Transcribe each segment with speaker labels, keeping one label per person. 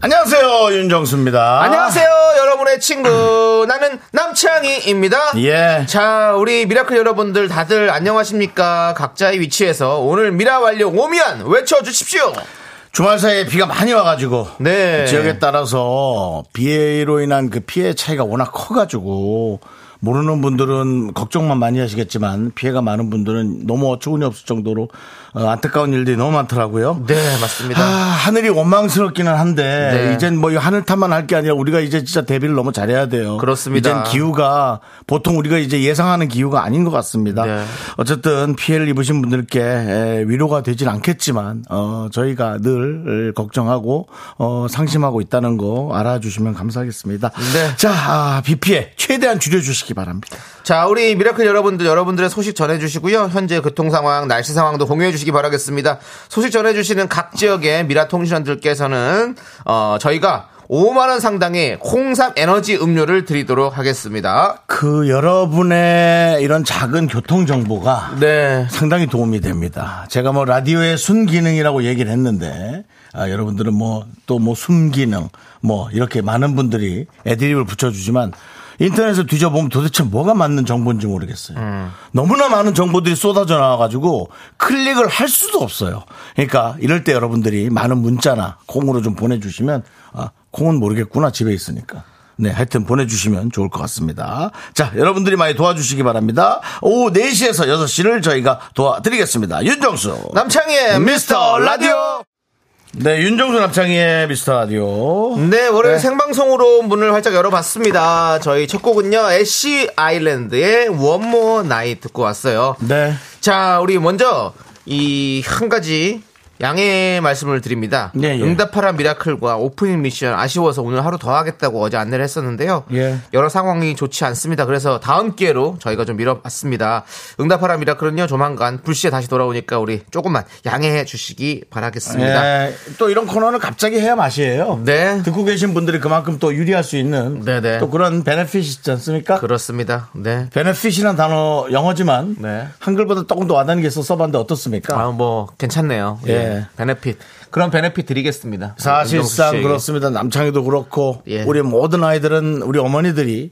Speaker 1: 안녕하세요 윤정수입니다.
Speaker 2: 안녕하세요, 여러분의 친구. 나는 남창희입니다.
Speaker 1: 예.
Speaker 2: 자, 우리 미라클 여러분들 다들 안녕하십니까? 각자의 위치에서 오늘 미라 완료 오미안 외쳐주십시오.
Speaker 1: 주말 사이에 비가 많이 와가지고 그
Speaker 2: 네.
Speaker 1: 지역에 따라서 비로 인한 그 피해 차이가 워낙 커가지고 모르는 분들은 걱정만 많이 하시겠지만 피해가 많은 분들은 너무 어처구니 없을 정도로 어, 안타까운 일들이 너무 많더라고요.
Speaker 2: 네, 맞습니다.
Speaker 1: 아, 하늘이 원망스럽기는 한데
Speaker 2: 네.
Speaker 1: 이젠 뭐이 하늘 탓만 할 게 아니라 우리가 이제 진짜 대비를 너무 잘해야 돼요.
Speaker 2: 그렇습니다.
Speaker 1: 이젠 기후가 보통 우리가 이제 예상하는 기후가 아닌 것 같습니다.
Speaker 2: 네.
Speaker 1: 어쨌든 피해를 입으신 분들께 에, 위로가 되진 않겠지만 어, 저희가 늘 걱정하고 어, 상심하고 있다는 거 알아주시면 감사하겠습니다.
Speaker 2: 네.
Speaker 1: 자, 아, 비 피해 최대한 줄여주시기 바랍니다.
Speaker 2: 자, 우리 미라클 여러분들 여러분들의 소식 전해주시고요. 현재 교통 상황, 날씨 상황도 공유해주시기 바라겠습니다. 소식 전해주시는 각 지역의 미라 통신원들께서는 어, 저희가 5만 원 상당의 홍삼 에너지 음료를 드리도록 하겠습니다.
Speaker 1: 그 여러분의 이런 작은 교통 정보가
Speaker 2: 네,
Speaker 1: 상당히 도움이 됩니다. 제가 뭐 라디오의 순기능이라고 얘기를 했는데 아, 여러분들은 뭐 또 뭐 순기능 뭐 이렇게 많은 분들이 애드립을 붙여주지만 인터넷을 뒤져보면 도대체 뭐가 맞는 정보인지 모르겠어요. 너무나 많은 정보들이 쏟아져 나와가지고 클릭을 할 수도 없어요. 그러니까 이럴 때 여러분들이 많은 문자나 콩으로 좀 보내주시면 아, 콩은 모르겠구나 집에 있으니까. 네, 하여튼 보내주시면 좋을 것 같습니다. 자, 여러분들이 많이 도와주시기 바랍니다. 오후 4시에서 6시를 저희가 도와드리겠습니다. 윤정수.
Speaker 2: 남창희의 미스터 라디오.
Speaker 1: 네, 윤정수 남창희의 미스터 라디오.
Speaker 2: 네, 월요일
Speaker 1: 네.
Speaker 2: 생방송으로 문을 활짝 열어봤습니다. 저희 첫 곡은요, 애쉬 아일랜드의 원모 나이 듣고 왔어요.
Speaker 1: 네.
Speaker 2: 자, 우리 먼저 이 한 가지 양해 말씀을 드립니다.
Speaker 1: 예, 예.
Speaker 2: 응답하라 미라클과 오프닝 미션 아쉬워서 오늘 하루 더 하겠다고 어제 안내를 했었는데요.
Speaker 1: 예.
Speaker 2: 여러 상황이 좋지 않습니다. 그래서 다음 기회로 저희가 좀 미뤄봤습니다. 응답하라 미라클은요, 조만간 불시에 다시 돌아오니까 우리 조금만 양해해 주시기 바라겠습니다.
Speaker 1: 네, 또 이런 코너는 갑자기 해야 맛이에요.
Speaker 2: 네.
Speaker 1: 듣고 계신 분들이 그만큼 또 유리할 수 있는
Speaker 2: 네, 네.
Speaker 1: 또 그런 베네핏이 있지 않습니까?
Speaker 2: 그렇습니다. 네.
Speaker 1: 베네핏이란 단어 영어지만
Speaker 2: 네.
Speaker 1: 한글보다 조금 더 와닿는 게 있어 써봤는데 어떻습니까?
Speaker 2: 아, 뭐, 괜찮네요. 예.
Speaker 1: 예.
Speaker 2: 베네핏. 그런 베네핏 드리겠습니다.
Speaker 1: 사실상
Speaker 2: 윤정수 씨에게.
Speaker 1: 그렇습니다. 남창희도 그렇고
Speaker 2: 예.
Speaker 1: 우리 모든 아이들은 우리 어머니들이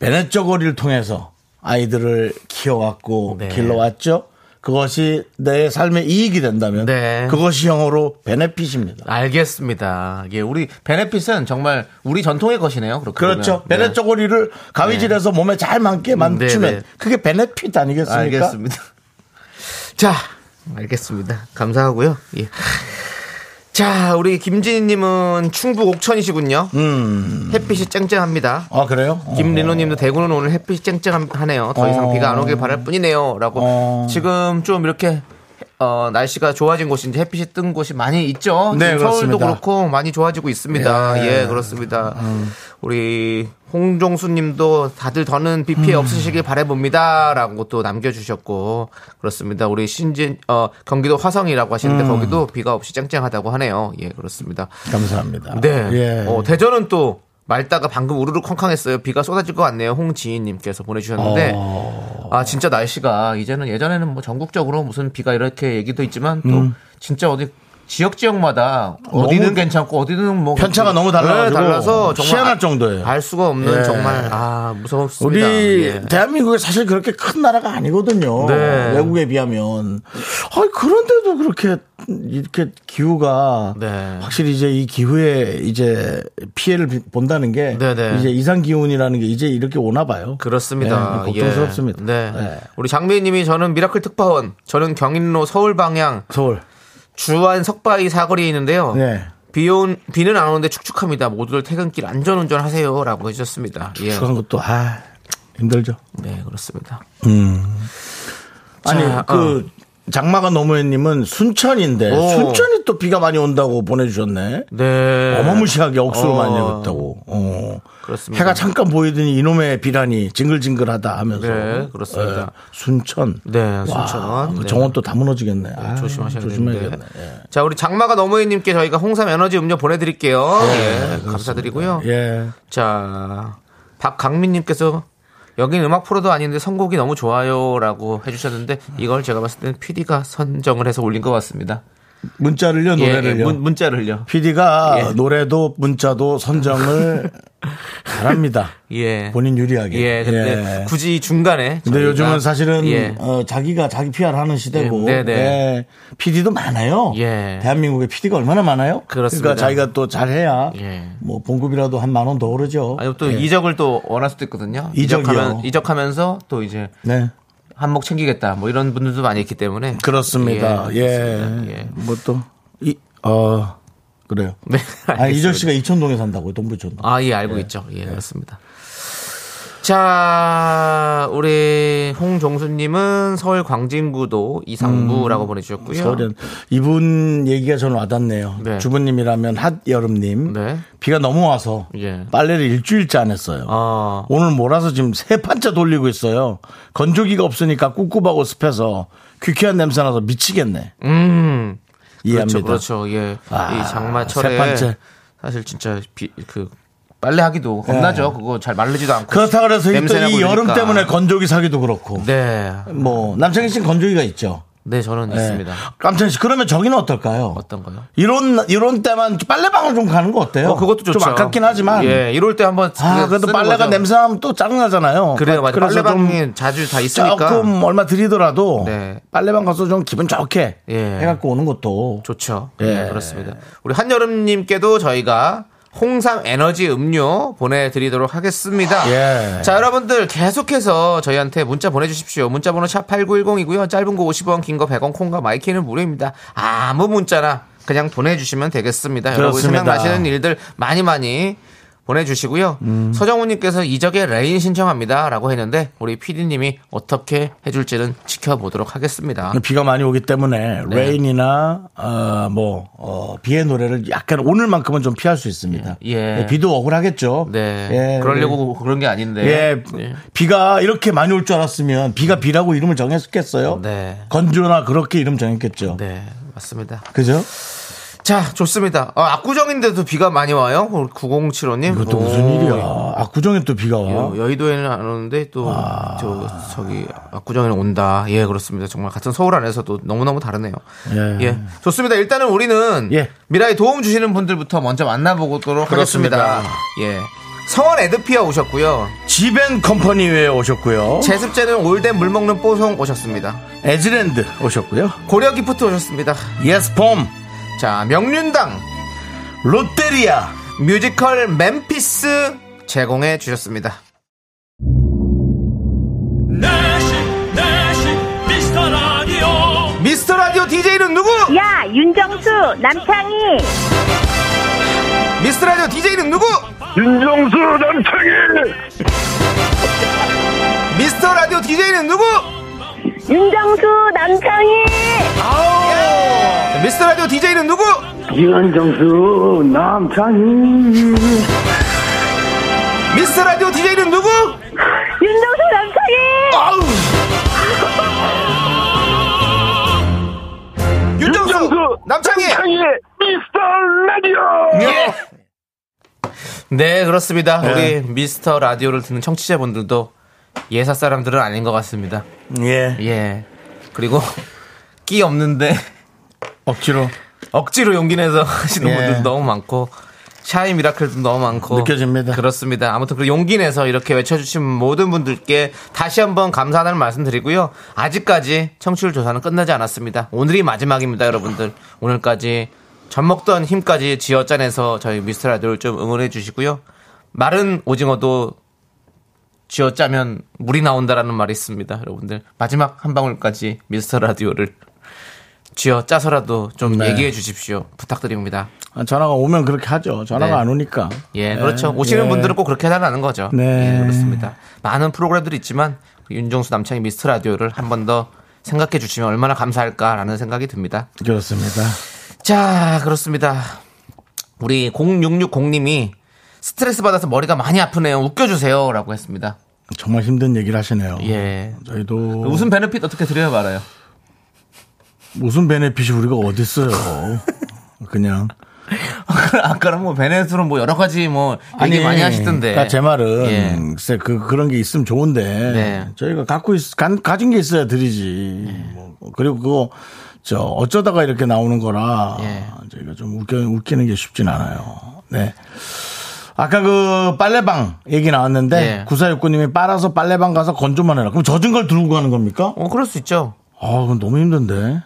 Speaker 1: 베네쪼고리를 통해서 아이들을 키워왔고
Speaker 2: 네.
Speaker 1: 길러왔죠. 그것이 내 삶의 이익이 된다면
Speaker 2: 네.
Speaker 1: 그것이 영어로 베네핏입니다.
Speaker 2: 알겠습니다. 예, 우리 베네핏은 정말 우리 전통의 것이네요. 그렇게
Speaker 1: 그렇죠.
Speaker 2: 보면. 네.
Speaker 1: 베네쪼고리를 가위질해서 몸에 잘 맞게 맞추면
Speaker 2: 네, 네.
Speaker 1: 그게 베네핏 아니겠습니까?
Speaker 2: 알겠습니다. 자, 알겠습니다. 감사하고요. 예. 자, 우리 김진희님은 충북 옥천이시군요. 햇빛이 쨍쨍합니다.
Speaker 1: 아 그래요? 어.
Speaker 2: 김리노님도 대구는 오늘 햇빛이 쨍쨍하네요. 더 이상
Speaker 1: 어.
Speaker 2: 비가 안 오길 바랄 뿐이네요.라고
Speaker 1: 어.
Speaker 2: 지금 좀 이렇게 어, 날씨가 좋아진 곳인지 햇빛이 뜬 곳이 많이 있죠.
Speaker 1: 네,
Speaker 2: 지금 서울도
Speaker 1: 그렇습니다.
Speaker 2: 그렇고 많이 좋아지고 있습니다.
Speaker 1: 예. 음.
Speaker 2: 예, 그렇습니다. 우리 홍종수님도 다들 더는 비
Speaker 1: 음.
Speaker 2: 피해 없으시길 바래봅니다라고 또 남겨주셨고 그렇습니다. 우리 신진 어, 경기도 화성이라고
Speaker 1: 음.
Speaker 2: 하시는데 거기도 비가 없이 쨍쨍하다고 하네요. 예, 그렇습니다.
Speaker 1: 감사합니다.
Speaker 2: 네.
Speaker 1: 예.
Speaker 2: 어, 대전은 또 맑다가 방금 우르르 쾅쾅했어요. 비가 쏟아질 것 같네요. 홍지인님께서 보내주셨는데
Speaker 1: 어.
Speaker 2: 아 진짜 날씨가 이제는 예전에는 뭐 전국적으로 무슨 비가 이렇게 얘기도 있지만 또
Speaker 1: 음.
Speaker 2: 진짜 어디 지역 지역마다 어디는
Speaker 1: 너무
Speaker 2: 괜찮고 어디는 뭐
Speaker 1: 편차가 너무 달라가지고
Speaker 2: 달라서 정말 아,
Speaker 1: 희한할 정도예요.
Speaker 2: 알 수가 없는
Speaker 1: 예.
Speaker 2: 정말 아 무섭습니다.
Speaker 1: 우리
Speaker 2: 예.
Speaker 1: 대한민국이 사실 그렇게 큰 나라가 아니거든요.
Speaker 2: 네.
Speaker 1: 외국에 비하면. 아 그런데도 그렇게 이렇게 기후가
Speaker 2: 네.
Speaker 1: 확실히 이제 이 기후에 이제 피해를 비- 본다는 게
Speaker 2: 네네.
Speaker 1: 이제 이상 기온이라는 게 이제 이렇게 오나 봐요.
Speaker 2: 그렇습니다.
Speaker 1: 네, 걱정스럽습니다.
Speaker 2: 예. 네.
Speaker 1: 네.
Speaker 2: 우리 장미희님이 저는 미라클 특파원, 저는 경인로 서울 방향
Speaker 1: 서울.
Speaker 2: 주안 석바위 사거리에 있는데요.
Speaker 1: 네.
Speaker 2: 비온 비는 안 오는데 축축합니다. 모두들 퇴근길 안전 운전하세요라고 해주셨습니다. 예.
Speaker 1: 그런 것도 아 힘들죠.
Speaker 2: 네 그렇습니다.
Speaker 1: 아니
Speaker 2: 자,
Speaker 1: 그 장마가 노무현님은 순천인데
Speaker 2: 오.
Speaker 1: 순천이 또 비가 많이 온다고 보내주셨네.
Speaker 2: 네.
Speaker 1: 어마무시하게 억수로
Speaker 2: 어.
Speaker 1: 많이 내렸다고. 어.
Speaker 2: 그렇습니다.
Speaker 1: 해가 잠깐 보이더니 이놈의 비란이 징글징글하다 하면서.
Speaker 2: 네, 그렇습니다.
Speaker 1: 예, 순천.
Speaker 2: 네,
Speaker 1: 와,
Speaker 2: 순천.
Speaker 1: 그
Speaker 2: 네.
Speaker 1: 정원 또 다 무너지겠네. 아,
Speaker 2: 조심하셔야
Speaker 1: 조심해야겠네. 예.
Speaker 2: 되는데. 자, 우리 장마가 너머이님께 저희가 홍삼 에너지 음료 보내드릴게요. 예, 감사드리고요.
Speaker 1: 네, 예.
Speaker 2: 자, 박강민님께서 여긴 음악 프로도 아닌데 선곡이 너무 좋아요라고 해주셨는데 이걸 제가 봤을 때는 PD가 선정을 해서 올린 것 같습니다.
Speaker 1: 문자를요,
Speaker 2: 예,
Speaker 1: 노래를요.
Speaker 2: 예, 문, 문자를요.
Speaker 1: PD가
Speaker 2: 예.
Speaker 1: 노래도 문자도 선정을 잘합니다.
Speaker 2: 예.
Speaker 1: 본인 유리하게.
Speaker 2: 예, 근데
Speaker 1: 예.
Speaker 2: 굳이 중간에.
Speaker 1: 근데
Speaker 2: 저희가-
Speaker 1: 요즘은 사실은
Speaker 2: 예.
Speaker 1: 어, 자기가 자기 PR 하는 시대고
Speaker 2: 네, 네.
Speaker 1: 예, PD도 많아요.
Speaker 2: 예.
Speaker 1: 대한민국에 PD가 얼마나 많아요?
Speaker 2: 그렇습니다.
Speaker 1: 러니까 자기가 또 잘해야
Speaker 2: 예.
Speaker 1: 뭐 봉급이라도 한 만 원 더 오르죠.
Speaker 2: 아니 또
Speaker 1: 예.
Speaker 2: 이적을 또 원할 수도 있거든요.
Speaker 1: 이적이요.
Speaker 2: 이적하면 이적하면서 또 이제
Speaker 1: 네.
Speaker 2: 한몫 챙기겠다 뭐 이런 분들도 많이 있기 때문에
Speaker 1: 그렇습니다. 예.
Speaker 2: 그렇습니다. 예.
Speaker 1: 뭐또이어 그래요.
Speaker 2: 네.
Speaker 1: 아 이적 씨가 이천동에 산다고요. 동부촌동.
Speaker 2: 아, 예, 알고 있죠. 예, 그렇습니다. 자, 우리 홍종수님은 서울 광진구도 이상부라고 보내주셨고요.
Speaker 1: 음. 서울엔 이분 얘기가 저는 와닿네요.
Speaker 2: 네.
Speaker 1: 주부님이라면 핫 여름님
Speaker 2: 네.
Speaker 1: 비가 너무 와서
Speaker 2: 예.
Speaker 1: 빨래를 일주일째 안 했어요.
Speaker 2: 어,
Speaker 1: 오늘 몰아서 지금 세 판째 돌리고 있어요. 건조기가 없으니까 꿉꿉하고 습해서 퀴퀴한 냄새 나서 미치겠네.
Speaker 2: 음.
Speaker 1: 이해합니다.
Speaker 2: 그렇죠, 그렇죠. 예.
Speaker 1: 아,
Speaker 2: 이 장마철에
Speaker 1: 세 번째.
Speaker 2: 사실 진짜 비, 그 빨래하기도 겁나죠. 그거 잘 마르지도 않고.
Speaker 1: 네. 그렇다 그래서 이, 또
Speaker 2: 냄새나고
Speaker 1: 이 여름
Speaker 2: 이러니까.
Speaker 1: 때문에 건조기 사기도 그렇고.
Speaker 2: 네.
Speaker 1: 뭐 남창희 씨는 건조기가 있죠.
Speaker 2: 네, 저는
Speaker 1: 네.
Speaker 2: 있습니다.
Speaker 1: 깜창희 씨 그러면 저기는 어떨까요?
Speaker 2: 어떤 거요?
Speaker 1: 이런 이런 때만 빨래방을 좀 가는 거 어때요?
Speaker 2: 어, 그것도 좋죠.
Speaker 1: 좀 아깝긴 하지만.
Speaker 2: 예, 이럴 때 한번
Speaker 1: 아,
Speaker 2: 쓰-
Speaker 1: 그래도
Speaker 2: 쓰는
Speaker 1: 빨래가
Speaker 2: 거죠.
Speaker 1: 냄새나면 또 짜증나잖아요.
Speaker 2: 그래요, 맞아요.
Speaker 1: 그래서 좀
Speaker 2: 빨래방이 자주 다 있으니까.
Speaker 1: 조금 얼마 드리더라도
Speaker 2: 네.
Speaker 1: 빨래방 가서 좀 기분 좋게
Speaker 2: 예.
Speaker 1: 해갖고 오는 것도
Speaker 2: 좋죠.
Speaker 1: 예.
Speaker 2: 네, 그렇습니다. 우리 한여름님께도 저희가 홍삼 에너지 음료 보내드리도록 하겠습니다.
Speaker 1: 예.
Speaker 2: 자, 여러분들 계속해서 저희한테 문자 보내주십시오. 문자번호 샵8910이고요. 짧은 거 50원, 긴 거 100원, 콩과 마이키는 무료입니다. 아무 문자나 그냥 보내주시면 되겠습니다. 여러분
Speaker 1: 그렇습니다.
Speaker 2: 생각나시는 일들 많이 많이 보내주시고요.
Speaker 1: 음.
Speaker 2: 서정우님께서 이적의 레인 신청합니다. 라고 했는데 우리 PD님이 어떻게 해줄지는 지켜보도록 하겠습니다.
Speaker 1: 비가 많이 오기 때문에
Speaker 2: 네.
Speaker 1: 레인이나 어, 뭐 어, 비의 노래를 약간 오늘만큼은 좀 피할 수 있습니다.
Speaker 2: 예.
Speaker 1: 네, 비도 억울하겠죠.
Speaker 2: 네.
Speaker 1: 예,
Speaker 2: 그러려고 그런 게 아닌데.
Speaker 1: 우리- 예,
Speaker 2: 예.
Speaker 1: 비가 이렇게 많이 올 줄 알았으면 비가 비라고 이름을 정했겠어요.
Speaker 2: 네.
Speaker 1: 건조나 그렇게 이름 정했겠죠.
Speaker 2: 네, 맞습니다.
Speaker 1: 그죠?
Speaker 2: 자, 좋습니다. 아, 압구정인데도 비가 많이 와요? 9075님. 어,
Speaker 1: 이것도 무슨 일이야? 아, 압구정에 또 비가 와.
Speaker 2: 여의도에는 안 오는데 또,
Speaker 1: 아.
Speaker 2: 저, 저기, 압구정에는 온다. 예, 그렇습니다. 정말 같은 서울 안에서도 너무너무 다르네요.
Speaker 1: 예.
Speaker 2: 예. 좋습니다. 일단은 우리는
Speaker 1: 예.
Speaker 2: 미라에 도움 주시는 분들부터 먼저 만나보도록
Speaker 1: 그렇습니다.
Speaker 2: 하겠습니다. 예. 성원 에드피어 오셨고요.
Speaker 1: 지벤 컴퍼니에 오셨고요.
Speaker 2: 제습제는 올덴 물 먹는 뽀송 오셨습니다.
Speaker 1: 에즈랜드 오셨고요.
Speaker 2: 고려 기프트 오셨습니다.
Speaker 1: 예스폼,
Speaker 2: 자, 명륜당
Speaker 1: 롯데리아.
Speaker 2: 뮤지컬 멤피스 제공해 주셨습니다.
Speaker 3: 네 내시 네 내시 미스터 라디오
Speaker 2: 미스터 라디오 DJ는 누구?
Speaker 4: 야, 윤정수, 남창희.
Speaker 2: 미스터 라디오 DJ는 누구?
Speaker 5: 윤정수 남창희
Speaker 2: 미스터 라디오 DJ는 누구?
Speaker 4: 윤정수, 남창희.
Speaker 2: 예! 미스터 라디오 DJ는 누구?
Speaker 5: 윤정수 남창희
Speaker 2: 미스터 라디오 DJ는 누구?
Speaker 4: 윤정수, 남창희.
Speaker 2: 아우! 윤정수 남창희
Speaker 5: 남창희의 미스터 라디오
Speaker 2: 예! 네 그렇습니다 우리 미스터 라디오를 듣는 청취자분들도 예사 사람들은 아닌 것 같습니다
Speaker 1: 예.
Speaker 2: 예. 그리고 끼 없는데
Speaker 1: 억지로
Speaker 2: 억지로 용기 내서 하시는
Speaker 1: 예.
Speaker 2: 분들 너무 많고 샤이 미라클도 너무 많고
Speaker 1: 느껴집니다.
Speaker 2: 그렇습니다. 아무튼 그 용기 내서 이렇게 외쳐주신 모든 분들께 다시 한번 감사하다는 말씀드리고요. 아직까지 청취율 조사는 끝나지 않았습니다. 오늘이 마지막입니다, 여러분들. 오늘까지 젖 먹던 힘까지 지어짜내서 저희 미스터 라디오를 좀 응원해 주시고요. 마른 오징어도 쥐어짜면 물이 나온다라는 말이 있습니다, 여러분들. 마지막 한 방울까지 미스터 라디오를 쥐어짜서라도 좀
Speaker 1: 네.
Speaker 2: 얘기해 주십시오. 부탁드립니다.
Speaker 1: 아, 전화가 오면 그렇게 하죠. 전화가
Speaker 2: 네.
Speaker 1: 안 오니까.
Speaker 2: 예, 그렇죠. 오시는
Speaker 1: 예.
Speaker 2: 분들은 꼭 그렇게 해달라는 거죠.
Speaker 1: 네.
Speaker 2: 예, 그렇습니다. 많은 프로그램들이 있지만 윤종수 남창희 미스터 라디오를 한 번 더 생각해 주시면 얼마나 감사할까라는 생각이 듭니다.
Speaker 1: 그렇습니다.
Speaker 2: 자, 그렇습니다. 우리 0660님이 스트레스 받아서 머리가 많이 아프네요. 웃겨주세요. 라고 했습니다.
Speaker 1: 정말 힘든 얘기를 하시네요.
Speaker 2: 예.
Speaker 1: 저희도
Speaker 2: 웃음 베네핏 어떻게 드려야 말아요?
Speaker 1: 무슨 베네핏이 우리가 어딨어요. 그냥
Speaker 2: 아까는 뭐 베네스로 뭐 여러 가지 뭐 얘기 많이 하시던데.
Speaker 1: 그러니까 제 말은
Speaker 2: 예.
Speaker 1: 글쎄 그 그런 게 있으면 좋은데
Speaker 2: 네.
Speaker 1: 저희가 갖고 있 간- 가진 게 있어야 드리지. 뭐, 그리고 그거 저 어쩌다가 이렇게 나오는 거라
Speaker 2: 예.
Speaker 1: 저희가 좀 웃겨, 웃기는 게 쉽진 않아요. 네. 아까 그 빨래방 얘기 나왔는데
Speaker 2: 예.
Speaker 1: 구사육구님이 빨아서 빨래방 가서 건조만 해라. 그럼 젖은 걸 들고 가는 겁니까?
Speaker 2: 어, 그럴 수 있죠.
Speaker 1: 아, 그건 너무 힘든데.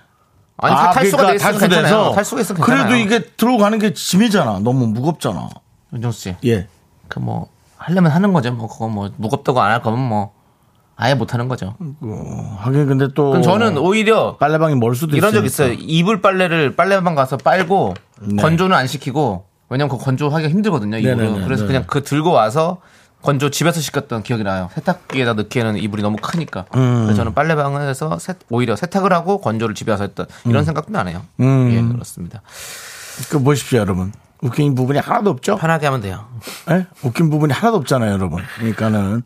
Speaker 2: 아니, 그 탈수가
Speaker 1: 그러니까
Speaker 2: 돼 있으면
Speaker 1: 탈수돼서
Speaker 2: 괜찮아요. 탈수가 있으면 괜찮아요.
Speaker 1: 그래도 이게 들어가는 게 짐이잖아. 너무 무겁잖아.
Speaker 2: 윤정수 씨.
Speaker 1: 예.
Speaker 2: 그 뭐 하려면 하는 거죠. 뭐 그거 뭐 무겁다고 안 할 거면 뭐 아예 못 하는 거죠.
Speaker 1: 어, 하긴 근데 또
Speaker 2: 그럼 저는 오히려
Speaker 1: 빨래방이 멀 수도
Speaker 2: 네, 이런 적
Speaker 1: 있으니까.
Speaker 2: 있어요. 이불 빨래를 빨래방 가서 빨고 건조는 안 시키고 왜냐면 그 건조하기가 힘들거든요. 이불은.
Speaker 1: 네. 네네네,
Speaker 2: 그래서
Speaker 1: 네.
Speaker 2: 그냥 그 들고 와서 건조 집에서 시켰던 기억이 나요. 세탁기에다 넣기에는 이불이 너무 크니까.
Speaker 1: 음.
Speaker 2: 그래서 저는 빨래방에서 세- 오히려 세탁을 하고 건조를 집에 와서 했던 이런 생각도 나네요.
Speaker 1: 음.
Speaker 2: 예, 그렇습니다.
Speaker 1: 그 보십시오, 여러분. 웃긴 부분이 하나도 없죠?
Speaker 2: 편하게 하면 돼요.
Speaker 1: 예? 웃긴 부분이 하나도 없잖아요, 여러분. 그러니까는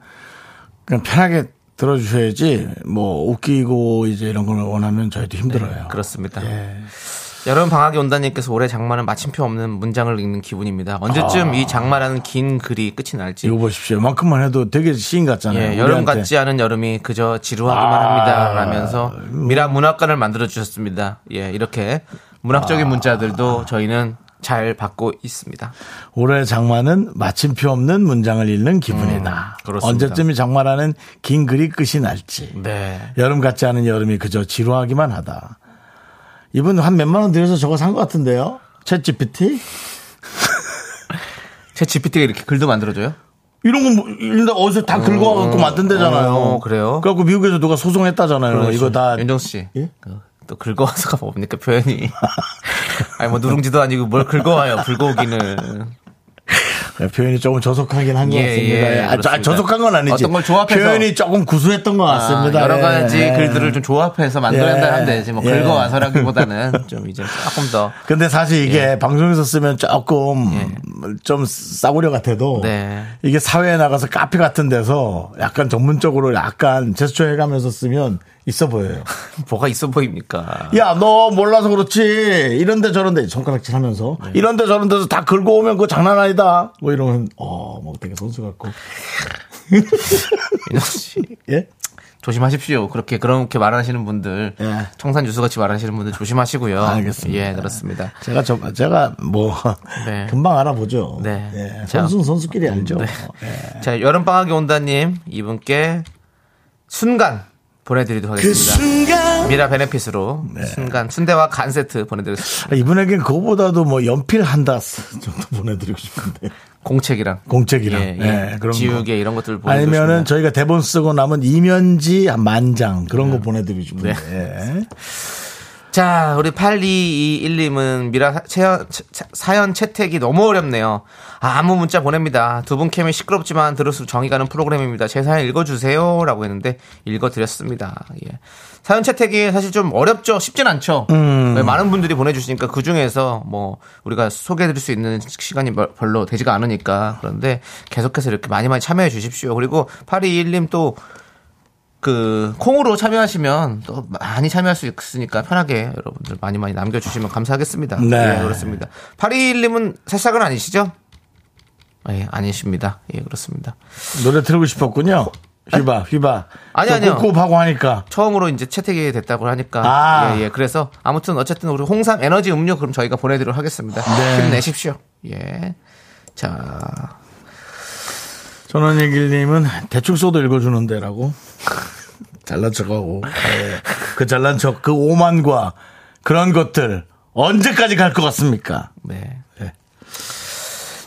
Speaker 1: 그냥 편하게 들어주셔야지 뭐 웃기고 이제 이런 걸 원하면 저희도 힘들어요.
Speaker 2: 네, 그렇습니다.
Speaker 1: 예.
Speaker 2: 여름 방학이 온다님께서 올해 장마는 마침표 없는 문장을 읽는 기분입니다.
Speaker 1: 아.
Speaker 2: 언제쯤 이 장마라는 긴 글이 끝이 날지.
Speaker 1: 이거 보십시오. 만큼만 해도 되게 시인 같잖아요.
Speaker 2: 예,
Speaker 1: 우리한테. 아,
Speaker 2: 여름 같지 않은 여름이 그저 지루하기만 합니다. 라면서 미라 문학관을 만들어 주셨습니다. 예, 이렇게 문학적인
Speaker 1: 아.
Speaker 2: 문자들도 저희는 잘 받고 있습니다.
Speaker 1: 올해 장마는 마침표 없는 문장을 읽는 기분이다.
Speaker 2: 음, 그렇습니다.
Speaker 1: 언제쯤이 장마라는 긴 글이 끝이 날지.
Speaker 2: 네.
Speaker 1: 여름 같지 않은 여름이 그저 지루하기만 하다. 이분 한 몇만 원 들여서 저거 산 것 같은데요? 챗 GPT?
Speaker 2: 제 GPT가 이렇게 글도 만들어줘요?
Speaker 1: 이런 거 뭐, 일단 어디서 다 긁어갖고 만든대잖아요.
Speaker 2: 음, 어, 그래요?
Speaker 1: 그래갖고 미국에서 누가 소송했다잖아요. 어, 이거 다.
Speaker 2: 윤정수 씨.
Speaker 1: 예?
Speaker 2: 그, 또 긁어와서가 뭡니까, 표현이. 아니, 뭐 누룽지도 아니고 뭘 긁어와요, 불고기는.
Speaker 1: 표현이 조금 저속하긴 한 것
Speaker 2: 예,
Speaker 1: 같습니다.
Speaker 2: 예,
Speaker 1: 예, 아, 저- 아,
Speaker 2: 그렇습니다.
Speaker 1: 저속한 건 아니지.
Speaker 2: 어떤 걸 조합해서.
Speaker 1: 표현이 조금 구수했던 것 같습니다.
Speaker 2: 아, 여러 가지
Speaker 1: 예, 예.
Speaker 2: 글들을 좀 조합해서 만들어야
Speaker 1: 예.
Speaker 2: 한다는데 이제 뭐
Speaker 1: 예.
Speaker 2: 긁어와서라기보다는 좀 이제 조금 더
Speaker 1: 근데 사실 이게
Speaker 2: 예.
Speaker 1: 방송에서 쓰면 조금 좀 싸구려 같아도
Speaker 2: 네.
Speaker 1: 이게 사회에 나가서 카페 같은 데서 약간 전문적으로 약간 제스처 해가면서 쓰면 있어 보여요.
Speaker 2: 뭐가 있어 보입니까?
Speaker 1: 야, 너 몰라서 그렇지. 이런데 저런데 손가락질 하면서
Speaker 2: 네.
Speaker 1: 이런데 저런데서 다 긁어 오면 그거 장난 아니다. 뭐 이러면 어, 뭐 되게 선수 같고.
Speaker 2: 윤정수 씨.
Speaker 1: 예?
Speaker 2: 조심하십시오. 그렇게 그렇게 말하시는 분들,
Speaker 1: 예.
Speaker 2: 청산 유수 같이 말하시는 분들 조심하시고요.
Speaker 1: 알겠습니다.
Speaker 2: 예, 그렇습니다.
Speaker 1: 제가 저 제가 뭐
Speaker 2: 네.
Speaker 1: 금방 알아보죠.
Speaker 2: 네.
Speaker 1: 예,
Speaker 2: 자.
Speaker 1: 선수는 선수끼리 알죠.
Speaker 2: 네.
Speaker 1: 예.
Speaker 2: 자, 여름 방학이 온다님 이분께 순간 보내드리도록
Speaker 1: 그
Speaker 2: 하겠습니다. 미라 베네핏으로 순간 순대와 간 세트 보내드리겠습니다.
Speaker 1: 아, 이분에겐 그거보다도 뭐 연필 한 다스 정도 보내드리고 싶은데.
Speaker 2: 공책이랑
Speaker 1: 공책이랑
Speaker 2: 예, 예.
Speaker 1: 예, 그런
Speaker 2: 지우개
Speaker 1: 거.
Speaker 2: 이런 것들 보내드리고
Speaker 1: 아니면은
Speaker 2: 싶네요.
Speaker 1: 저희가 대본 쓰고 남은 이면지 한 만장 그런
Speaker 2: 음.
Speaker 1: 거 보내드리고
Speaker 2: 네.
Speaker 1: 싶은데 예.
Speaker 2: 자, 우리 8221님은 미라 사- 채연- 채- 채- 사연 채택이 너무 어렵네요. 아, 무 문자 보냅니다. 두 분 캠이 시끄럽지만 들을수록 정이 가는 프로그램입니다. 제 사연 읽어주세요. 라고 했는데 읽어드렸습니다. 예. 사연 채택이 사실 좀 어렵죠? 쉽진 않죠? 왜 많은 분들이 보내주시니까 그 중에서 뭐 우리가 소개해드릴 수 있는 시간이 뭐 별- 별로 되지가 않으니까 그런데 계속해서 이렇게 많이 많이 참여해 주십시오. 그리고 8221님 또 그 콩으로 참여하시면 또 많이 참여할 수 있으니까 편하게 여러분들 많이 많이 남겨주시면 감사하겠습니다.
Speaker 1: 네.
Speaker 2: 예, 그렇습니다. 821님은 새싹은 아니시죠? 예, 아니십니다. 예, 그렇습니다.
Speaker 1: 노래 틀고 싶었군요. 휘바 휘바.
Speaker 2: 아니,
Speaker 1: 또
Speaker 2: 아니요.
Speaker 1: 꿉꿉하고 하니까
Speaker 2: 처음으로 이제 채택이 됐다고 하니까
Speaker 1: 아.
Speaker 2: 예, 예. 그래서 아무튼 어쨌든 우리 홍삼 에너지 음료 그럼 저희가 보내드리도록 하겠습니다.
Speaker 1: 네.
Speaker 2: 힘내십시오. 예. 자,
Speaker 1: 전원일길님은 대충 써도 읽어주는데라고 잘난 척하고 예. 그 잘난 척 그 오만과 그런 것들 언제까지 갈 것 같습니까?
Speaker 2: 네.
Speaker 1: 네.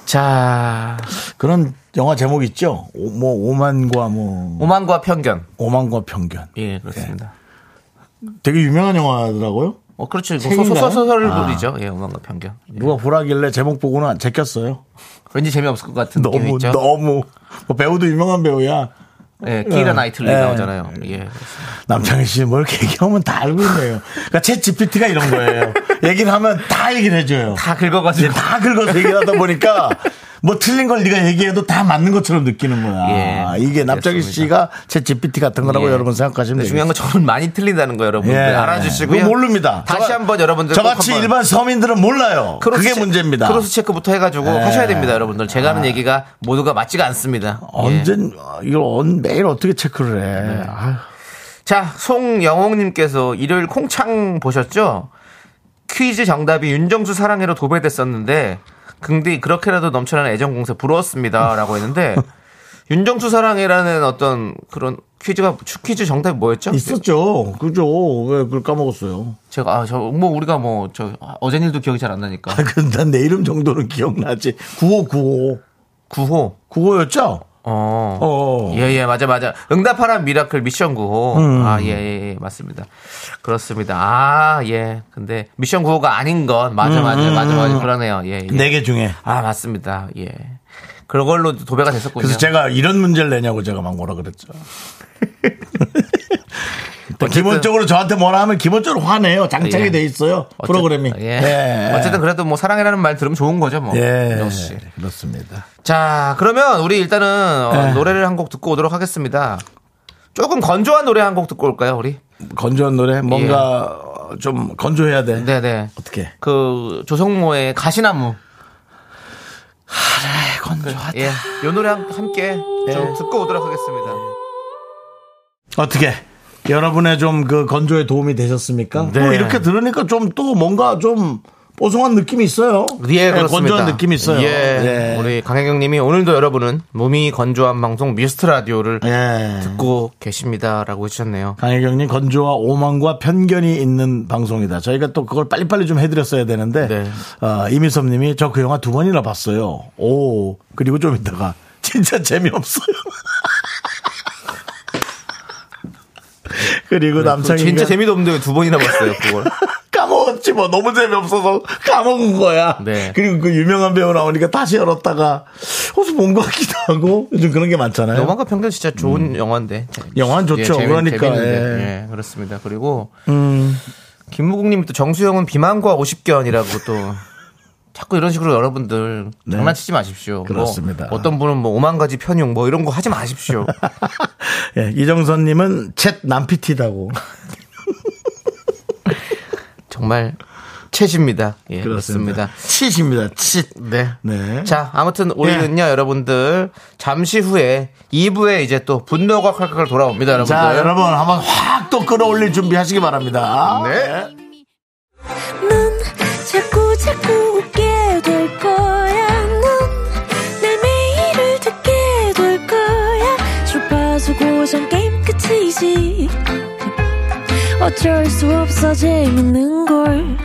Speaker 2: 자,
Speaker 1: 그런 영화 제목 있죠? 오, 뭐 오만과 뭐
Speaker 2: 오만과 편견.
Speaker 1: 오만과 편견.
Speaker 2: 예, 그렇습니다.
Speaker 1: 네. 되게 유명한 영화더라고요.
Speaker 2: 어, 그렇죠. 이거
Speaker 1: 책인가요? 아.
Speaker 2: 소설, 소설물이죠. 예, 오만과 편견. 예.
Speaker 1: 누가 보라길래 제목 보고는 제꼈어요.
Speaker 2: 왠지 재미없을 것 같은 느낌이
Speaker 1: 너무
Speaker 2: 있죠.
Speaker 1: 너무 뭐 배우도 유명한 배우야.
Speaker 2: 예, 키라 나이틀리
Speaker 1: 예.
Speaker 2: 나오잖아요. 예.
Speaker 1: 남창희 씨 뭘 이렇게 얘기하면 다 알고 있네요. 그러니까 챗 GPT가 이런 거예요. 얘기를 하면 다 얘기를 해줘요.
Speaker 2: 다
Speaker 1: 이제
Speaker 2: 긁어가지고.
Speaker 1: 다 긁어서 얘기를 하다 보니까 뭐 틀린 걸 네가 얘기해도 다 맞는 것처럼 느끼는 거야.
Speaker 2: 예.
Speaker 1: 이게 남창희 씨가
Speaker 2: 그렇습니다.
Speaker 1: 챗 GPT 같은 거라고
Speaker 2: 예.
Speaker 1: 여러분 생각하시면
Speaker 2: 근데
Speaker 1: 돼요.
Speaker 2: 중요한 건 저는 많이 틀린다는 거 여러분들 알아주시고요.
Speaker 1: 예. 그거 모릅니다.
Speaker 2: 다시
Speaker 1: 저가-
Speaker 2: 한번 여러분들 꼭
Speaker 1: 저같이
Speaker 2: 한번
Speaker 1: 일반 서민들은 몰라요. 그게
Speaker 2: 크로스
Speaker 1: 문제입니다.
Speaker 2: 크로스 체크부터 해가지고
Speaker 1: 예. 아.
Speaker 2: 하셔야 됩니다, 여러분들. 제가 하는 얘기가 모두가 맞지가 않습니다. 예. 네.
Speaker 1: 언젠 이걸 언- 매일 어떻게 체크를 해? 아휴.
Speaker 2: 자, 송영옥님께서 일요일 콩창 보셨죠? 퀴즈 정답이 윤정수 사랑해로 도배됐었는데, 근데 그렇게라도 넘쳐나는 애정공세 부러웠습니다. 라고 했는데, 윤정수 사랑해라는 어떤 그런 퀴즈가, 퀴즈 정답이 뭐였죠?
Speaker 1: 있었죠. 그죠. 왜 그걸 까먹었어요.
Speaker 2: 제가, 아, 저, 뭐, 우리가 뭐, 저, 어젠 일도 기억이 잘 안 나니까.
Speaker 1: 아, 난내 이름 정도는 기억나지. 9595.
Speaker 2: 9호.
Speaker 1: 95였죠?
Speaker 2: 어.
Speaker 1: 어.
Speaker 2: 예, 예, 맞아, 맞아. 응답하라 미라클 미션 9호.
Speaker 1: 음.
Speaker 2: 아, 예, 예, 예, 맞습니다. 그렇습니다. 아, 예. 근데 미션 9호가 아닌 건,
Speaker 1: 음,
Speaker 2: 맞아, 맞아, 맞아, 맞아. 그러네요. 예, 예.
Speaker 1: 네 개 중에.
Speaker 2: 아, 맞습니다. 예. 그걸로 도배가 됐었군요.
Speaker 1: 그래서 제가 이런 문제를 내냐고 제가 막 뭐라 그랬죠. 또 기본적으로 저한테 뭐라 하면 기본적으로 화내요. 장착이
Speaker 2: 예.
Speaker 1: 돼 있어요.
Speaker 2: 어쨌-
Speaker 1: 프로그램이.
Speaker 2: 예.
Speaker 1: 예.
Speaker 2: 어쨌든 그래도 뭐 사랑이라는 말 들으면 좋은 거죠, 뭐.
Speaker 1: 예.
Speaker 2: 역시.
Speaker 1: 그렇습니다.
Speaker 2: 자, 그러면 우리 일단은 어,
Speaker 1: 예.
Speaker 2: 노래를 한 곡 듣고 오도록 하겠습니다. 조금 건조한 노래 한 곡 듣고 올까요, 우리?
Speaker 1: 건조한 노래 뭔가 어, 좀 건조해야 돼.
Speaker 2: 네, 네.
Speaker 1: 어떻게?
Speaker 2: 그 조성모의 가시나무.
Speaker 1: 아, 건조하다.
Speaker 2: 예, 요 노래 함- 함께
Speaker 1: 예.
Speaker 2: 좀 듣고 오도록 하겠습니다.
Speaker 1: 어떻게? 여러분의 좀 그 건조에 도움이 되셨습니까?
Speaker 2: 네.
Speaker 1: 또 이렇게 들으니까 좀 또 뭔가 좀 뽀송한 느낌이 있어요.
Speaker 2: 예, 그렇습니다.
Speaker 1: 건조한 느낌이 있어요. 예.
Speaker 2: 예, 우리 강혜경님이 오늘도 여러분은 몸이 건조한 방송 미스트 라디오를
Speaker 1: 예.
Speaker 2: 듣고 계십니다라고 해주셨네요.
Speaker 1: 강혜경님 건조와 오만과 편견이 있는 방송이다. 저희가 또 그걸 빨리빨리 좀 해드렸어야 되는데
Speaker 2: 네.
Speaker 1: 어, 이민섭님이 저 그 영화 두 번이나 봤어요. 오 그리고 좀 이따가 진짜 재미없어요. 그리고 남창이가
Speaker 2: 네, 진짜 재미도 없는데 두 번이나 봤어요 그걸.
Speaker 1: 까먹었지 뭐 너무 재미없어서 까먹은 거야.
Speaker 2: 네.
Speaker 1: 그리고 그 유명한 배우 나오니까 다시 열었다가 혹시 본 것 같기도 하고 요즘 그런 게 많잖아요.
Speaker 2: 영화가 평균 진짜 좋은 영화인데.
Speaker 1: 네?
Speaker 2: 예,
Speaker 1: 영화는 좋죠. 그러니까, 음.
Speaker 2: 재밌는데. 예. 그렇습니다. 그리고 김무국님이 또 정수영은 비만과 50견이라고 또. 자꾸 이런 식으로 여러분들 장난치지 마십시오. 뭐
Speaker 1: 네. 그렇습니다.
Speaker 2: 어떤 분은 뭐 오만 가지 편육 뭐 이런 거 하지 마십시오.
Speaker 1: 예, 이정선님은 챗 남피티다고.
Speaker 2: 정말 채십니다. 예, 그렇습니다.
Speaker 1: 그렇습니다. 칫입니다. 칫.
Speaker 2: 네.
Speaker 1: 네.
Speaker 2: 자, 아무튼 우리는요, 여러분들 잠시 후에 2부에 이제 또 분노가 칼칼 돌아옵니다, 여러분들.
Speaker 1: 자, 여러분 한번 확 또 끌어올릴 준비하시기 바랍니다. 예.
Speaker 2: 네.
Speaker 6: 넌 자꾸 자꾸 웃게 될 거야. 넌내 매일을 듣게 될 거야. 주파수 고정 게임 끝이지. 어쩔 수 없어 재밌는 걸.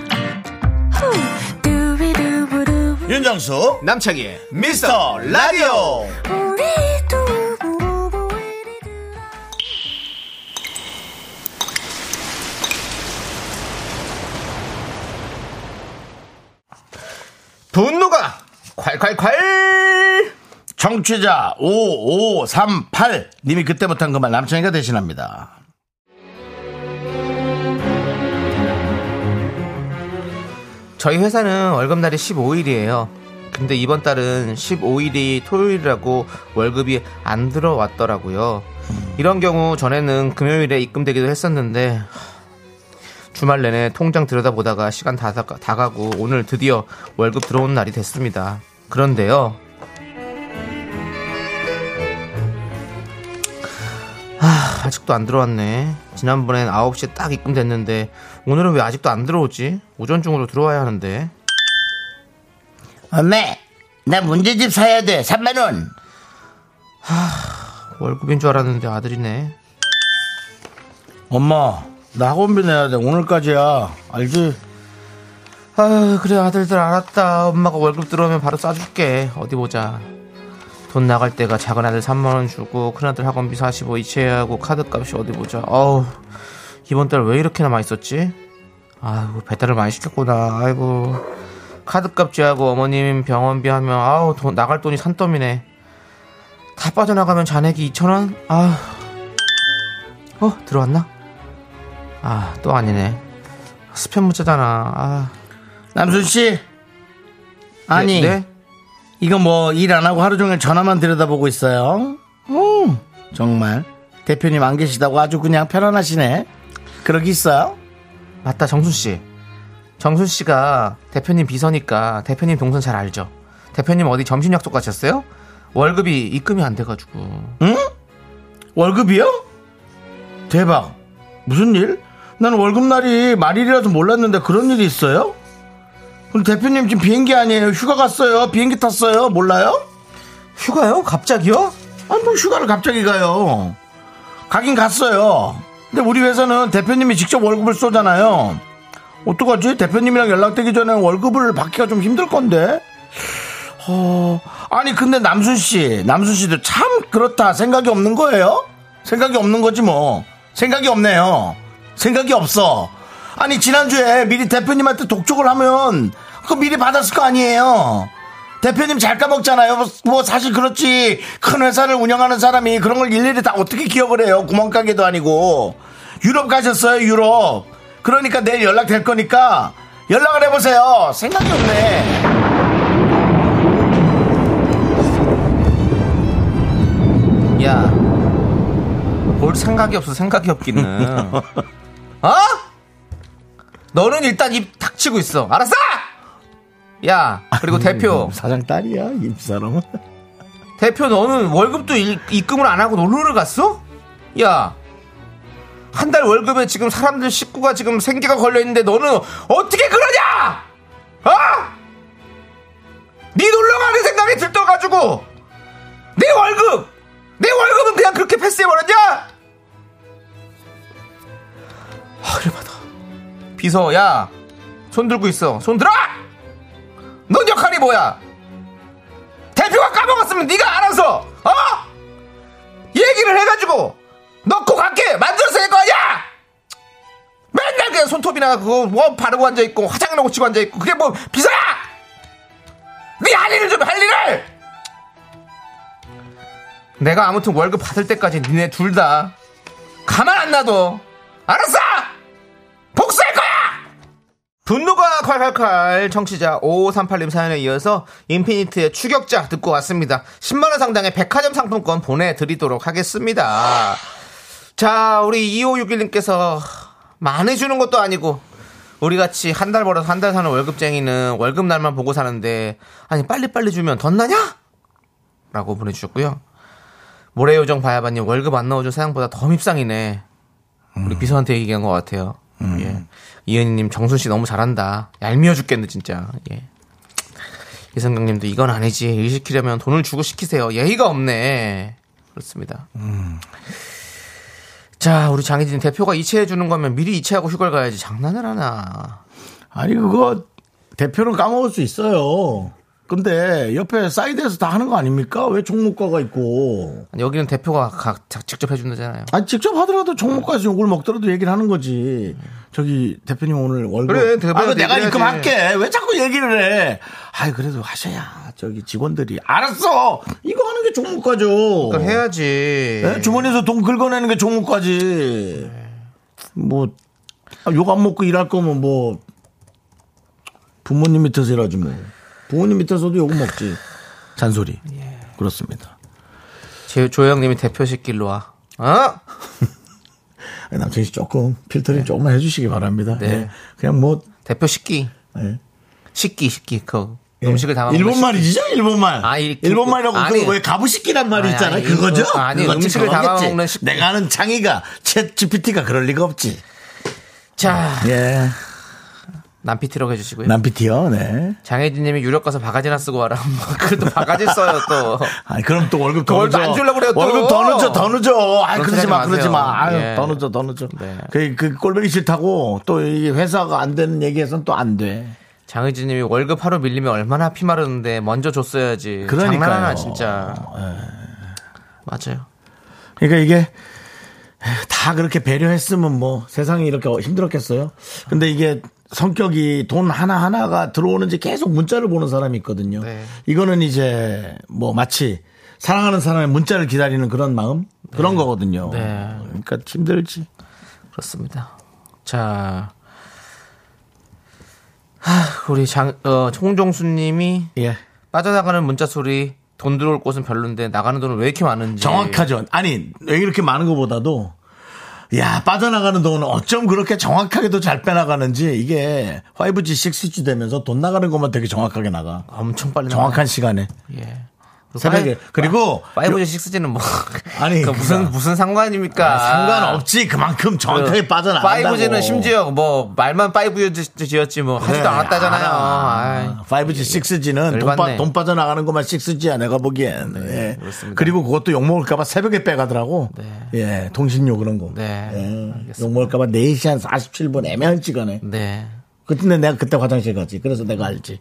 Speaker 6: 후. 두비두부두.
Speaker 1: 윤정수
Speaker 2: 남창희의 미스터 라디오.
Speaker 6: 우리 두부부부 우리 두부부.
Speaker 2: 분노가 콸콸콸!
Speaker 1: 정취자 5538 님이 그때 못한 그말 남창이가 대신합니다.
Speaker 2: 저희 회사는 월급날이 15일이에요. 근데 이번 달은 15일이 토요일이라고 월급이 안 들어왔더라고요. 이런 경우 전에는 금요일에 입금되기도 했었는데 주말 내내 통장 들여다보다가 시간 다, 다- 다 가고 오늘 드디어 월급 들어온 날이 됐습니다. 그런데요. 아, 아직도 안 들어왔네. 지난번엔 9시에 딱 입금됐는데 오늘은 왜 아직도 안 들어오지? 오전 중으로 들어와야 하는데. 네.
Speaker 1: 엄매, 나 문제집 사야 돼. 3만원.
Speaker 2: 월급인 줄 알았는데 아들이네.
Speaker 1: 엄마, 나 학원비 내야 돼. 오늘까지야. 알지?
Speaker 2: 아 그래 아들들 알았다. 엄마가 월급 들어오면 바로 싸줄게. 어디 보자. 돈 나갈 때가 작은 아들 3만 원 주고 큰 아들 학원비 45 이체하고 카드값이 어디 보자. 어우 이번 달 왜 이렇게나 많이 썼지? 아이고 배달을 많이 시켰구나. 아이고 카드값 제하고 어머님 병원비 하면 아우 돈 나갈 돈이 산더미네. 다 빠져나가면 잔액이 2,000원? 아. 어, 들어왔나? 아, 또 아니네. 스팸 문자잖아. 아.
Speaker 1: 남순 씨. 아니,
Speaker 2: 네? 네?
Speaker 1: 이거 뭐 일 안 하고 하루 종일 전화만 들여다보고 있어요. 오, 정말 대표님 안 계시다고 아주 그냥 편안하시네. 그러기 있어요?
Speaker 2: 맞다, 정순 씨. 정순 씨가 대표님 비서니까 대표님 동선 잘 알죠. 대표님 어디 점심 약속 가셨어요? 월급이 입금이 안 돼가지고.
Speaker 1: 월급이요? 대박. 무슨 일? 난 월급날이 말일이라서 몰랐는데 그런 일이 있어요? 그럼 대표님 지금 비행기 아니에요? 휴가 갔어요? 비행기 탔어요? 몰라요?
Speaker 2: 휴가요? 갑자기요?
Speaker 1: 아니, 뭐 휴가를 갑자기 가요. 가긴 갔어요. 근데 우리 회사는 대표님이 직접 월급을 쏘잖아요. 어떡하지? 대표님이랑 연락되기 전에 월급을 받기가 좀 힘들 건데? 어, 아니, 근데 남순 씨, 남순 씨도 참 그렇다. 생각이 없는 거예요? 생각이 없는 거지 뭐. 생각이 없네요. 생각이 없어. 아니, 지난주에 미리 대표님한테 독촉을 하면 그거 미리 받았을 거 아니에요? 대표님 잘 까먹잖아요. 뭐, 뭐 사실 그렇지. 큰 회사를 운영하는 사람이 그런 걸 일일이 다 어떻게 기억을 해요? 구멍가게도 아니고. 유럽 가셨어요, 유럽. 그러니까 내일 연락 될 거니까 연락을 해보세요. 생각이 없네.
Speaker 2: 야, 뭘 생각이 없어, 생각이 없기는. 어? 너는 일단 입 닥치고 있어. 알았어! 야, 그리고 대표.
Speaker 1: 사장 딸이야, 입사람은.
Speaker 2: 대표, 너는 월급도 일- 입금을 안 하고 놀러를 갔어? 야, 한 달 월급에 지금 사람들 식구가 지금 생계가 걸려있는데 너는 어떻게 그러냐! 어? 네 놀러 가는 생각이 들떠가지고! 내 월급! 내 월급은 그냥 그렇게 패스해버렸냐? 아, 그래 받아. 비서, 야! 손 들고 있어. 손 들어! 넌 역할이 뭐야? 대표가 까먹었으면 네가 알아서 어 얘기를 해가지고 넣고 갈게 만들어서 할 거 아니야 맨날 그냥 손톱이나 그거 뭐 바르고 앉아 있고 화장이나 고치고 앉아 있고 그게 뭐 비서야 네 할 일을 좀 할 일을 내가 아무튼 월급 받을 때까지 니네 둘 다 가만 안 놔둬 알았어 복수할 거야 분노가 칼칼칼 청취자 5538님 사연에 이어서 인피니트의 추격자 듣고 왔습니다. 10만원 상당의 백화점 상품권 보내드리도록 하겠습니다. 자, 우리 2561님께서 많이 주는 것도 아니고 우리 같이 한 달 벌어서 한 달 사는 월급쟁이는 월급날만 보고 사는데 아니 빨리빨리 주면 덧나냐? 라고 보내주셨고요. 모래요정 바야바님 월급 안 넣어준 사양보다 더 밉상이네. 우리 비서한테 얘기한 것 같아요.
Speaker 1: 음.
Speaker 2: 예. 이은희님 정순 씨 너무 잘한다. 얄미워 죽겠네 진짜. 예. 이성경님도 이건 아니지. 일 시키려면 돈을 주고 시키세요. 예의가 없네. 그렇습니다.
Speaker 1: 음.
Speaker 2: 자, 우리 장희진 대표가 이체해 주는 거면 미리 이체하고 휴가를 가야지 장난을 하나.
Speaker 1: 아니, 그거 대표는 까먹을 수 있어요. 근데 옆에 사이드에서 다 하는 거 아닙니까? 왜 종목과가 있고.
Speaker 2: 아니, 여기는 대표가 가- 자- 직접 해준다잖아요.
Speaker 1: 아니, 직접 하더라도 종목과에서 욕을 먹더라도 얘기를 하는 거지. 저기, 대표님 오늘 월급.
Speaker 2: 그래, 대표한테
Speaker 1: 아, 그거 내가
Speaker 2: 얘기해야지.
Speaker 1: 입금할게. 왜 자꾸 얘기를 해? 아이, 그래도 하셔야. 저기 직원들이. 알았어! 이거 하는 게 종목과죠.
Speaker 2: 그걸 해야지.
Speaker 1: 예? 주머니에서 돈 긁어내는 게 종목까지. 뭐, 욕 안 먹고 일할 거면 뭐, 부모님 밑에서 일하지 뭐. 부모님 밑에서도 욕 먹지. 잔소리. 그렇습니다.
Speaker 2: 제- 조영님이 대표식 길로 와. 어?
Speaker 1: 예, 남친 씨 조금 필터링 조금만 해주시기 바랍니다.
Speaker 2: 네.
Speaker 1: 예. 그냥 뭐,
Speaker 2: 대표 식기.
Speaker 1: 예.
Speaker 2: 식기, 식기. 그
Speaker 1: 예.
Speaker 2: 음식을 담아 먹는
Speaker 1: 일본
Speaker 2: 식기.
Speaker 1: 말이죠? 일본 말.
Speaker 2: 아, 이-
Speaker 1: 일본 말이라고
Speaker 2: 아니.
Speaker 1: 그왜 가부식기란 말이
Speaker 2: 아니,
Speaker 1: 있잖아. 요
Speaker 2: 아니,
Speaker 1: 그거죠?
Speaker 2: 이거- 아니,
Speaker 1: 그거지.
Speaker 2: 음식을
Speaker 1: 그거겠지.
Speaker 2: 담아먹는 식기.
Speaker 1: 내가 아는 창의가 챗 GPT가 그럴 리가 없지.
Speaker 2: 자,
Speaker 1: 예.
Speaker 2: 남피티라고 해주시고요.
Speaker 1: 남 PT요. 네.
Speaker 2: 장혜진님이 유력 가서 바가지나 쓰고 와라. 뭐, 그래도 바가지 써요 또.
Speaker 1: 아니 그럼 또 월급
Speaker 2: 어. 그
Speaker 1: 더
Speaker 2: 월급
Speaker 1: 늦어.
Speaker 2: 안 주려고 그래요, 또.
Speaker 1: 월급 더 늦어, 더 늦어. 아,
Speaker 2: 그런
Speaker 1: 그러지
Speaker 2: 생각하지
Speaker 1: 마, 그러지
Speaker 2: 마세요.
Speaker 1: 마. 아유,
Speaker 2: 예.
Speaker 1: 더 늦어, 더 늦어.
Speaker 2: 네.
Speaker 1: 그, 그 꼴보기 싫다고 또 이게 회사가 안 되는 얘기에선 또 안 돼.
Speaker 2: 장혜진님이 월급 하루 밀리면 얼마나 피 마르는데 먼저 줬어야지.
Speaker 1: 그러니까요. 예.
Speaker 2: 장난하나 진짜. 맞아요.
Speaker 1: 그러니까 이게 에휴, 다 그렇게 배려했으면 뭐 세상이 이렇게 힘들었겠어요. 근데 이게 성격이 돈 하나하나가 들어오는지 계속 문자를 보는 사람이 있거든요.
Speaker 2: 네.
Speaker 1: 이거는 이제 뭐 마치 사랑하는 사람의 문자를 기다리는 그런 마음 그런 거거든요.
Speaker 2: 네.
Speaker 1: 그러니까 힘들지.
Speaker 2: 그렇습니다. 자, 하, 우리 장, 어, 홍종수님이
Speaker 1: 예.
Speaker 2: 빠져나가는 문자 소리 돈 들어올 곳은 별론데 나가는 돈은 왜 이렇게 많은지
Speaker 1: 정확하죠. 아니, 왜 이렇게 많은 것보다도, 야, 빠져나가는 돈은 어쩜 그렇게 정확하게도 잘 빼나가는지, 이게 5G, 6G 되면서 돈 나가는 것만 되게 정확하게 나가.
Speaker 2: 엄청 빨리
Speaker 1: 정확한 시간에.
Speaker 2: 나가요. 예. 그리고
Speaker 1: 새벽에.
Speaker 2: 파이-
Speaker 1: 그리고,
Speaker 2: 5G 6G는 뭐
Speaker 1: 아니,
Speaker 2: 그 무슨
Speaker 1: 그러니까.
Speaker 2: 무슨 상관입니까?
Speaker 1: 그 상관없지. 그만큼 정확하게 빠져나간다고.
Speaker 2: 5G는 아, 심지어 뭐 말만 5G였지 뭐 하지도
Speaker 1: 그래,
Speaker 2: 않았다잖아요.
Speaker 1: 네. 알아.
Speaker 2: 아이.
Speaker 1: 5G, 6G는 돈, 빠,
Speaker 2: 예, 열받네. 네,
Speaker 1: 돈 빠져나가는 것만 6G야, 내가 보기엔. 예. 그리고 그것도 욕먹을까봐 새벽에 빼가더라고. 예, 통신료 그런 거.
Speaker 2: 네,
Speaker 1: 예.
Speaker 2: 알겠습니다.
Speaker 1: 욕먹을까봐 4시 한 47분 애매한 시간에.
Speaker 2: 네.
Speaker 1: 그때 내가 그때 화장실 갔지. 그래서 내가 알지.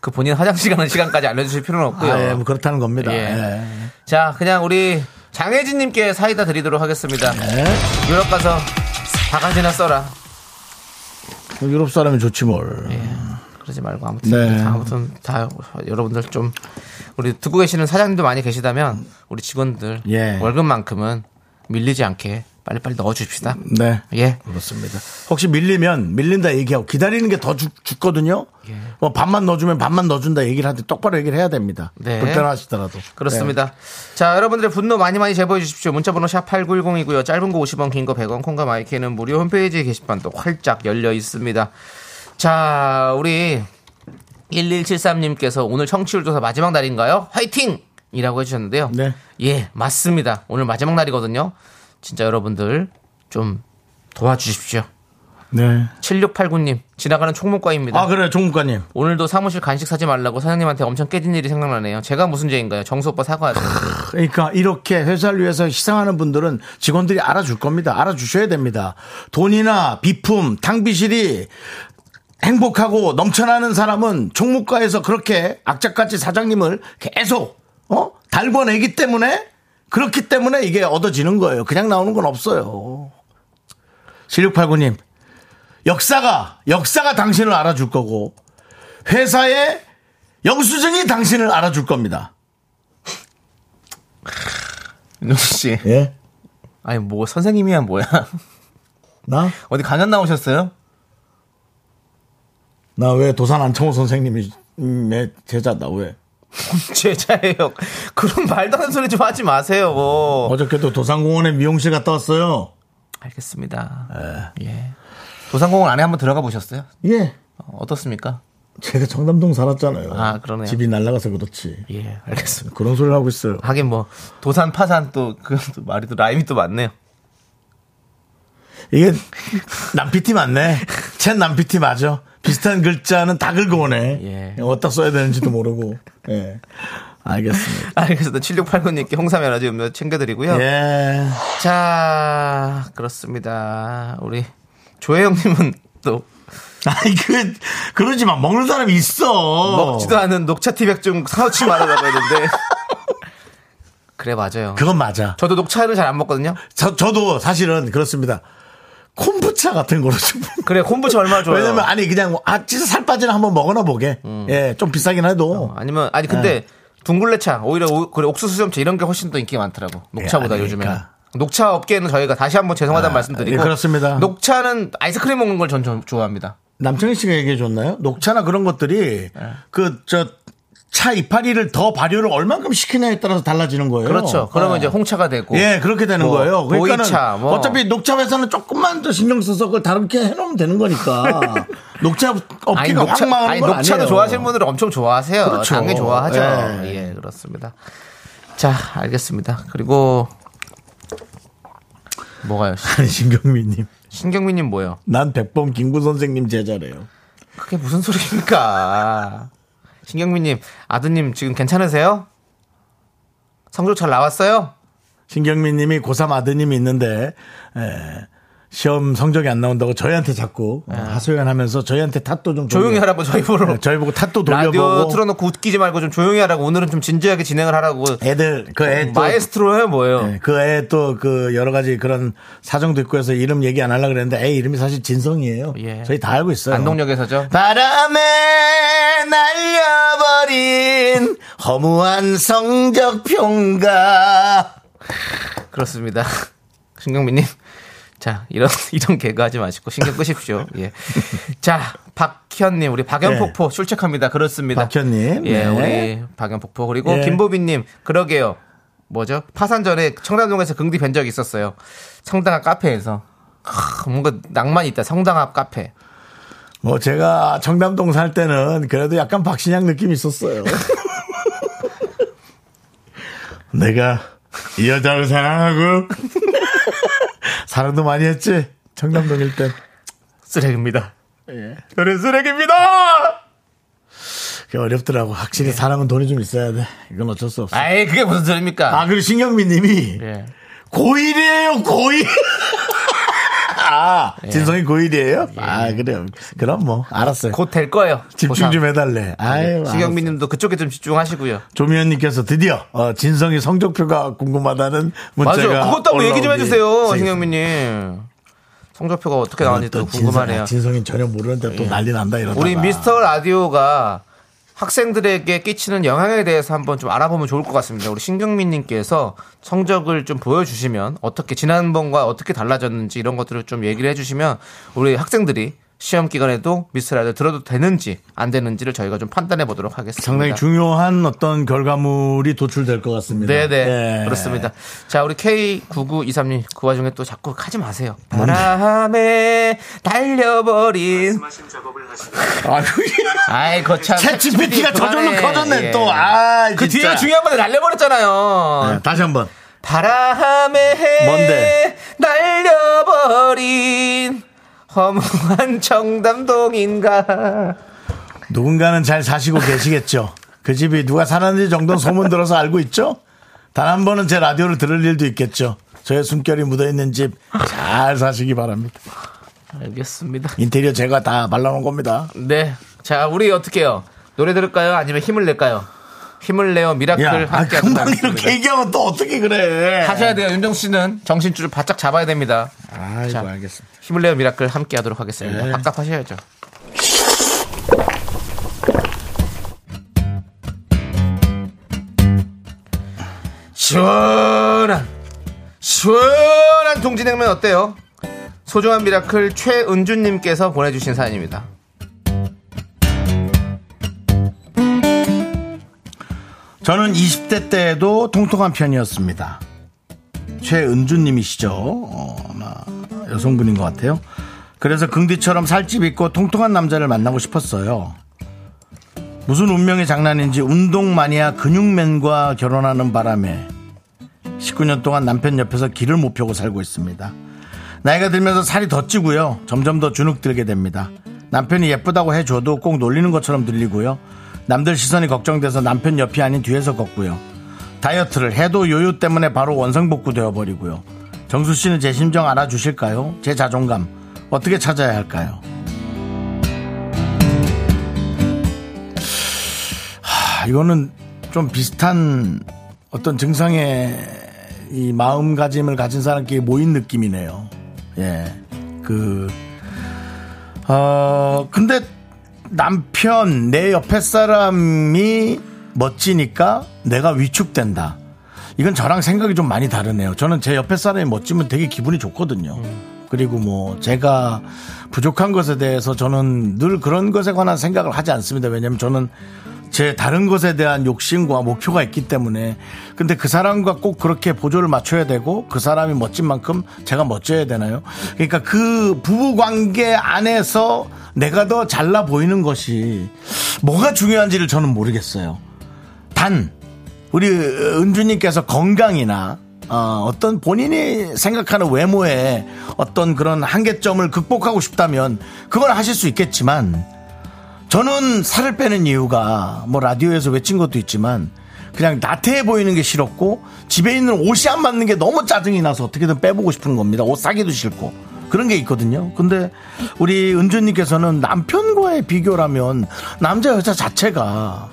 Speaker 2: 그 본인 화장실 가는 시간까지 알려주실 필요는 없고요.
Speaker 1: 아, 예, 뭐 그렇다는 겁니다.
Speaker 2: 예.
Speaker 1: 예.
Speaker 2: 자, 그냥 우리 장혜진님께 사이다 드리도록 하겠습니다.
Speaker 1: 네. 예.
Speaker 2: 유럽 가서 바가지나 써라.
Speaker 1: 뭐 유럽 사람이 좋지 뭘.
Speaker 2: 예. 그러지 말고 아무튼
Speaker 1: 네.
Speaker 2: 다 아무튼 다 여러분들 좀 우리 듣고 계시는 사장님도 많이 계시다면 우리 직원들
Speaker 1: 예.
Speaker 2: 월급만큼은 밀리지 않게 빨리빨리 넣어줍시다.
Speaker 1: 네.
Speaker 2: 예.
Speaker 1: 그렇습니다. 혹시 밀리면 밀린다 얘기하고 기다리는 게 더 죽거든요.
Speaker 2: 예.
Speaker 1: 뭐 반만 넣어주면 반만 넣어준다 얘기를 하는데 똑바로 얘기를 해야 됩니다.
Speaker 2: 네.
Speaker 1: 불편하시더라도.
Speaker 2: 그렇습니다. 자, 여러분들의 분노 많이 많이 제보해 주십시오. 문자번호 샵 8910이고요. 짧은 거 50원, 긴 거 100원, 콩과 마이크는 무료 홈페이지 게시판도 활짝 열려 있습니다. 자, 우리 1173님께서 오늘 청취율 조사 마지막 날인가요? 화이팅! 이라고 해주셨는데요.
Speaker 1: 네.
Speaker 2: 예, 맞습니다. 오늘 마지막 날이거든요. 진짜 여러분들 좀 도와주십시오.
Speaker 1: 네. 네.
Speaker 2: 7689님, 지나가는 총무과입니다.
Speaker 1: 아 그래 요 종국가님.
Speaker 2: 오늘도 사무실 간식 사지 말라고 사장님한테 엄청 깨진 일이 생각나네요. 제가 무슨 죄인가요? 정수 오빠 사과하세요.
Speaker 1: 그러니까 이렇게 회사를 위해서 희생하는 분들은 직원들이 알아줄 겁니다. 알아주셔야 됩니다. 돈이나 비품, 탕비실이 행복하고 넘쳐나는 사람은 총무과에서 그렇게 악착같이 사장님을 계속 어? 달궈내기 때문에 그렇기 때문에 이게 얻어지는 거예요. 그냥 나오는 건 없어요. 7689님 역사가 역사가 당신을 알아줄 거고 회사의 영수증이 당신을 알아줄 겁니다.
Speaker 2: 윤정수 씨.
Speaker 1: 예?
Speaker 2: 아니 뭐 선생님이야 뭐야
Speaker 1: 나?
Speaker 2: 어디 강연 나오셨어요?
Speaker 1: 나 왜 도산 안창호 선생님이 내 제자다 왜?
Speaker 2: 제자예요 그런 말도 안 되는 소리 좀 하지 마세요 뭐
Speaker 1: 어저께도 도산공원에 미용실 갔다 왔어요.
Speaker 2: 알겠습니다 예 도산공원 안에 한번 들어가 보셨어요?
Speaker 1: 예.
Speaker 2: 어, 어떻습니까?
Speaker 1: 제가 청담동 살았잖아요.
Speaker 2: 아, 그러네요.
Speaker 1: 집이 날라가서 그렇지.
Speaker 2: 예 알겠습니다
Speaker 1: 그런 소리를 하고 있어요.
Speaker 2: 하긴 뭐 도산 파산 또 그 말이 또 라임이 또 많네요
Speaker 1: 이게 남피티 맞네. 챈 남피티 맞아. 비슷한 글자는 다 긁어오네.
Speaker 2: 예.
Speaker 1: 어디다 써야 되는지도 모르고. 예. 알겠습니다.
Speaker 2: 알겠습니다 7689님께 홍삼 에너지 음료 챙겨드리고요
Speaker 1: 예.
Speaker 2: 자 그렇습니다 우리 조혜영님은 또
Speaker 1: 아니, 그, 그러지 마. 먹는 사람이 있어.
Speaker 2: 먹지도 않은 녹차 티백 좀 사오지 말아라고 했는데 그래 맞아요
Speaker 1: 그건 맞아.
Speaker 2: 저도 녹차를 잘 안 먹거든요.
Speaker 1: 저, 저도 사실은 그렇습니다. 콤부차 같은 거로 좀.
Speaker 2: 그래 콤부차 얼마나 좋아요. 음.
Speaker 1: 왜냐면 아니 그냥 뭐, 아 진짜 살 빠지나 한번 먹어나 보게. 예, 좀 비싸긴 해도.
Speaker 2: 어, 아니면 아니
Speaker 1: 네.
Speaker 2: 근데 둥글레차 오히려 오- 그래 옥수수 점차 이런 게 훨씬 더 인기가 많더라고 녹차보다
Speaker 1: 아니,
Speaker 2: 요즘에. 는
Speaker 1: 그러니까.
Speaker 2: 녹차 업계는 저희가 다시 한번 죄송하다는
Speaker 1: 아,
Speaker 2: 말씀드리고
Speaker 1: 예, 그렇습니다.
Speaker 2: 녹차는 아이스크림 먹는 걸 전 좋아합니다.
Speaker 1: 남창희 씨가 얘기해 줬나요? 녹차나 그런 것들이
Speaker 2: 예.
Speaker 1: 그 저 차 이파리를 더 발효를 얼만큼 시키냐에 따라서 달라지는 거예요.
Speaker 2: 그렇죠. 그러면
Speaker 1: 어.
Speaker 2: 이제 홍차가 되고
Speaker 1: 예, 그렇게 되는
Speaker 2: 뭐,
Speaker 1: 거예요. 그러니까는
Speaker 2: 보이차, 뭐.
Speaker 1: 어차피 녹차 회사는 조금만 더 신경 써서 그걸 다르게 해놓으면 되는 거니까 녹차 업계가
Speaker 2: 아니
Speaker 1: 확
Speaker 2: 녹차
Speaker 1: 망하는
Speaker 2: 아니
Speaker 1: 건
Speaker 2: 녹차도
Speaker 1: 아니에요.
Speaker 2: 좋아하시는 분들은 엄청 좋아하세요.
Speaker 1: 그렇죠.
Speaker 2: 당연히 좋아하죠.
Speaker 1: 예.
Speaker 2: 예. 그렇습니다. 자 알겠습니다. 그리고 뭐가요? 신-
Speaker 1: 아니 신경민님,
Speaker 2: 신경민님 뭐요?
Speaker 1: 난 백범 김구 선생님 제자래요.
Speaker 2: 그게 무슨 소리입니까? 신경민님, 아드님 지금 괜찮으세요? 성적 잘 나왔어요?
Speaker 1: 신경민 님이 고3 아드님이 있는데, 에, 예, 시험 성적이 안 나온다고 저희한테 자꾸 어, 하소연하면서 저희한테 탓도 좀
Speaker 2: 예. 조용히
Speaker 1: 돌려-
Speaker 2: 하라고 저희 보러.
Speaker 1: 네, 저희 보고 탓도
Speaker 2: 라디오 뭐
Speaker 1: 돌려보고
Speaker 2: 틀어놓고 웃기지 말고 좀 조용히 하라고 오늘은 좀 진지하게 진행을 하라고.
Speaker 1: 애들 그애
Speaker 2: 마에스트로예요 뭐예요?
Speaker 1: 네. 그애 또 그 여러 가지 그런 사정도 있고 해서 이름 얘기 안 하려고 그랬는데 애 이름이 사실 진성이에요.
Speaker 2: 예.
Speaker 1: 저희 다 알고 있어요.
Speaker 2: 안동역에서죠.
Speaker 1: 바람에 날려버린 허무한 성적표인가.
Speaker 2: 그렇습니다. 신경민님. 자, 이런, 이런 개그 하지 마시고 신경 끄십시오. 예. 자, 박현님, 우리 박연폭포 출첵합니다. 그렇습니다.
Speaker 1: 네. 박현님,
Speaker 2: 예,
Speaker 1: 네.
Speaker 2: 우리 박연폭포. 그리고
Speaker 1: 예.
Speaker 2: 김보빈님, 그러게요. 뭐죠? 파산 전에 청담동에서 긍디 뵌 적이 있었어요. 성당 앞 카페에서. 아, 뭔가 낭만이 있다. 성당 앞 카페.
Speaker 1: 뭐 제가 청담동 살 때는 그래도 약간 박신양 느낌이 있었어요. 내가 이 여자를 사랑하고 사랑도 많이 했지 청담동일 땐.
Speaker 2: 쓰레기입니다.
Speaker 1: 저는 쓰레기입니다. 네. 어렵더라고. 확실히 사랑은 돈이 좀 있어야 돼. 이건 어쩔 수 없어.
Speaker 2: 아이, 그게 무슨 소리입니까?
Speaker 1: 아 그리고 신경민님이
Speaker 2: 예.
Speaker 1: 고일이에요 고일. 아 진성이 고일이에요? 아 그래요. 그럼 뭐 알았어요.
Speaker 2: 곧 될 거예요.
Speaker 1: 집중
Speaker 2: 보상.
Speaker 1: 좀 해달래. 아유, 예.
Speaker 2: 신경민 님도 그쪽에 좀 집중하시고요.
Speaker 1: 조미연님께서 드디어 어, 진성이 성적표가 궁금하다는 문자가
Speaker 2: 맞아요. 그것도 한번 얘기 좀
Speaker 1: 올라오기
Speaker 2: 해주세요,
Speaker 1: 시작했습니다. 아,
Speaker 2: 신경민님. 성적표가 어떻게
Speaker 1: 또
Speaker 2: 나왔는지 또
Speaker 1: 진성,
Speaker 2: 궁금하네요. 예.
Speaker 1: 진성이 전혀 모르는데 또 난리 난다 이러다.
Speaker 2: 우리 미스터 라디오가 학생들에게 끼치는 영향에 대해서 한번 좀 알아보면 좋을 것 같습니다. 우리 신경민님께서 성적을 좀 보여주시면 어떻게 지난번과 어떻게 달라졌는지 이런 것들을 좀 얘기를 해주시면 우리 학생들이 시험 기간에도 미스터 라디오 들어도 되는지 안 되는지를 저희가 좀 판단해 보도록 하겠습니다.
Speaker 1: 상당히 중요한 어떤 결과물이 도출될 것 같습니다.
Speaker 2: 네네
Speaker 1: 예.
Speaker 2: 그렇습니다. 자 우리 K9923님 그 와중에 또 자꾸 하지 마세요.
Speaker 1: 음.
Speaker 2: 바람에 달려버린
Speaker 1: 아유,
Speaker 2: 아이 거참
Speaker 1: 챗 GPT가 저절로
Speaker 2: 그만해.
Speaker 1: 커졌네
Speaker 2: 예.
Speaker 1: 또. 아,
Speaker 2: 그
Speaker 1: 진짜.
Speaker 2: 뒤에 중요한 건데 날려버렸잖아요.
Speaker 1: 네, 다시 한번.
Speaker 2: 바람에
Speaker 1: 뭔데?
Speaker 2: 날려버린 허무한 청담동인가
Speaker 1: 누군가는 잘 사시고 계시겠죠. 그 집이 누가 사는지 정도는 소문 들어서 알고 있죠. 단 한 번은 제 라디오를 들을 일도 있겠죠. 저의 숨결이 묻어있는 집 잘 사시기 바랍니다.
Speaker 2: 알겠습니다.
Speaker 1: 인테리어 제가 다 말라놓은 겁니다.
Speaker 2: 네. 자, 우리 어떻게 해요? 노래 들을까요? 아니면 힘을 낼까요? 힘을 내요. 미라클
Speaker 1: 야, 아,
Speaker 2: 네, 함께
Speaker 1: 금방
Speaker 2: 하도록 하겠습니다.
Speaker 1: 이렇게 얘기하면 또 어떻게 그래.
Speaker 2: 하셔야 돼요. 윤정수 씨는 정신줄을 바짝 잡아야 됩니다.
Speaker 1: 아이고,
Speaker 2: 자.
Speaker 1: 알겠습니다.
Speaker 2: 힘을 내요. 미라클 함께 하도록 하겠습니다.
Speaker 1: 네.
Speaker 2: 답답하셔야죠. 시원한 시원한 동진냉면 어때요? 소중한 미라클 최은주님께서 보내주신 사연입니다.
Speaker 1: 저는 20대 때에도 통통한 편이었습니다. 최은주님이시죠. 어, 아마 여성분인 것 같아요. 그래서 긍디처럼 살집 있고 통통한 남자를 만나고 싶었어요. 무슨 운명의 장난인지 운동 마니아 근육맨과 결혼하는 바람에 19년 동안 남편 옆에서 길을 못 펴고 살고 있습니다. 나이가 들면서 살이 더 찌고요. 점점 더 주눅 들게 됩니다. 남편이 예쁘다고 해줘도 꼭 놀리는 것처럼 들리고요. 남들 시선이 걱정돼서 남편 옆이 아닌 뒤에서 걷고요. 다이어트를 해도 요요 때문에 바로 원상복구 되어버리고요. 정수 씨는 제 심정 알아주실까요? 제 자존감 어떻게 찾아야 할까요? 아, 이거는 좀 비슷한 어떤 증상의 이 마음가짐을 가진 사람끼리 모인 느낌이네요. 예. 그, 어, 근데 남편, 내 옆에 사람이 멋지니까 내가 위축된다. 이건 저랑 생각이 좀 많이 다르네요. 저는 제 옆에 사람이 멋지면 되게 기분이 좋거든요. 그리고 뭐 제가 부족한 것에 대해서 저는 늘 그런 것에 관한 생각을 하지 않습니다. 왜냐하면 저는 제 다른 것에 대한 욕심과 목표가 있기 때문에 근데 그 사람과 꼭 그렇게 보조를 맞춰야 되고 그 사람이 멋진 만큼 제가 멋져야 되나요? 그러니까 그 부부 관계 안에서 내가 더 잘나 보이는 것이 뭐가 중요한지를 저는 모르겠어요. 단 우리 은주님께서 건강이나 어, 떤 본인이 생각하는 외모에 어떤 그런 한계점을 극복하고 싶다면 그걸 하실 수 있겠지만 저는 살을 빼는 이유가 뭐 라디오에서 외친 것도 있지만 그냥 나태해 보이는 게 싫었고 집에 있는 옷이 안 맞는 게 너무 짜증이 나서 어떻게든 빼보고 싶은 겁니다. 옷 사기도 싫고 그런 게 있거든요. 근데 우리 은주님께서는 남편과의 비교라면 남자 여자 자체가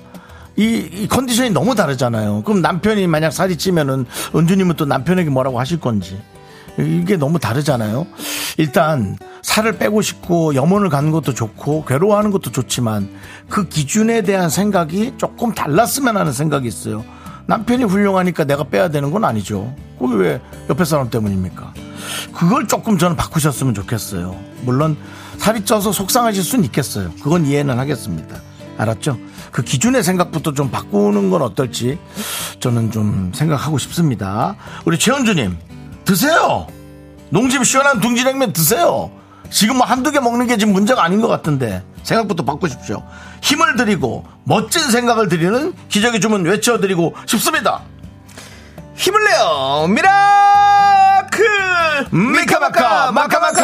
Speaker 1: 이, 이 컨디션이 너무 다르잖아요. 그럼 남편이 만약 살이 찌면은 은주님은 또 남편에게 뭐라고 하실 건지. 이게 너무 다르잖아요. 일단 살을 빼고 싶고 염원을 가는 것도 좋고 괴로워하는 것도 좋지만 그 기준에 대한 생각이 조금 달랐으면 하는 생각이 있어요. 남편이 훌륭하니까 내가 빼야 되는 건 아니죠. 그게 왜 옆에 사람 때문입니까? 그걸 조금 저는 바꾸셨으면 좋겠어요. 물론 살이 쪄서 속상하실 수는 있겠어요. 그건 이해는 하겠습니다. 알았죠? 그 기준의 생각부터 좀 바꾸는 건 어떨지 저는 좀 생각하고 싶습니다. 우리 최은주님 드세요. 농집 시원한 둥지냉면 드세요. 지금 뭐 한두 개 먹는 게 지금 문제가 아닌 것 같은데 생각부터 바꾸십시오. 힘을 드리고 멋진 생각을 드리는 기적의 주문 외쳐드리고 싶습니다.
Speaker 2: 힘을 내요 미라클
Speaker 1: 미카마카 마카마카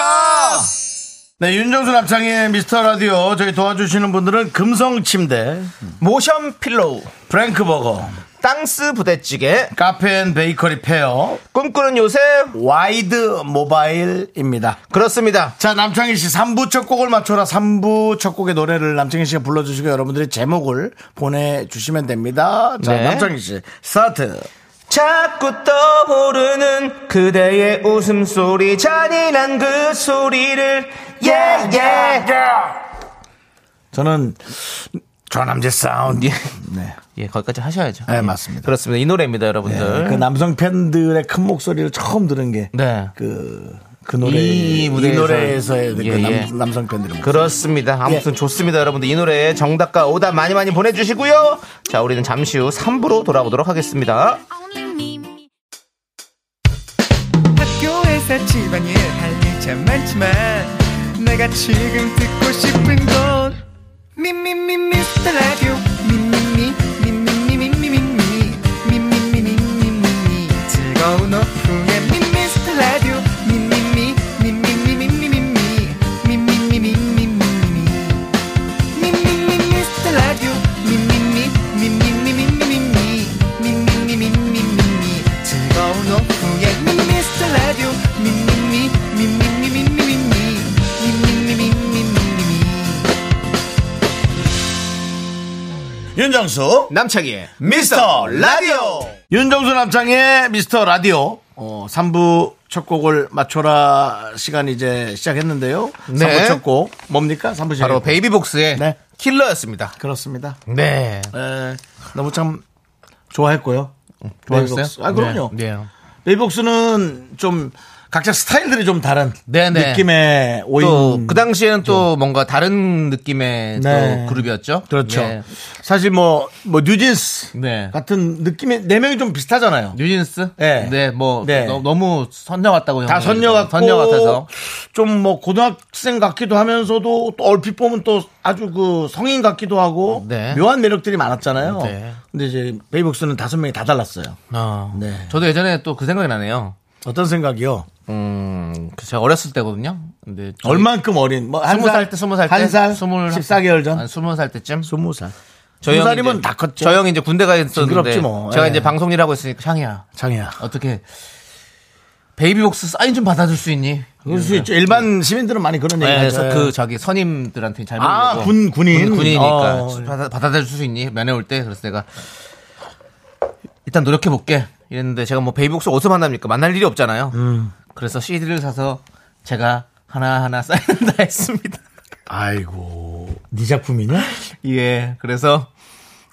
Speaker 1: 네 윤정수 남창의 미스터 라디오 저희 도와주시는 분들은 금성침대
Speaker 2: 모션 필로우
Speaker 1: 프랭크버거
Speaker 2: 땅스 부대찌개
Speaker 1: 카페앤베이커리 페어
Speaker 2: 꿈꾸는 요새
Speaker 1: 와이드 모바일입니다.
Speaker 2: 그렇습니다
Speaker 1: 자, 남창희 씨 3부 첫 곡을 맞춰라. 3부 첫 곡의 노래를 남창희 씨가 불러주시고 여러분들이 제목을 보내주시면 됩니다. 자,
Speaker 2: 네.
Speaker 1: 남창희 씨, 스타트.
Speaker 2: 자꾸 떠오르는 그대의 웃음소리 잔인한 그 소리를 예예
Speaker 1: 저는 전남재 사운드. 네.
Speaker 2: 예, 거기까지 하셔야죠.
Speaker 1: 네,
Speaker 2: 예.
Speaker 1: 맞습니다.
Speaker 2: 그렇습니다. 이 노래입니다,
Speaker 1: 네,
Speaker 2: 여러분들.
Speaker 1: 그 남성 팬들의 큰 목소리를 처음 들은 게.
Speaker 2: 네.
Speaker 1: 그, 그 노래.
Speaker 2: 이
Speaker 1: 이,
Speaker 2: 무대에서.
Speaker 1: 노래에서의 그
Speaker 2: 예,
Speaker 1: 남,
Speaker 2: 예.
Speaker 1: 남성 팬들의 목소리.
Speaker 2: 그렇습니다. 아무튼 좋습니다, 여러분들. 이 노래 정답과 오답 많이 많이 보내주시고요. 자, 우리는 잠시 후 3부로 돌아오도록 하겠습니다.
Speaker 7: 학교에서 집안일 할 일 참 많지만 내가 지금 듣고 싶은 건 미미미 미스터 라디오 미미미 미미미 미미미 미미미 미미미 즐거운 오후에 미스터 라디오 미미미 미미미 미미미 미미미 미미미
Speaker 2: 그
Speaker 1: 윤정수.
Speaker 2: 남창희의
Speaker 1: 미스터 라디오. 윤정수 남창의 미스터 라디오. 어, 3부 첫 곡을 맞춰라 시간 이제 시작했는데요.
Speaker 2: 네.
Speaker 1: 3부 첫 곡. 뭡니까? 3부 시작.
Speaker 2: 바로 베이비복스의
Speaker 1: 네.
Speaker 2: 킬러였습니다.
Speaker 1: 그렇습니다.
Speaker 2: 네.
Speaker 1: 에, 너무 참 좋아했고요. 베이복스.
Speaker 2: 음, 좋아했어요?
Speaker 1: 아, 그럼요.
Speaker 2: 네. 네.
Speaker 1: 베이복스는 좀 각자 스타일들이 좀 다른
Speaker 2: 네, 네.
Speaker 1: 느낌의 오인.
Speaker 2: 또 그 당시에는 또 뭔가 다른 느낌의
Speaker 1: 음. 네.
Speaker 2: 또 그룹이었죠.
Speaker 1: 그렇죠.
Speaker 2: 예.
Speaker 1: 사실 뭐, 뭐, 뉴진스
Speaker 2: 네.
Speaker 1: 같은 느낌의 네 명이 좀 비슷하잖아요.
Speaker 2: 뉴진스?
Speaker 1: 네.
Speaker 2: 네, 뭐
Speaker 1: 네.
Speaker 2: 너, 너무 선녀 같다고
Speaker 1: 다
Speaker 2: 형이
Speaker 1: 선녀 같고
Speaker 2: 선녀 같아서.
Speaker 1: 좀 뭐 고등학생 같기도 하면서도 또 얼핏 보면 또 아주 그 성인 같기도 하고
Speaker 2: 네.
Speaker 1: 묘한 매력들이 많았잖아요.
Speaker 2: 네.
Speaker 1: 근데 이제 베이복스는 다섯 명이 다 달랐어요.
Speaker 2: 어.
Speaker 1: 네.
Speaker 2: 저도 예전에 또 그 생각이 나네요.
Speaker 1: 어떤 생각이요?
Speaker 2: 음, 그 제가 어렸을 때거든요. 근데 저희
Speaker 1: 얼만큼 어린? 뭐
Speaker 2: 스무 살 때, 스무 살 때,
Speaker 1: 한 살,
Speaker 2: 스물
Speaker 1: 14개월 전,
Speaker 2: 한 스무 살 때쯤.
Speaker 1: 스무 살.
Speaker 2: 저희
Speaker 1: 스무
Speaker 2: 형이
Speaker 1: 살이면
Speaker 2: 이제-
Speaker 1: 다 컸죠.
Speaker 2: 저 형이 이제 군대 가 있었는데
Speaker 1: 징그럽지 뭐.
Speaker 2: 제가
Speaker 1: 예.
Speaker 2: 이제 방송 일하고 있으니까 창이야.
Speaker 1: 장이야.
Speaker 2: 어떻게 베이비복스 사인 좀 받아줄 수 있니?
Speaker 1: 그럴 수 있죠. 일반 시민들은 많이 그런 얘기
Speaker 2: 네,
Speaker 1: 하죠.
Speaker 2: 그래서 그 저기 선임들한테 잘
Speaker 1: 아,
Speaker 2: 보이려고.
Speaker 1: 군- 군인?
Speaker 2: 이니까
Speaker 1: 어.
Speaker 2: 받아, 받아줄 수 있니 면회 올 때 그래서 내가 일단 노력해 볼게 이랬는데 제가 뭐 베이복스 어디서 만납니까 만날 일이 없잖아요
Speaker 1: 음.
Speaker 2: 그래서 CD를 사서 제가 하나하나 사인을 다 했습니다
Speaker 1: 아이고, 네 작품이냐?
Speaker 2: 예 그래서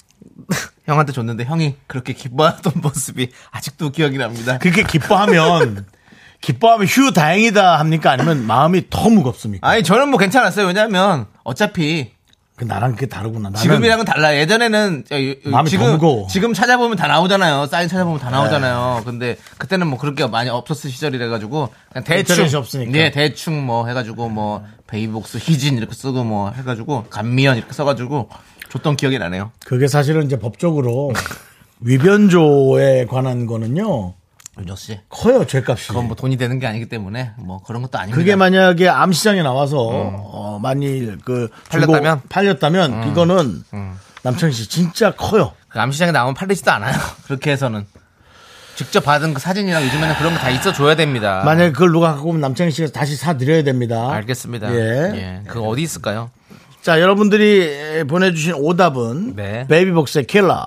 Speaker 2: 형한테 줬는데 형이 그렇게 기뻐하던 모습이 아직도 기억이 납니다
Speaker 1: 그렇게 기뻐하면 기뻐하면 휴 다행이다 합니까? 아니면 마음이 더 무겁습니까?
Speaker 2: 아니 저는 뭐 괜찮았어요 왜냐하면 어차피
Speaker 1: 그 나랑 그게 다르구나. 나는
Speaker 2: 지금이랑은 달라. 예전에는 야, 이- 이-
Speaker 1: 마음이 네. 더
Speaker 2: 지금
Speaker 1: 무거워.
Speaker 2: 지금 찾아보면 다 나오잖아요. 사인 찾아보면 다 나오잖아요. 근데 그때는 뭐 그렇게 많이 없었을 시절이라 가지고 그냥 대충
Speaker 1: 인터넷이 없으니까.
Speaker 2: 예, 대충 뭐 해가지고 뭐 베이복스 희진 이렇게 쓰고 뭐 해가지고 감미연 이렇게 써가지고 줬던 기억이 나네요.
Speaker 1: 그게 사실은 이제 법적으로 위변조에 관한 거는요
Speaker 2: 윤정 씨.
Speaker 1: 커요 죄값이.
Speaker 2: 그건 뭐 돈이 되는 게 아니기 때문에 뭐 그런 것도 아닙니다. 음.
Speaker 1: 그게 만약에 암시장에 나와서 어, 만일 그 중고-
Speaker 2: 팔렸다면? 음.
Speaker 1: 팔렸다면 그거는 남창희 씨 진짜 커요.
Speaker 2: 그 암시장에 나오면 팔리지도 않아요. 그렇게 해서는 직접 받은 그 사진이랑 요즘에는 그런 거 다 있어 줘야 됩니다.
Speaker 1: 만약에 그걸 누가 갖고 오면 남창희 씨가 다시 사드려야 됩니다.
Speaker 2: 아. 알겠습니다.
Speaker 1: 예.
Speaker 2: 예. 그거 어디 있을까요?
Speaker 1: 자, 여러분들이 보내주신 오답은
Speaker 2: 네.
Speaker 1: 베이비복스의 킬러.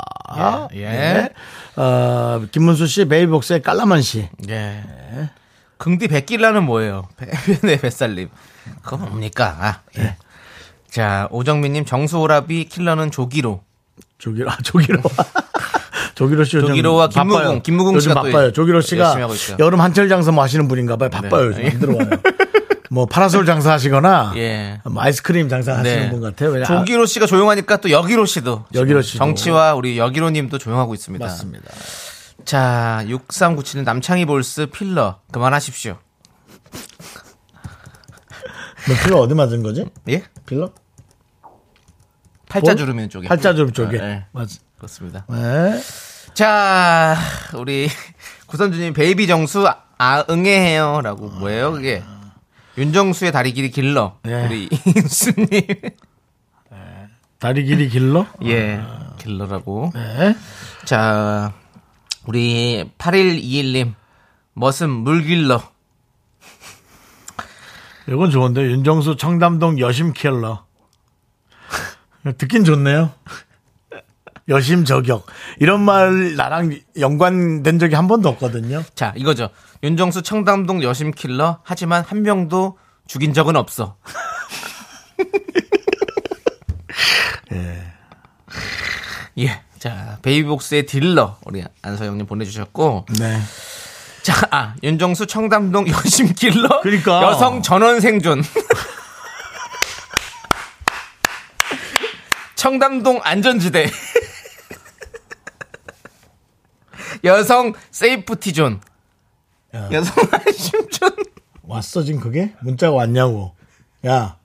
Speaker 2: 예.
Speaker 1: 어, 김문수 씨, 베이비복스의 깔라만 씨.
Speaker 2: 예. 긍디 백길라는 뭐예요? 네, 뱃살님.
Speaker 1: 음.
Speaker 2: 그건 뭡니까? 아,
Speaker 1: 네.
Speaker 2: 예. 자, 오정민님, 정수오라비 킬러는 조기로.
Speaker 1: 조기로, 아, 조기로. 조기로 씨 요즘
Speaker 2: 조기로와 김무궁,
Speaker 1: 바빠요.
Speaker 2: 김무궁
Speaker 1: 요즘
Speaker 2: 씨가 또
Speaker 1: 바빠요.
Speaker 2: 예-
Speaker 1: 조기로
Speaker 2: 열심히
Speaker 1: 씨가
Speaker 2: 하고 있어요.
Speaker 1: 여름 한철 장사 뭐 하시는 분인가 봐요. 바빠요.
Speaker 2: 네.
Speaker 1: 요즘 안 들어와요. 뭐 파라솔 장사하시거나
Speaker 2: 예.
Speaker 1: 뭐 아이스크림 장사하시는
Speaker 2: 네.
Speaker 1: 분 같아요. 왜냐- 아,
Speaker 2: 조기로 씨가 조용하니까 또 여기로 씨도.
Speaker 1: 여기로
Speaker 2: 지금
Speaker 1: 씨도.
Speaker 2: 정치와 우리 여기로 님도 조용하고 있습니다.
Speaker 1: 맞습니다.
Speaker 2: 자, 6397님, 남창희 볼스 필러. 그만하십시오.
Speaker 1: 너 아, 뭐 필러 어디 맞은 거지?
Speaker 2: 예?
Speaker 1: 필러?
Speaker 2: 팔자
Speaker 1: 볼?
Speaker 2: 주름 있는 쪽에.
Speaker 1: 팔자주름 쪽에.
Speaker 2: 아, 예.
Speaker 1: 맞아.
Speaker 2: 그렇습니다.
Speaker 1: 네.
Speaker 2: 자, 우리 구선주님 베이비 정수 아 응애해요라고 뭐예요 그게? 윤정수의 다리 길이 길러
Speaker 1: 네.
Speaker 2: 우리 인수님
Speaker 1: 다리 길이 길러?
Speaker 2: 예 길러라고
Speaker 1: 아. 네.
Speaker 2: 자 우리 8121님 멋은 물길러
Speaker 1: 이건 좋은데 윤정수 청담동 여심 킬러 듣긴 좋네요. 여심 저격 이런 말 나랑 연관된 적이 한 번도 없거든요.
Speaker 2: 자 이거죠 윤정수 청담동 여심 킬러 하지만 한 명도 죽인 적은 없어 예자 베이비복스의 딜러 우리 안서영님 보내주셨고
Speaker 1: 네.
Speaker 2: 자, 아, 윤정수 청담동 여심킬러.
Speaker 1: 그러니까.
Speaker 2: 여성 전원 생존. 청담동 안전지대. 여성 세이프티존. 여성 안심존.
Speaker 1: 왔어 지금 그게 문자가 왔냐고. 야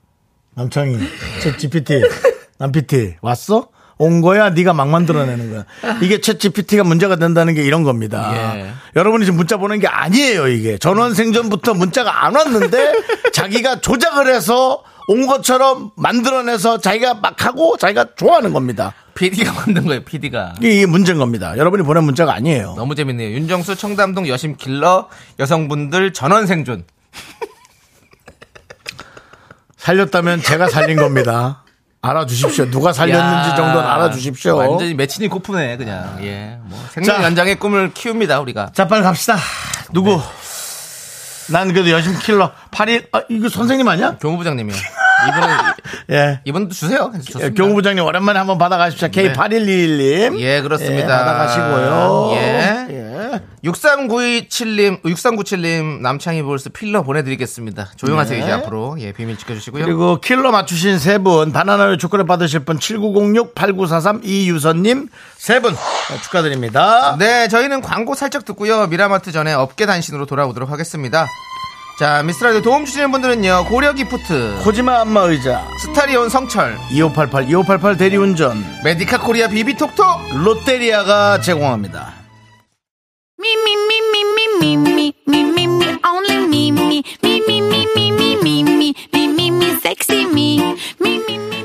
Speaker 1: 남창희, 챗 GPT, 남 PT 왔어? 온 거야? 네가 막 만들어내는 거야. 이게 챗 GPT가 문제가 된다는 게 이런 겁니다.
Speaker 2: 예.
Speaker 1: 여러분이 지금 문자 보낸 게 아니에요. 이게 전원생전부터 문자가 안 왔는데 자기가 조작을 해서 온 것처럼 만들어내서 자기가 막 하고 자기가 좋아하는 겁니다.
Speaker 2: PD가 만든 거예요, PD가.
Speaker 1: 이게, 이게 문제인 겁니다. 여러분이 보낸 문자가 아니에요.
Speaker 2: 너무 재밌네요. 윤정수 청담동 여심킬러. 여성분들 전원 생존.
Speaker 1: 살렸다면 제가 살린 겁니다. 알아주십시오. 누가 살렸는지
Speaker 2: 야,
Speaker 1: 정도는 알아주십시오.
Speaker 2: 완전히 매친이 고프네, 그냥. 예. 뭐 생존
Speaker 1: 자.
Speaker 2: 연장의 꿈을 키웁니다, 우리가.
Speaker 1: 자, 빨리 갑시다. 누구?
Speaker 2: 네.
Speaker 1: 난 그래도 여심 킬러. 8일, 아, 이거 선생님 아니야?
Speaker 2: 교무부장님이요. 이분은
Speaker 1: 예.
Speaker 2: 이분도 주세요. 그래서 좋습니다. 네.
Speaker 1: 예, 경호부장님 오랜만에 한번 받아가십시오. K8121님.
Speaker 2: 예, 그렇습니다.
Speaker 1: 받아가시고요.
Speaker 2: 예.
Speaker 1: 예.
Speaker 2: 63927님, 6397님 남창희 볼스 필러 보내드리겠습니다. 조용하세요 이제 앞으로 예 비밀 지켜주시고요.
Speaker 1: 네. 그리고 킬러 맞추신 세 분, 바나나를 초콜릿 받으실 분, 7906-8943 이유선님 세 분, 어, 축하드립니다.
Speaker 2: 네, 저희는 광고 살짝 듣고요. 미라마트 전에 업계 단신으로 돌아오도록 하겠습니다. 자, 미스라디 도움 주시는 분들은요. 고려 기프트,
Speaker 1: 코지마 안마 의자,
Speaker 2: 스타리온 성철,
Speaker 1: 2588, 2588 대리운전,
Speaker 2: 메디카 코리아 비비톡톡.
Speaker 1: 롯데리아가 제공합니다.
Speaker 6: Me, me, me, me, me, me, me, me, me, me, only me, me, me, me, me, me, me, me, me, me, me, me, sexy me, me, me, me.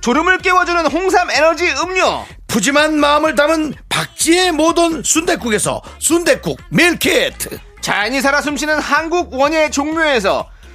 Speaker 2: 졸음을 깨워주는 홍삼 에너지 음료
Speaker 1: 푸짐한 마음을 담은 박지의 모던 순댓국에서순댓국 밀키트
Speaker 2: 자연이 살아 숨쉬는 한국 원예 종묘에서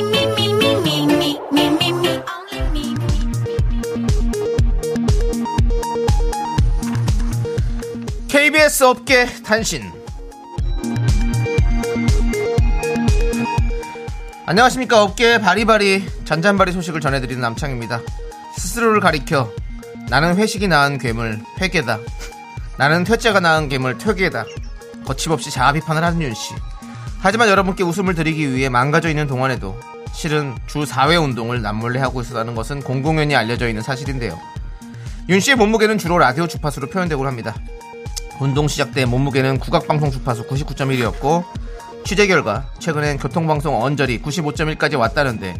Speaker 6: me, me, me, me, me, me, me, me, only me.
Speaker 2: KBS 업계 단신. 안녕하십니까 업계 바리바리 잔잔바리 소식을 전해드리는 남창입니다. 스스로를 가리켜 나는 회식이 낳은 괴물 회계다. 나는 퇴짜가 낳은 괴물 퇴계다. 거침없이 자아 비판을 하는 윤씨. 하지만 여러분께 웃음을 드리기 위해 망가져 있는 동안에도 실은 주 4회 운동을 남몰래 하고 있었다는 것은 공공연히 알려져 있는 사실인데요. 윤 씨의 몸무게는 주로 라디오 주파수로 표현되곤 합니다. 운동 시작 때 몸무게는 국악방송 주파수 99.1이었고 취재 결과 최근엔 교통방송 언저리 95.1까지 왔다는데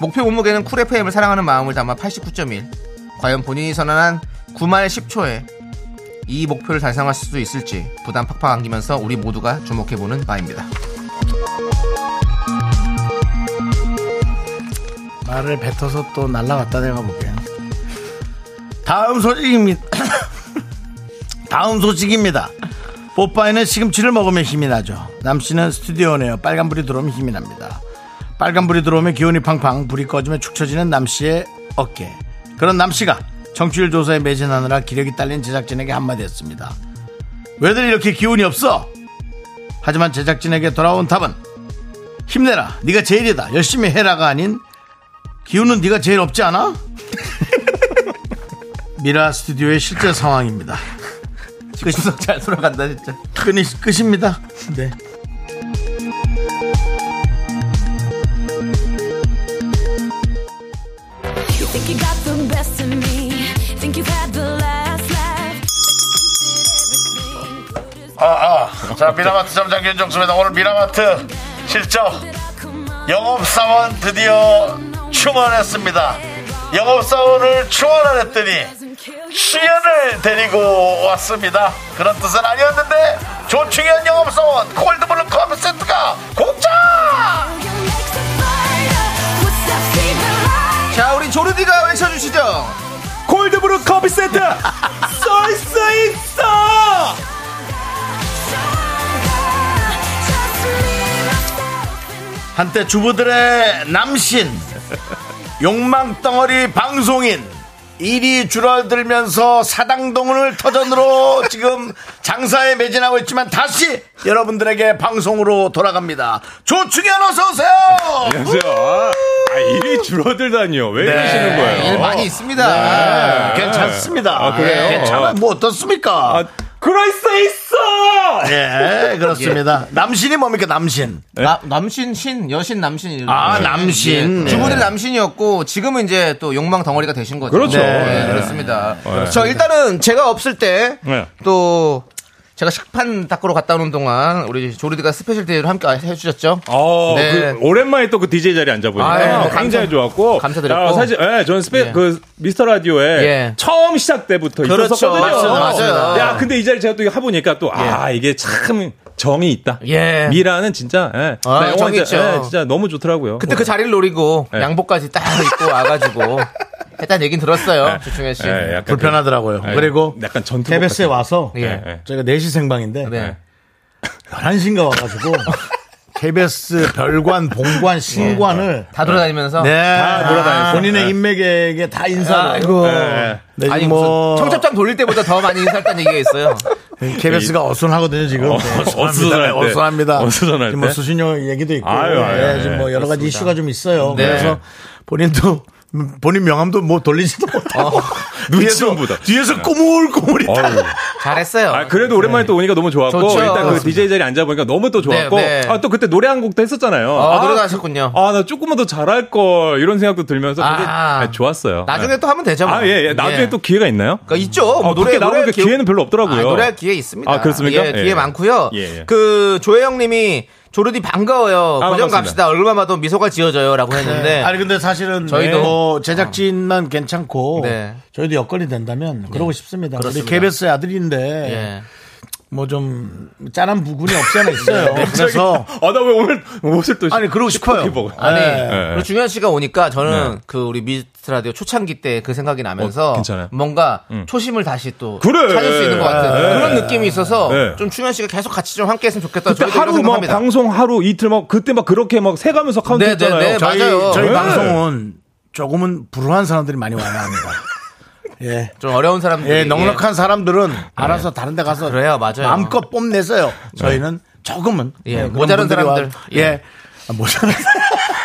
Speaker 2: 목표 몸무게는 쿨 FM을 사랑하는 마음을 담아 89.1 과연 본인이 선언한 9말 10초에 이 목표를 달성할 수도 있을지 부담 팍팍 안기면서 우리 모두가 주목해보는 바입니다.
Speaker 1: 말을 뱉어서 또 날라갔다 내가 볼게요. 다음 소식입니다. 다음 소식입니다. 뽀빠이는 시금치를 먹으면 힘이 나죠. 남씨는 스튜디오네요. 빨간불이 들어오면 힘이 납니다. 빨간불이 들어오면 기온이 팡팡, 불이 꺼지면 축 처지는 남씨의 어깨. 그런 남씨가 청취율 조사에 매진하느라 기력이 딸린 제작진에게 한마디 했습니다. 왜들 이렇게 기운이 없어? 하지만 제작진에게 돌아온 답은 힘내라. 네가 제일이다. 열심히 해라가 아닌 기운은 네가 제일 없지 않아? 미라 스튜디오의 실제 상황입니다. 끝이,
Speaker 2: 잘 돌아간다 진짜.
Speaker 1: 끝이- 끝입니다. 네.
Speaker 6: You think you got the best of me. Think you've had the last laugh.
Speaker 1: 아, 아. 자, 미라마트 점장 윤정수입니다. 오늘 미라마트 실적 영업사원 드디어 충원했습니다. 영업사원을 충원하랬더니 수연을 데리고 왔습니다. 그런 뜻은 아니었는데 조충현 영업사원 콜드블루 컵 세트가 공짜!
Speaker 2: 자 우리 조르디가 외쳐주시죠.
Speaker 1: 콜드브루 커피 세트 쏠수 있어 한때 주부들의 남신 욕망덩어리 방송인 일이 줄어들면서 사당동을 터전으로 지금 장사에 매진하고 있지만 다시 여러분들에게 방송으로 돌아갑니다. 조충현 어서 오세요.
Speaker 8: 안녕하세요. 아, 일이 줄어들다니요. 왜 이러시는 거예요?
Speaker 2: 일 많이 있습니다.
Speaker 1: 네, 괜찮습니다.
Speaker 8: 예. 아, 그래요?
Speaker 1: 괜찮아. 뭐 어떻습니까?
Speaker 8: 아, 그럴 수 있어!
Speaker 1: 예, 그렇습니다. 남신이 뭡니까, 남신?
Speaker 8: 네?
Speaker 2: 나- 남신 신 여신 남신 예.
Speaker 1: 아,
Speaker 8: 네.
Speaker 1: 남신.
Speaker 2: 주부들 남신이었고 지금은 이제 또 욕망 덩어리가 되신 거죠.
Speaker 8: 그렇죠.
Speaker 2: 네,
Speaker 8: 네.
Speaker 2: 그렇습니다.
Speaker 8: 그렇습니다.
Speaker 2: 저 일단은 제가 없을 때
Speaker 8: 네.
Speaker 2: 또 제가 식판 닦으러 갔다 오는 동안 우리 조르디가 스페셜 데이로 함께 해주셨죠.
Speaker 8: 어,
Speaker 2: 네.
Speaker 8: 그 오랜만에 또 그 DJ 자리 앉아보니까 어,
Speaker 2: 아유, 뭐
Speaker 8: 굉장히
Speaker 2: 감사-
Speaker 8: 좋았고.
Speaker 2: 감사드렸고.
Speaker 8: 아, 사실, 예, 저는 스페,
Speaker 2: 예.
Speaker 8: 그, 미스터 라디오에
Speaker 2: 예.
Speaker 8: 처음 시작 때부터
Speaker 2: 그렇죠.
Speaker 8: 있었거든요.
Speaker 2: 맞습니다. 맞아요.
Speaker 8: 야, 근데 이 자리 제가 또 이거 해보니까 또, 아, 이게 참 정이 있다.
Speaker 2: 예.
Speaker 8: 미라는 진짜, 예.
Speaker 2: 아,
Speaker 8: 나 영화
Speaker 2: 정이
Speaker 8: 이제,
Speaker 2: 있죠.
Speaker 8: 예, 진짜 너무 좋더라고요.
Speaker 2: 그때 그 자리를 노리고
Speaker 8: 네.
Speaker 2: 양복까지 딱 입고 와가지고 했다는 얘긴 들었어요. 주충현 씨.
Speaker 8: 예, 약간
Speaker 1: 불편하더라고요.
Speaker 8: 그- 예,
Speaker 1: 그리고
Speaker 8: 약간 전투.
Speaker 1: KBS에 와서
Speaker 2: 예.
Speaker 8: 예, 예.
Speaker 1: 저희가 4시 생방인데
Speaker 2: 네.
Speaker 1: 11시인가 와가지고 KBS 별관, 봉관, 신관을
Speaker 2: 다 돌아다니면서
Speaker 1: 네.
Speaker 8: 네. 다 돌아다녔어요. 네.
Speaker 1: 본인의 인맥에게 다 인사를.
Speaker 2: 아이고.
Speaker 8: 예.
Speaker 1: 네,
Speaker 2: 아니
Speaker 1: 아니,
Speaker 2: 뭐
Speaker 1: 뭐.
Speaker 2: 청첩장 돌릴 때보다 더 많이 인사했다는 얘기가 있어요.
Speaker 1: KBS가 네, 어수선하거든요, 지금.
Speaker 8: 네. 어,
Speaker 1: 네,
Speaker 8: 어수선할 때.
Speaker 1: 어수선합니다.
Speaker 8: 어수선할
Speaker 1: 지금 뭐
Speaker 8: 때.
Speaker 1: 수신료 얘기도 있고.
Speaker 8: 아유, 아유,
Speaker 1: 예, 지금 뭐
Speaker 8: 아유,
Speaker 1: 여러 가지 이슈가 좀 있어요.
Speaker 2: 네.
Speaker 1: 그래서 본인도 본인 명함도 뭐 돌리지도 못하고
Speaker 8: 어. 눈치만 보다.
Speaker 1: 뒤에서 꼬물꼬물이 다
Speaker 8: 어휴.
Speaker 2: 잘했어요.
Speaker 8: 아, 그래도 오랜만에 또 오니까 너무 좋았고
Speaker 2: 네. 좋죠.
Speaker 8: 일단 그
Speaker 2: 그렇습니다.
Speaker 8: DJ 자리 앉아보니까 너무 또 좋았고
Speaker 2: 네, 네.
Speaker 8: 아, 또 그때 노래 한 곡도 했었잖아요.
Speaker 2: 어,
Speaker 8: 아,
Speaker 2: 노래도 하셨군요.
Speaker 8: 아, 나 조금만 더 잘할 걸 이런 생각도 들면서 되게
Speaker 2: 아.
Speaker 8: 아, 좋았어요.
Speaker 2: 나중에
Speaker 8: 예.
Speaker 2: 또 하면 되죠. 뭐.
Speaker 8: 아, 예, 예. 나중에
Speaker 2: 예.
Speaker 8: 또 기회가 있나요?
Speaker 2: 그러니까 있죠. 뭐
Speaker 8: 어, 그렇게 나오니까
Speaker 2: 기회-
Speaker 8: 기회는 별로 없더라고요.
Speaker 2: 아, 노래할 기회 있습니다.
Speaker 8: 아, 그렇습니까?
Speaker 2: 예,
Speaker 8: 예.
Speaker 2: 기회 많고요.
Speaker 8: 예, 예.
Speaker 2: 그 조혜영님이 조르디 반가워요.
Speaker 8: 아,
Speaker 2: 고정
Speaker 8: 반갑습니다.
Speaker 2: 갑시다. 얼마 봐도 미소가 지어져요라고 했는데 예.
Speaker 1: 아니 근데 사실은
Speaker 2: 네. 저희도- 어.
Speaker 1: 뭐 제작진만 괜찮고
Speaker 2: 네.
Speaker 1: 저희도 여건이 된다면 그러고 싶습니다. 우리 KBS의 아들인데
Speaker 2: 예.
Speaker 1: 뭐 좀 짠한 부분이 없지 않아
Speaker 2: 네.
Speaker 1: 있어요. 그래서
Speaker 8: 아, 나 왜 오늘 옷을 또
Speaker 1: 아니 그러고 싶어요.
Speaker 8: 입어.
Speaker 2: 아니
Speaker 1: 예.
Speaker 2: 그리고 중현 씨가 오니까 저는
Speaker 8: 네.
Speaker 2: 그 우리 미스트 라디오 초창기 때 그 생각이 나면서
Speaker 8: 어, 괜찮아요.
Speaker 2: 뭔가 초심을 다시 또
Speaker 8: 그래.
Speaker 2: 찾을 수 있는 것 같은
Speaker 8: 예.
Speaker 2: 그런 느낌이 있어서
Speaker 8: 예.
Speaker 2: 좀 중현 씨가 계속 같이 좀 함께했으면 좋겠다.
Speaker 8: 그때
Speaker 2: 저희도 이런
Speaker 8: 하루 막
Speaker 2: 생각합니다.
Speaker 8: 방송 하루 이틀 막 그때 막 그렇게 막 세가면서 카운트
Speaker 2: 네,
Speaker 8: 했잖아요.
Speaker 2: 네, 네,
Speaker 8: 자,
Speaker 1: 저희
Speaker 2: 맞아요.
Speaker 1: 저희
Speaker 8: 네.
Speaker 1: 방송은 조금은 불우한 사람들이 많이 와야 합니다. 예.
Speaker 2: 좀 어려운 사람들.
Speaker 1: 예, 넉넉한 사람들은 알아서 다른 데 가서
Speaker 2: 예. 그래요, 맞아요.
Speaker 1: 마음껏 뽐내서요. 저희는 조금은
Speaker 2: 예,
Speaker 1: 그런
Speaker 2: 모자란
Speaker 1: 분들이 와-
Speaker 2: 사람들.
Speaker 1: 예. 아, 모자란 사람.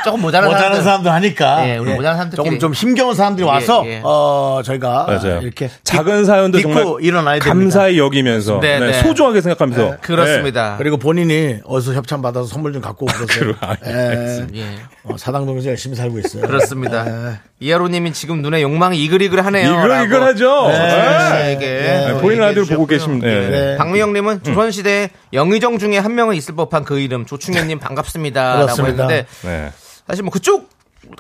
Speaker 2: 조금 예. 모자란
Speaker 1: 모자란
Speaker 2: 사람들.
Speaker 1: 사람들 하니까
Speaker 2: 예, 우리 모자란
Speaker 1: 조금
Speaker 2: 사람들끼리.
Speaker 1: 좀 힘겨운 사람들이 와서
Speaker 2: 예, 예.
Speaker 1: 어 저희가
Speaker 8: 맞아요.
Speaker 1: 이렇게
Speaker 8: 작은 사연도
Speaker 1: 딛고
Speaker 8: 정말
Speaker 1: 일어나야 됩니다.
Speaker 8: 감사히 여기면서
Speaker 2: 네,
Speaker 8: 네,
Speaker 2: 네.
Speaker 8: 소중하게 생각하면서
Speaker 2: 그렇습니다.
Speaker 8: 네.
Speaker 1: 그리고 본인이 어디서 협찬 받아서 선물 좀 갖고 오세요.
Speaker 8: 그러- 아,
Speaker 2: 예.
Speaker 1: 사당동에서 열심히 살고 있어요.
Speaker 2: 그렇습니다. 이하로님이 지금 눈에 욕망이 이글이글 하네요.
Speaker 8: 네. 이걸 이걸 하죠. 네.
Speaker 2: 이게
Speaker 8: 네, 보이는 라디오 보고 계시면 네.
Speaker 1: 네.
Speaker 2: 박미영님은 조선시대 영의정 중에 한 명은 있을 법한 그 이름 조충현님 반갑습니다라고
Speaker 1: 그렇습니다.
Speaker 2: 했는데
Speaker 8: 네.
Speaker 2: 사실 뭐 그쪽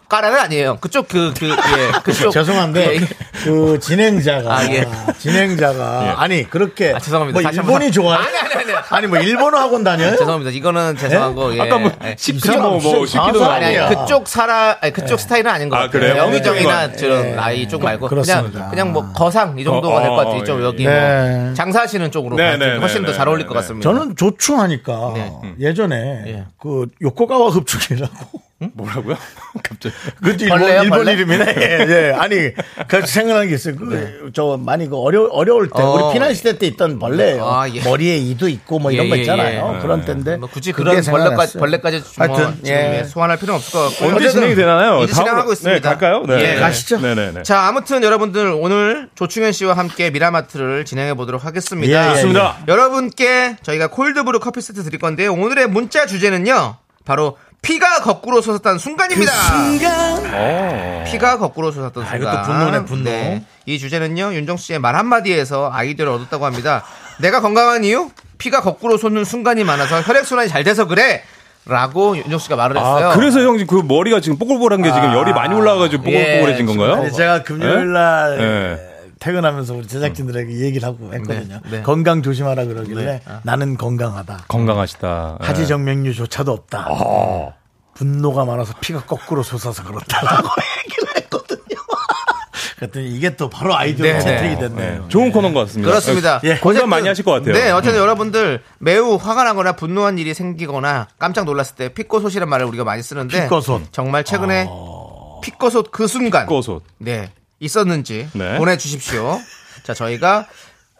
Speaker 2: 까라는 아니에요. 그쪽 그 그 예, 그쪽
Speaker 1: 죄송한데
Speaker 2: 예, 예.
Speaker 1: 그 진행자가
Speaker 2: 아, 예.
Speaker 8: 예.
Speaker 1: 진행자가 아니 그렇게
Speaker 2: 아, 죄송합니다.
Speaker 1: 뭐
Speaker 2: 다시 한번
Speaker 1: 일본이 좋아요?
Speaker 2: 아니, 아니, 아니, 아, 아니.
Speaker 1: 뭐 일본어 학원 다녀요?
Speaker 2: 죄송합니다. 이거는 죄송하고 예.
Speaker 8: 아까 뭐
Speaker 2: 예.
Speaker 8: 시키도 뭐,
Speaker 1: 이상한
Speaker 8: 뭐 시키도
Speaker 1: 무슨
Speaker 8: 뭐.
Speaker 2: 아니 아니 그쪽 사람 아니 그쪽
Speaker 1: 예.
Speaker 2: 스타일은 아닌 것
Speaker 8: 아,
Speaker 2: 같아요.
Speaker 8: 그래요?
Speaker 2: 영의정이나
Speaker 8: 네.
Speaker 2: 저런 아이 쪽 말고 그냥
Speaker 1: 그렇습니다.
Speaker 2: 그냥 뭐 거상 이 정도가
Speaker 8: 어,
Speaker 2: 될 것
Speaker 8: 어,
Speaker 2: 같아요. 이쪽
Speaker 8: 예.
Speaker 2: 여기
Speaker 1: 네.
Speaker 2: 뭐 장사하시는 쪽으로
Speaker 8: 네,
Speaker 2: 가시는 게
Speaker 8: 네,
Speaker 2: 훨씬
Speaker 8: 네,
Speaker 2: 더 잘
Speaker 8: 네,
Speaker 2: 어울릴 것
Speaker 8: 네.
Speaker 2: 같습니다. 네.
Speaker 1: 저는 조충하니까 예전에
Speaker 2: 예.
Speaker 1: 그 요코가와 흡축이라고
Speaker 8: 뭐라고요? 갑자기.
Speaker 1: 그 일본,
Speaker 2: 벌레요,
Speaker 1: 일본
Speaker 2: 벌레?
Speaker 1: 이름이네. 예, 예. 아니, 그 생각난 게 있어요. 그, 저, 많이 그 어려, 어려울 때,
Speaker 2: 네. 어.
Speaker 1: 우리 피난 시대 때 있던 벌레예요
Speaker 2: 아, 예.
Speaker 1: 머리에 이도 있고 뭐 이런
Speaker 2: 예,
Speaker 1: 거
Speaker 2: 예,
Speaker 1: 있잖아요.
Speaker 2: 예.
Speaker 1: 그런 때인데.
Speaker 2: 뭐 굳이
Speaker 1: 그게
Speaker 2: 그런 벌레까지
Speaker 1: 생각났어요.
Speaker 2: 벌레까지 뭐
Speaker 1: 하여튼,
Speaker 2: 지금
Speaker 1: 예.
Speaker 2: 소환할 필요 없을 것 같고
Speaker 8: 언제
Speaker 2: 어쨌든
Speaker 8: 진행이 되나요?
Speaker 2: 이제 진행하고 있습니다.
Speaker 8: 네, 갈까요? 네.
Speaker 2: 예,
Speaker 1: 가시죠.
Speaker 8: 네네네.
Speaker 2: 자 아무튼 여러분들 오늘 조충현 씨와 함께 미라마트를 진행해 보도록 하겠습니다.
Speaker 1: 예, 예,
Speaker 8: 좋습니다.
Speaker 2: 여러분께 저희가 콜드브루 커피 세트 드릴 건데요. 오늘의 문자 주제는요. 바로 피가 거꾸로 솟았다는 순간입니다. 네, 피가 거꾸로 솟았던 순간.
Speaker 1: 그 이것도 분노네, 분노.
Speaker 2: 이 주제는요. 윤정수 씨의 말 한마디에서 아이디어를 얻었다고 합니다. 내가 건강한 이유? 피가 거꾸로 솟는 순간이 많아서 혈액순환이 잘 돼서 그래. 라고 윤정수 씨가 말을 했어요. 아.
Speaker 8: 아, 그래서 형 지금 그 머리가 지금 뽀글뽀글한 게 지금 열이 많이 올라와가지고 뽀글뽀글해진
Speaker 2: 예,
Speaker 8: 건가요?
Speaker 1: 아니, 제가
Speaker 2: 네?
Speaker 1: 금요일 날
Speaker 8: 예.
Speaker 1: 퇴근하면서 우리 제작진들에게 이 얘기를 하고 했거든요.
Speaker 2: 네, 아. 네.
Speaker 1: 건강 조심하라 그러길래 나는 건강하다.
Speaker 8: 건강하시다.
Speaker 2: 네.
Speaker 8: 예.
Speaker 1: 하지정맥류조차도 없다.
Speaker 2: 아.
Speaker 1: 분노가 많아서 피가 거꾸로 솟아서 그렇다라고 얘기를 했거든요. 그랬더니 이게 또 바로 아이디어로
Speaker 2: 네,
Speaker 1: 채택이
Speaker 2: 네.
Speaker 1: 됐네요.
Speaker 8: 좋은 코너인 것 같습니다.
Speaker 2: 그렇습니다.
Speaker 8: 예.
Speaker 2: 어쨌든-
Speaker 8: 고생 많이 하실 것 같아요.
Speaker 2: 네, 어쨌든 여러분들 매우 화가 나거나 분노한 일이 생기거나 깜짝 놀랐을 때 피꼬솥이란 말을 우리가 많이 쓰는데
Speaker 1: 피꼬솥.
Speaker 2: 정말 최근에 피꼬솥 그 순간
Speaker 8: 꼬솥.
Speaker 2: 네 있었는지
Speaker 8: 네.
Speaker 2: 보내주십시오. 자 저희가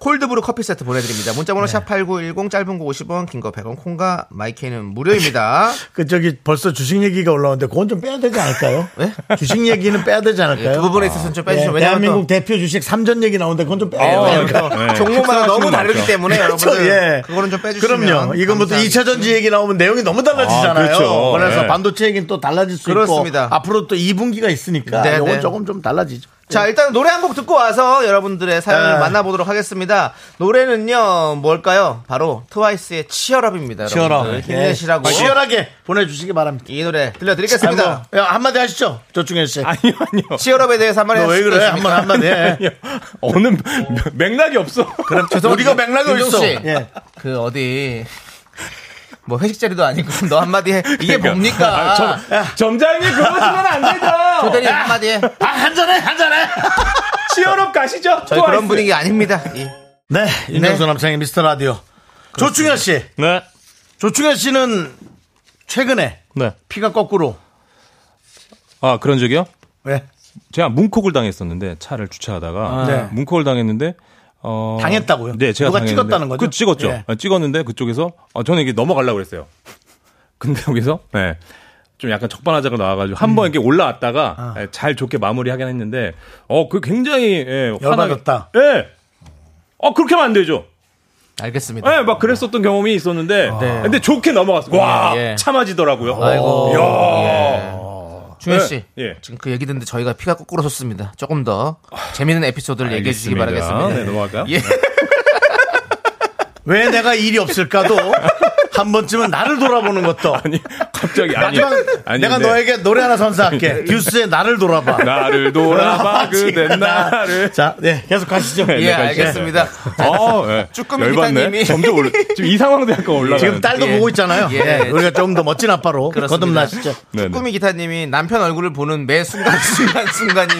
Speaker 2: 콜드브루 커피 세트 보내드립니다. 문자번호 샵8910 짧은 거 50원 긴 거 100원 콩과 마이케이는 무료입니다.
Speaker 1: 그 저기 벌써 주식 얘기가 올라오는데 그건 좀 빼야 되지 않을까요? 주식 얘기는 빼야 되지 않을까요?
Speaker 2: 그 네? 부분에 있어서는 좀
Speaker 1: 예,
Speaker 2: 빼주시면 왜냐면
Speaker 1: 대한민국
Speaker 2: 또
Speaker 1: 대표 주식 삼전 얘기 나오는데 그건 좀 빼야
Speaker 2: 어,
Speaker 1: 되지 않을까요?
Speaker 2: 왜냐면 또 종목마다
Speaker 8: 네.
Speaker 2: 너무 다르기
Speaker 8: 맞죠.
Speaker 2: 때문에
Speaker 1: 그렇죠,
Speaker 2: 여러분들
Speaker 1: 예.
Speaker 2: 그거는 좀 빼주시면
Speaker 1: 그럼요. 이건부터
Speaker 2: 감사하겠습니다.
Speaker 1: 2차 전지 얘기 나오면 내용이 너무 달라지잖아요. 예.
Speaker 8: 아, 그렇죠.
Speaker 1: 래서
Speaker 8: 네.
Speaker 1: 반도체 얘기는 또 달라질 수
Speaker 2: 그렇습니다.
Speaker 1: 있고 앞으로 또 2분기가 있으니까
Speaker 2: 네,
Speaker 1: 이건
Speaker 2: 네.
Speaker 1: 조금 좀 달라지죠.
Speaker 2: 자, 일단 노래 한 곡 듣고 와서 여러분들의 사연을
Speaker 1: 네.
Speaker 2: 만나보도록 하겠습니다. 노래는요, 뭘까요? 바로 트와이스의 치열업입니다. 여러분들. 네. 힘내시라고.
Speaker 1: 예. 치열하게 보내주시기 바랍니다.
Speaker 2: 이 노래 들려드리겠습니다.
Speaker 1: 아이고, 야, 한마디 하시죠. 조충현 씨.
Speaker 8: 아니요, 아니요.
Speaker 2: 치열업에 대해서 한마디
Speaker 1: 너 왜 그래?
Speaker 2: 해주시겠습니까?
Speaker 1: 한번 한마디 해.
Speaker 8: 아니요. 어느 맥- 맥락이 없어. 그럼
Speaker 1: 우리가 맥락을
Speaker 2: 윤종
Speaker 1: 있어.
Speaker 2: 씨.
Speaker 1: 예.
Speaker 2: 그, 어디. 뭐 회식 자리도 아니고 너 한마디 해. 이게
Speaker 1: 그러니까. 아,
Speaker 2: 뭡니까?
Speaker 8: 점장님 그러시면 안 되죠.
Speaker 2: 조대리 한마디 해.
Speaker 1: 아, 한잔해, 한잔해.
Speaker 8: 치열업 가시죠.
Speaker 2: 저희
Speaker 8: 트와이스.
Speaker 2: 그런 분위기 아닙니다. 예.
Speaker 1: 네, 윤정수 남창의 미스터 라디오. 조충현 씨.
Speaker 8: 네.
Speaker 1: 조충현 씨는 최근에
Speaker 8: 네.
Speaker 1: 피가 거꾸로. 예.
Speaker 8: 아 그런 적이요?
Speaker 1: 왜?
Speaker 8: 제가 문콕을 당했었는데 차를 주차하다가
Speaker 1: 네.
Speaker 8: 문콕을 당했는데 어...
Speaker 1: 당했다고요?
Speaker 8: 네, 제가
Speaker 1: 누가
Speaker 8: 당했는데-
Speaker 1: 찍었다는 거죠?
Speaker 8: 그 찍었죠.
Speaker 1: 예.
Speaker 8: 아, 찍었는데 그쪽에서 아, 저는 이게 넘어가려고 그랬어요. 근데 여기서 네. 좀 약간 적반하자가 나와가지고 한
Speaker 1: 음.
Speaker 8: 번 이렇게 올라왔다가
Speaker 1: 아.
Speaker 8: 예, 잘 좋게 마무리하긴 했는데 어그 굉장히 예, 화나게-
Speaker 1: 열받았다.
Speaker 8: 예. 어 그렇게 하면 안 되죠.
Speaker 2: 알겠습니다.
Speaker 8: 예, 막 그랬었던 경험이
Speaker 1: 아.
Speaker 8: 있었는데 근데 좋게 넘어갔어요. 와
Speaker 2: 예, 예.
Speaker 8: 참아지더라고요.
Speaker 2: 아이고.
Speaker 8: 야.
Speaker 1: 예.
Speaker 2: 중현
Speaker 8: 네,
Speaker 2: 씨,
Speaker 8: 예.
Speaker 2: 지금 그 얘기 듣는데 저희가 피가 거꾸로 솟습니다. 조금 더 재밌는 에피소드를 얘기해 주시기 바라겠습니다.
Speaker 8: 네, 넘어갈까요?
Speaker 2: 예.
Speaker 1: 왜 내가 일이 없을까도 한 번쯤은 나를 돌아보는 것도.
Speaker 8: 아니 갑자기 아니,
Speaker 1: 마지막
Speaker 8: 아니
Speaker 1: 내가
Speaker 8: 근데
Speaker 1: 너에게 노래 하나 선사할게. 뉴스의 나를 돌아봐.
Speaker 8: 나를 돌아봐 그댄 나를
Speaker 1: 자, 네, 계속 하시죠.
Speaker 8: 네,
Speaker 2: 예,
Speaker 8: 네, 가시죠.
Speaker 2: 알겠습니다.
Speaker 8: 어, 예.
Speaker 2: 쭈꾸미
Speaker 8: 열받네.
Speaker 2: 기사님이.
Speaker 8: 점점 올라. 지금 이 상황도 약간 올라가.
Speaker 1: 지금 딸도
Speaker 2: 예.
Speaker 1: 보고 있잖아요.
Speaker 2: 예.
Speaker 1: 네, 우리가 좀 더 멋진 아빠로
Speaker 2: 그렇습니다.
Speaker 1: 거듭나시죠.
Speaker 8: 네, 네.
Speaker 2: 꾸미 기타님이 남편 얼굴을 보는 매 순간 순간 순간이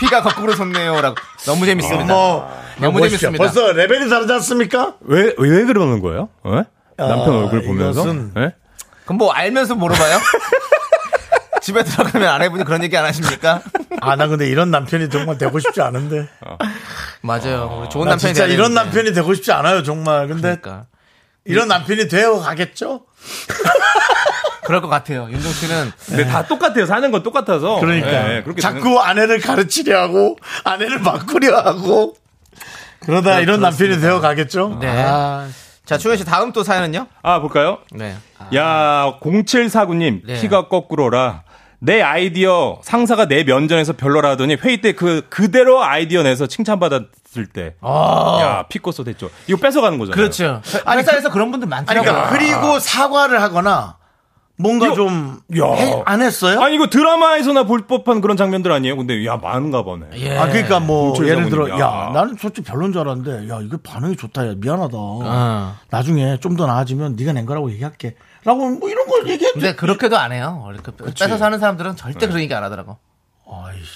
Speaker 2: 피가 거꾸로 솟네요라고 너무 재밌습니다. 너무
Speaker 1: 뭐 멋있죠.
Speaker 2: 재밌습니다.
Speaker 1: 벌써 레벨이 다르지 않습니까?
Speaker 8: 왜, 왜 그러는 거예요? 예? 남편
Speaker 1: 아,
Speaker 8: 얼굴 보면서.
Speaker 1: 이것은-
Speaker 8: 예?
Speaker 2: 그럼 뭐 알면서 물어봐요? 집에 들어가면 아내분이 그런 얘기 안 하십니까?
Speaker 1: 아, 나 근데 이런 남편이 정말 되고 싶지 않은데.
Speaker 2: 맞아요. 우리 좋은
Speaker 1: 나
Speaker 2: 남편이
Speaker 1: 진짜
Speaker 2: 돼야
Speaker 1: 이런
Speaker 2: 되는데.
Speaker 1: 남편이 되고 싶지 않아요, 정말. 근데
Speaker 2: 그러니까.
Speaker 1: 이런 남편이 되어 가겠죠?
Speaker 2: 그럴 것 같아요. 윤종 씨는
Speaker 8: 근데 다 똑같아요. 사는 건 똑같아서.
Speaker 1: 그러니까
Speaker 8: 예, 예, 그렇게 되는-
Speaker 1: 자꾸 아내를 가르치려 하고 아내를 바꾸려 하고 그러다
Speaker 8: 네,
Speaker 1: 이런 남편이 되어 가겠죠?
Speaker 2: 네. 자, 충현 씨 다음 또 사연은요?
Speaker 8: 아, 볼까요?
Speaker 2: 네.
Speaker 8: 야, 0749님,
Speaker 2: 네.
Speaker 8: 피가 거꾸로라. 내 아이디어 상사가 내 면전에서 별로라 하더니 회의 때 그 그대로 아이디어 내서 칭찬받았을 때. 야, 피꼬소 됐죠. 이거 뺏어가는 거잖아요.
Speaker 2: 아. 그렇죠. 회사에서 그런 분들
Speaker 1: 아니,
Speaker 2: 많더라고요.
Speaker 1: 그러니까 그리고 사과를 하거나 뭔가
Speaker 8: 이거-
Speaker 1: 좀
Speaker 8: 야.
Speaker 1: 해- 안 했어요?
Speaker 8: 아니 이거 드라마에서나 볼 법한 그런 장면들 아니에요? 근데 야, 많은가 보네.
Speaker 2: 예.
Speaker 1: 아, 그러니까 뭐
Speaker 8: 공철
Speaker 1: 예를 들어
Speaker 8: 장군님,
Speaker 1: 야
Speaker 8: 야.
Speaker 1: 나는 솔직히 별론 줄 알았는데 야 이거 반응이 좋다 야 미안하다
Speaker 2: 어.
Speaker 1: 나중에 좀 더 나아지면 네가 낸 거라고 얘기할게 라고 뭐 이런 걸 얘기해도
Speaker 8: 네.
Speaker 2: 근데 그렇게도 안 해요. 원래 그 뺏어 사는 사람들은 절대 그런 얘기 안 하더라고.
Speaker 1: 아이씨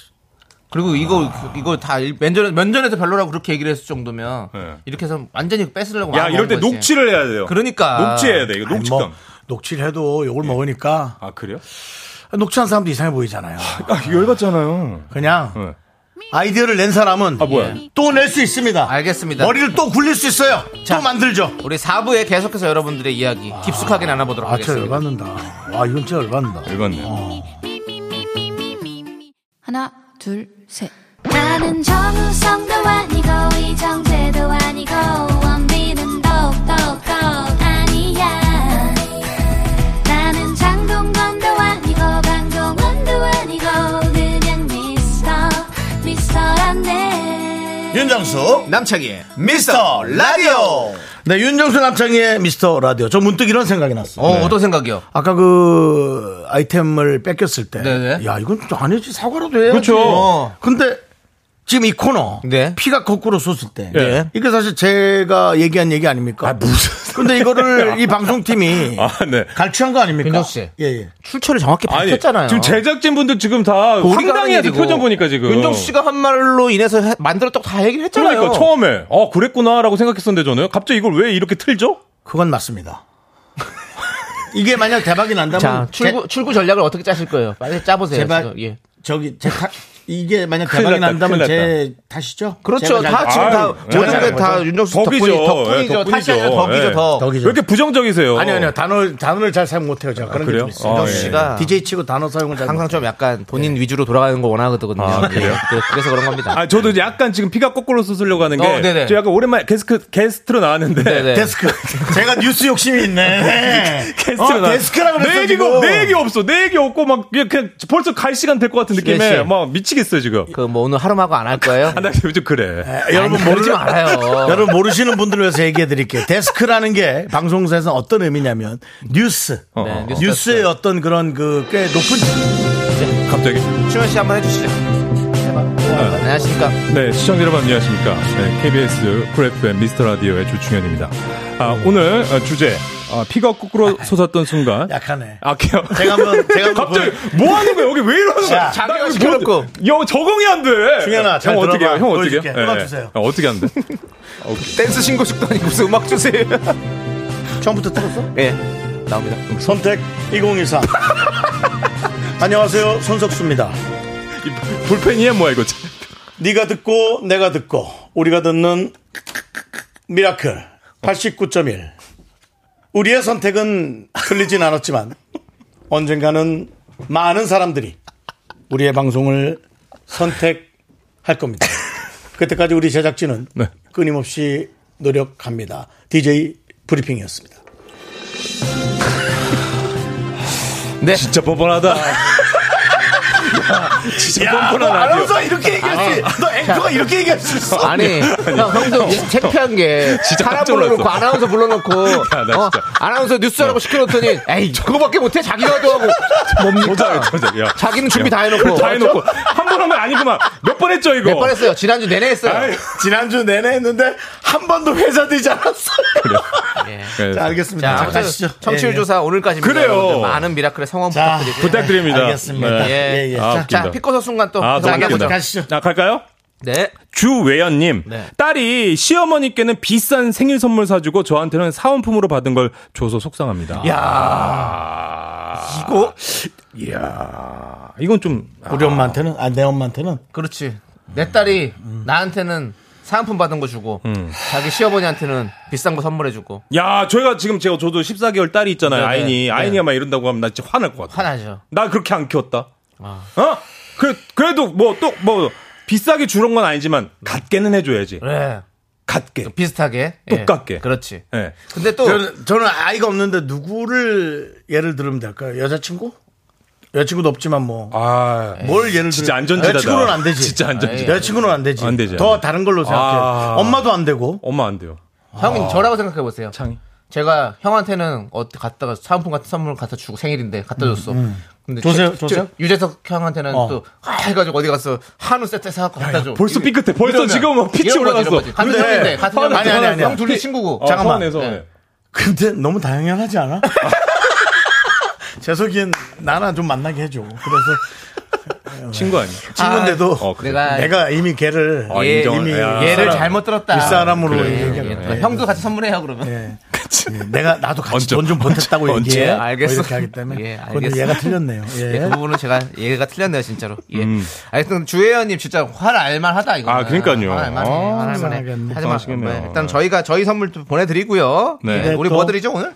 Speaker 2: 그리고 이거 이거 다 일- 면전 면전에서 별로라고 그렇게 얘기를 했을 정도면
Speaker 8: 네.
Speaker 2: 이렇게 해서 완전히 뺏으려고
Speaker 8: 야,
Speaker 2: 마음
Speaker 8: 이럴 때
Speaker 2: 먹은 거지.
Speaker 8: 녹취를 해야 돼요.
Speaker 2: 그러니까
Speaker 8: 녹취해야 돼. 이거
Speaker 1: 아니,
Speaker 8: 네, 녹취감.
Speaker 1: 뭐, 녹취해도 욕을 먹으니까
Speaker 8: 아, 그래요?
Speaker 1: 녹취한 사람도 이상해 보이잖아요
Speaker 8: 아, 이거 열받잖아요.
Speaker 1: 그냥
Speaker 8: 네.
Speaker 1: 아이디어를 낸 사람은 예.
Speaker 8: 아, 뭐야?
Speaker 1: 또 낼 수 있습니다
Speaker 2: 알겠습니다.
Speaker 1: 머리를 또 굴릴 수 있어요 또 만들죠
Speaker 2: 우리 4부에 계속해서 여러분들의 이야기 깊숙하게 나눠보도록
Speaker 1: 아 진짜
Speaker 2: 하겠습니다.
Speaker 1: 열받는다 와 이건 진짜 열받는다
Speaker 8: 열받네요.
Speaker 6: 하나, 둘, 셋. 나는 정우성도 아니고, 이정재도 아니고, 원빈은 더욱더 아니야. 나는 장동건도 아니고, 강동원도 아니고, 그냥 미스터, 미스터란데.
Speaker 1: 예, 윤정수
Speaker 2: 어? 남창희의 음.
Speaker 1: 미스터 라디오 네 윤정수 남창희의 미스터 라디오 저 문득 이런 생각이 났어요
Speaker 2: 어
Speaker 8: 네.
Speaker 2: 어떤 생각이요?
Speaker 1: 아까 그 아이템을 뺏겼을 때,
Speaker 2: 네네.
Speaker 1: 야 이건 좀 아니지 사과라도 해야지.
Speaker 8: 그렇죠.
Speaker 1: 어. 근데 지금 이 코너
Speaker 2: 네.
Speaker 1: 피가 거꾸로 쏟을 때,
Speaker 8: 예.
Speaker 1: 이게 사실 제가 얘기한 얘기 아닙니까?
Speaker 8: 무슨-
Speaker 1: 근데 이거를 이 방송팀이
Speaker 8: 아, 네.
Speaker 1: 갈취한 거 아닙니까?
Speaker 2: 민정 씨.
Speaker 1: 예, 예.
Speaker 2: 출처를 정확히
Speaker 8: 아니,
Speaker 2: 밝혔잖아요.
Speaker 8: 지금 제작진분들 지금 다 황당해하는 표정 보니까 지금.
Speaker 2: 윤정 씨가 한 말로 인해서 해- 만들었다고 다 얘기를 했잖아요.
Speaker 8: 그러니까 처음에 아 그랬구나라고 생각했었는데 저는 갑자기 이걸 왜 이렇게 틀죠?
Speaker 1: 그건 맞습니다. 이게 만약 대박이 난다면
Speaker 2: 자
Speaker 1: 제-
Speaker 2: 출구 출구 전략을 어떻게 짜실 거예요? 빨리 짜보세요.
Speaker 1: 제발.
Speaker 2: 지금. 예.
Speaker 1: 저기 제 탓- 이게 만약
Speaker 8: 큰일
Speaker 1: 대박이
Speaker 8: 났다,
Speaker 1: 난다면
Speaker 8: 큰일
Speaker 1: 제 탓이죠?
Speaker 2: 그렇죠.
Speaker 1: 제가
Speaker 2: 다
Speaker 1: 잘-
Speaker 2: 지금 다
Speaker 8: 아유, 네.
Speaker 2: 모든
Speaker 1: 잘하는
Speaker 2: 게 다
Speaker 1: 거죠?
Speaker 2: 윤정수
Speaker 8: 덕이죠.
Speaker 2: 덕분이- 덕분이죠.
Speaker 8: 예,
Speaker 2: 탓이 아니라
Speaker 8: 덕분이죠.
Speaker 2: 덕이죠.
Speaker 8: 예.
Speaker 2: 덕.
Speaker 8: 왜
Speaker 1: 덕이죠.
Speaker 8: 이렇게 부정적이세요?
Speaker 1: 아니 아니요 단어 단어를 잘 사용 못해요 제가 그런
Speaker 8: 그래요?
Speaker 1: 게좀 있어요.
Speaker 8: 아,
Speaker 2: 윤정수
Speaker 8: 예.
Speaker 2: 씨가
Speaker 1: DJ 치고 단어 사용을 잘
Speaker 2: 항상
Speaker 1: 못해요.
Speaker 2: 좀 약간 본인 위주로 돌아가는 거 원하거든요.
Speaker 8: 네. 아, 그래요?
Speaker 2: 예. 그- 그래서 그런 겁니다.
Speaker 8: 아 저도 이제 약간 지금 피가 거꾸로 쏟으려고 하는
Speaker 2: 어, 네네.
Speaker 8: 게저 약간 오랜만에 게스트 게스트로 나왔는데
Speaker 2: 네네.
Speaker 1: 데스크 제가 뉴스 욕심이 있네.
Speaker 8: 게스트로
Speaker 1: 어,
Speaker 8: 나
Speaker 1: 데스크라고
Speaker 8: 내
Speaker 1: 그랬어
Speaker 8: 얘기고
Speaker 1: 지금.
Speaker 8: 내 얘기 없어 내 얘기 없고 막 그냥, 그냥 벌써 갈 시간 될 것 같은 느낌에
Speaker 1: 예,
Speaker 2: 네, 씨.
Speaker 8: 막 미치겠어요 지금.
Speaker 2: 그 뭐 오늘 하루마고 안 할 거예요?
Speaker 8: 아, 나 요즘 그래.
Speaker 1: 아, 여러분
Speaker 2: 아니, 그러지
Speaker 1: 모르-
Speaker 2: 말아요.
Speaker 1: 여러분 모르시는 분들을 위해서 얘기해 드릴게요. 데스크라는 게 방송사에서 어떤 의미냐면 뉴스.
Speaker 8: 어,
Speaker 2: 뉴스
Speaker 1: 뉴스의 어떤 그런 그 꽤 높은
Speaker 8: 갑자기.
Speaker 2: 추현 씨 한번 해주시죠. 안녕하십니까.
Speaker 8: 네, 시청자 여러분 안녕하십니까. 네, KBS 쿨 FM 미스터 라디오의 조충현입니다. 아, 오늘 어, 주제 아, 피가 거꾸로 솟았던 순간.
Speaker 1: 약하네.
Speaker 8: 아껴.
Speaker 1: 제가 한번 제가 한번
Speaker 8: 갑자기 뭐 하는 거야? 여기 왜
Speaker 1: 자,
Speaker 8: 이러는 거야?
Speaker 2: 자기가
Speaker 8: 나 여기
Speaker 2: 시켜놓고.
Speaker 8: 뭐- 영 적응이 안 돼.
Speaker 1: 중현아, 잘
Speaker 8: 형 어떻게
Speaker 1: 들어봐.
Speaker 8: 해요? 형 어떻게 해요?
Speaker 1: 보여줄게. 음악 주세요.
Speaker 8: 아, 어떻게 안 돼?
Speaker 2: 댄스 신고식도 아니고 무슨 음악 주세요.
Speaker 1: 처음부터 틀었어?
Speaker 2: 예. 나옵니다.
Speaker 1: 선택 2024. 안녕하세요. 손석수입니다.
Speaker 8: 이 볼펜이야 뭐야 이거?
Speaker 1: 네가 듣고 내가 듣고 우리가 듣는 미라클 89.1 우리의 선택은 틀리진 않았지만 언젠가는 많은 사람들이 우리의 방송을 선택할 겁니다. 그때까지 우리 제작진은
Speaker 8: 네.
Speaker 1: 끊임없이 노력합니다. DJ 브리핑이었습니다.
Speaker 2: 네.
Speaker 8: 진짜 뻔뻔하다. 진짜 뻔뻔한 라디오.
Speaker 1: 이렇게 얘기할 수, 너 앵커가 이렇게 얘기할 수 있어?
Speaker 2: 아니, 형, 형도 이제 창피한 게,
Speaker 8: 네. 진짜
Speaker 2: 사람
Speaker 8: 깜짝 놀랐어.
Speaker 2: 불러놓고, 아나운서 불러놓고,
Speaker 8: 야, 나
Speaker 2: 어,
Speaker 8: 진짜. 네.
Speaker 2: 아나운서 뉴스하라고 시켜놓더니, 에이, 그거밖에 못해? 자기가 도 하고, 뭡니까?
Speaker 8: 도저히, 도저히, 야.
Speaker 2: 자기는 준비 다 해놓고.
Speaker 8: 다 해놓고 한 번 하면 아니구만. 몇 번 했죠 이거? 네,
Speaker 2: 몇 번 했어요? 지난주 내내 했어요.
Speaker 1: 지난주 내내 했는데 한 번도 회사되지 않았어요.
Speaker 8: 네.
Speaker 1: 자, 알겠습니다.
Speaker 2: 예. 자, 아무튼 청취율
Speaker 1: 예, 예.
Speaker 2: 조사 오늘까지입니다.
Speaker 8: 그래요.
Speaker 2: 여러분들 많은 미라클의 성원
Speaker 1: 자,
Speaker 2: 부탁드리고요.
Speaker 8: 부탁드립니다.
Speaker 1: 알겠습니다.
Speaker 8: 네.
Speaker 1: 예, 예.
Speaker 8: 아,
Speaker 1: 자,
Speaker 8: 웃긴다.
Speaker 2: 자, 피커서 순간 또
Speaker 8: 아, 너무
Speaker 2: 나가보죠.
Speaker 8: 웃긴다.
Speaker 1: 가시죠.
Speaker 8: 자, 갈까요?
Speaker 2: 네.
Speaker 8: 주외연님
Speaker 2: 네.
Speaker 8: 딸이 시어머니께는 비싼 생일 선물 사주고 저한테는 사은품으로 받은 걸 줘서 속상합니다. 야 이거 이야 이건 좀
Speaker 1: 우리 엄마한테는, 아, 내 엄마한테는
Speaker 2: 그렇지. 내 딸이 나한테는 사은품 받은 거 주고 자기 시어머니한테는 비싼 거 선물해 주고
Speaker 8: 야, 저희가 지금 제가 저도 14개월 딸이 있잖아요.
Speaker 2: 네, 네.
Speaker 8: 아인이
Speaker 2: 네.
Speaker 8: 아인이가 막 이런다고 하면 나 진짜 화날 것 같아.
Speaker 2: 화나죠.
Speaker 8: 나 그렇게 안 키웠다. 어? 그래 그래도 뭐 또 뭐 비싸게 주는 건 아니지만 갖게는 해줘야지.
Speaker 2: 네.
Speaker 8: 갖게.
Speaker 2: 비슷하게 예.
Speaker 8: 똑같게.
Speaker 2: 그렇지.
Speaker 8: 예.
Speaker 2: 근데 또
Speaker 1: 저는, 저는 아이가 없는데 누구를 예를 들으면 될까요? 여자친구? 여자친구도 없지만 뭐.
Speaker 8: 아,
Speaker 1: 뭘 예를 들면.
Speaker 8: 진짜 안전지대다.
Speaker 1: 여자친구는 안 되지. 아,
Speaker 8: 진짜 안전지대.
Speaker 1: 여자친구는 안 되지.
Speaker 8: 안 되지,
Speaker 1: 더
Speaker 8: 안 돼.
Speaker 1: 다른 걸로 생각해.
Speaker 8: 아.
Speaker 1: 엄마도 안 되고.
Speaker 8: 엄마 안 돼요.
Speaker 2: 형이 저라고 생각해 보세요.
Speaker 8: 창이.
Speaker 2: 제가 형한테는 어디 갔다가 사은품 같은 선물 갖다 주고 생일인데 갖다 줬어. 근데
Speaker 1: 조세요,
Speaker 2: 최-
Speaker 1: 조세요?
Speaker 2: 최- 유재석 형한테는
Speaker 1: 어.
Speaker 2: 또 아, 해가지고 어디 가서 한우 세트 사갖고 갖다 줘.
Speaker 8: 벌써 삐끗해. 벌써 지금 막 피치
Speaker 2: 이런 거지,
Speaker 8: 올라갔어.
Speaker 2: 이런 거지. 같은
Speaker 1: 근데
Speaker 2: 형인데 같은
Speaker 1: 화는- 아니,
Speaker 2: 형인데
Speaker 1: 아니, 아니.
Speaker 2: 형 둘이 친구고.
Speaker 8: 어,
Speaker 2: 잠깐만.
Speaker 8: 서운해서.
Speaker 2: 네.
Speaker 1: 근데 너무 다양하지 않아? 재석이는 나나 좀 만나게 해줘. 그래서
Speaker 8: 네. 친구 아니야.
Speaker 2: 네.
Speaker 1: 친구인데도
Speaker 8: 어, 그래.
Speaker 2: 내가
Speaker 1: 내가 이미 걔를
Speaker 8: 아,
Speaker 2: 얘-
Speaker 8: 인정을-
Speaker 1: 이미
Speaker 8: 야.
Speaker 2: 얘를
Speaker 1: 사람-
Speaker 2: 예, 잘못 들었다.
Speaker 1: 윗사람으로
Speaker 8: 그래.
Speaker 1: 얘기하는
Speaker 2: 예.
Speaker 1: 거야.
Speaker 2: 형도 같이 선물해요 그러면.
Speaker 1: 예, 내가 나도 같이
Speaker 8: 언제-
Speaker 1: 돈 좀 보탰다고
Speaker 8: 언제?
Speaker 1: 얘기해.
Speaker 8: 언제?
Speaker 2: 알겠어.
Speaker 1: 뭐 이렇게 하기 때문에.
Speaker 2: 예, 알겠어.
Speaker 1: 근데 얘가 틀렸네요. 예.
Speaker 2: 예, 그 부분은 제가 얘가 틀렸네요 진짜로. 예. 하여튼 주혜연님 진짜 화를 알만하다 이거.
Speaker 8: 아, 그러니까요.
Speaker 2: 화알만해.
Speaker 8: 아,
Speaker 2: 화알만해.
Speaker 1: 속상하겠네.
Speaker 2: 하지만
Speaker 8: 속상하시겠네요.
Speaker 2: 네, 일단 저희가 저희 선물 좀 보내드리고요.
Speaker 8: 네.
Speaker 2: 예, 우리
Speaker 1: 또-
Speaker 2: 뭐 드리죠 오늘?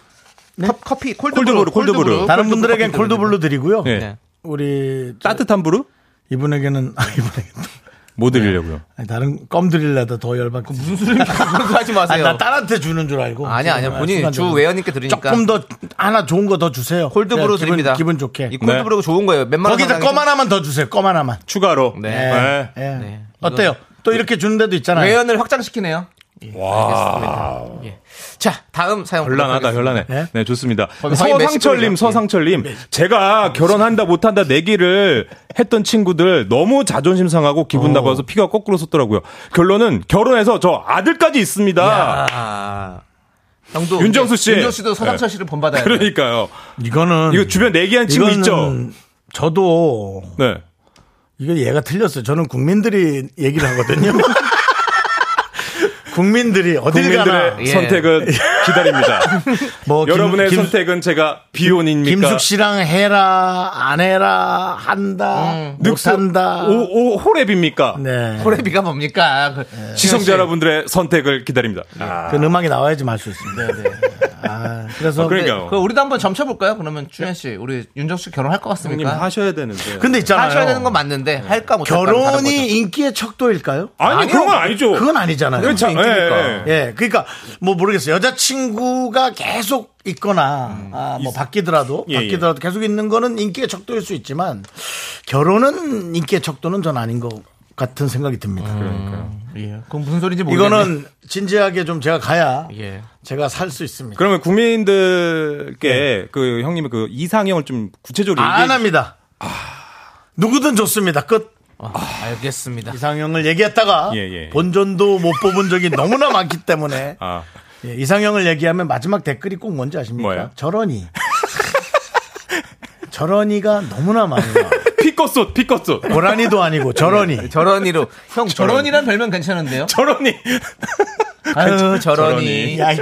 Speaker 2: 컵- 커피 콜드브루
Speaker 8: 콜드브루, 콜드브루.
Speaker 1: 다른 분들에겐 콜드블루 드리고요.
Speaker 8: 예.
Speaker 2: 네.
Speaker 1: 우리 저-
Speaker 8: 따뜻한 부루?
Speaker 1: 이분에게는 아, 이분에게 또-
Speaker 8: 뭐
Speaker 2: 네.
Speaker 8: 드리려고요?
Speaker 1: 아니, 다른 껌 드릴래다 더 열받게. 무슨 소리야?
Speaker 2: 그거
Speaker 1: 아니,
Speaker 2: 하지 마세요.
Speaker 1: 나 딸한테 주는 줄 알고.
Speaker 2: 아니 아니
Speaker 1: 지금
Speaker 2: 본인 주
Speaker 1: 순간적으로.
Speaker 2: 외연님께 드리니까
Speaker 1: 조금 더 하나 좋은 거 더 주세요.
Speaker 2: 콜드브루
Speaker 1: 그냥 네, 기분-
Speaker 2: 드립니다.
Speaker 1: 기분 좋게.
Speaker 2: 이 콜드브루가 좋은 거예요. 몇만 원
Speaker 1: 거기다
Speaker 2: 상당의
Speaker 1: 껌 하나만 더 주세요. 껌 하나만.
Speaker 8: 추가로.
Speaker 2: 네.
Speaker 8: 예.
Speaker 1: 예. 어때요? 또 이렇게 주는 데도 있잖아요.
Speaker 2: 외연을 확장시키네요. 와. 예. 자 다음 사연
Speaker 8: 현란하다,
Speaker 2: 보도록
Speaker 8: 현란해.
Speaker 1: 네?
Speaker 8: 네, 좋습니다.
Speaker 2: 거의 매치 프로죠.
Speaker 8: 서상철님, 서상철님. 제가 결혼한다, 못한다, 내기를 했던 친구들 너무 자존심 상하고 기분 나빠서 피가 거꾸로 솟더라고요. 결론은 결혼해서 저 아들까지 있습니다.
Speaker 2: 하겠습니다. 형도
Speaker 8: 윤정수 씨.
Speaker 2: 윤정 씨도 서상철 씨를 본받아야 돼요.
Speaker 8: 그러니까요.
Speaker 1: 이거는
Speaker 8: 이거 주변 내기한 친구
Speaker 1: 이거는
Speaker 8: 있죠?
Speaker 1: 저도
Speaker 8: 네.
Speaker 1: 이거 얘가 틀렸어요. 저는 국민들이 얘기를 하거든요. 국민들이 어딜 가나
Speaker 8: 국민들의
Speaker 2: 예.
Speaker 8: 선택은 기다립니다.
Speaker 1: 뭐 김-
Speaker 8: 여러분의
Speaker 1: 김-
Speaker 8: 선택은 제가 비혼입니까?
Speaker 1: 김숙 씨랑 해라 안 해라 한다 못
Speaker 8: 음. 늑스-
Speaker 1: 산다
Speaker 8: 오, 오 호랩입니까?
Speaker 1: 네.
Speaker 2: 호래비가 뭡니까? 그-
Speaker 8: 시청자 여러분들의 선택을 기다립니다. 아,
Speaker 1: 그 음악이 나와야지 말 수 있습니다. 아, 그래서
Speaker 8: 네, 아, 그러니까요. 네.
Speaker 2: 그 우리도 한번 점쳐볼까요? 그러면 주현 씨, 우리 윤정 씨 결혼할 것
Speaker 8: 형님 네.
Speaker 2: 같습니까?
Speaker 8: 하셔야 되는데.
Speaker 1: 근데 있잖아요.
Speaker 2: 하셔야 되는 건 맞는데 할까 못할까
Speaker 1: 결혼이 인기의 척도일까요?
Speaker 8: 아니, 그런 건 아니죠.
Speaker 1: 그렇죠. 그건 아니잖아요.
Speaker 8: 그건 참- 예, 예.
Speaker 1: 예, 그러니까 뭐 모르겠어요. 여자친구가 계속 있거나 아, 뭐 바뀌더라도
Speaker 8: 음, 예, 예.
Speaker 1: 바뀌더라도 계속 있는 거는 인기의 척도일 수 있지만 결혼은 인기의 척도는 전 아닌 것 같은 생각이 듭니다.
Speaker 8: 음.
Speaker 2: 예, 그건 무슨 소리인지 모르겠네.
Speaker 1: 이거는 진지하게 좀 제가 가야
Speaker 2: 예.
Speaker 1: 제가 살 수 있습니다.
Speaker 8: 그러면 국민들께 그 형님의 그 이상형을 좀 구체적으로
Speaker 1: 안
Speaker 8: 얘기해
Speaker 1: 합니다.
Speaker 8: 아.
Speaker 1: 누구든 좋습니다. 끝.
Speaker 2: 알겠습니다.
Speaker 1: 이상형을 얘기했다가
Speaker 8: 예, 예.
Speaker 1: 본전도 못 뽑은 적이 너무나 많기 때문에
Speaker 8: 아,
Speaker 1: 예, 이상형을 얘기하면 마지막 댓글이 꼭 뭔지 아십니까?
Speaker 8: 뭐예요?
Speaker 1: 저런이. 저런이가 너무나 많이 와.
Speaker 8: 피껏솥, 피껏솥.
Speaker 1: 고라니도 아니고
Speaker 8: 네,
Speaker 1: 저런이.
Speaker 2: 저런이로 형 저런이란 별명 괜찮은데요?
Speaker 8: 저러니.
Speaker 2: 아유
Speaker 8: 저런이.
Speaker 2: 저런이.
Speaker 1: 야, 이-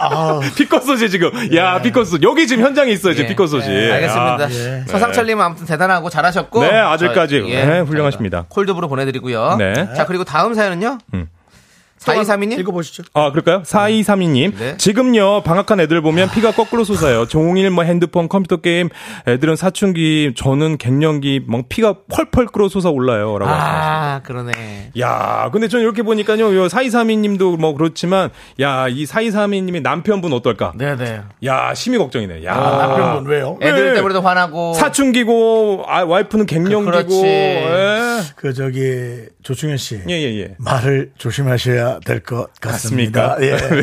Speaker 1: 아우,
Speaker 8: 피껏솥이 지금. 야, 피껏솥. 여기 지금 현장에 있어요, 지금
Speaker 2: 예.
Speaker 8: 피껏솥이.
Speaker 2: 예, 알겠습니다.
Speaker 8: 아,
Speaker 1: 예.
Speaker 2: 서상철님 아무튼 대단하고 잘하셨고.
Speaker 8: 네, 아들까지.
Speaker 2: 저-
Speaker 8: 네, 훌륭하십니다.
Speaker 2: 저희가 콜드브루 보내드리고요.
Speaker 8: 네.
Speaker 2: 자 그리고 다음 사연은요.
Speaker 8: 음.
Speaker 2: 4232님
Speaker 1: 읽어보시죠.
Speaker 8: 아, 그럴까요? 4232님.
Speaker 2: 네.
Speaker 8: 지금요, 방학한 애들 보면 피가 거꾸로 솟아요. 종일 뭐 핸드폰, 컴퓨터 게임, 애들은 사춘기, 저는 갱년기, 뭐 피가 펄펄 끓어 솟아 올라요. 라고. 하셨어요.
Speaker 2: 아 그러네.
Speaker 8: 야, 근데 저는 이렇게 보니까요, 요 4232님도 뭐 그렇지만, 야, 이 4232님의 남편분 어떨까?
Speaker 2: 네네.
Speaker 8: 야, 심히 걱정이네. 야.
Speaker 1: 남편분 왜요?
Speaker 2: 애들
Speaker 8: 네.
Speaker 2: 때문에도 화나고.
Speaker 8: 사춘기고, 아, 와이프는 갱년기고,
Speaker 2: 어. 그렇지.
Speaker 8: 예.
Speaker 1: 그 저기 조충현 씨
Speaker 8: 예, 예, 예.
Speaker 1: 말을 조심하셔야 될 것 같습니다.
Speaker 8: 맞습니까? 네.
Speaker 1: 예.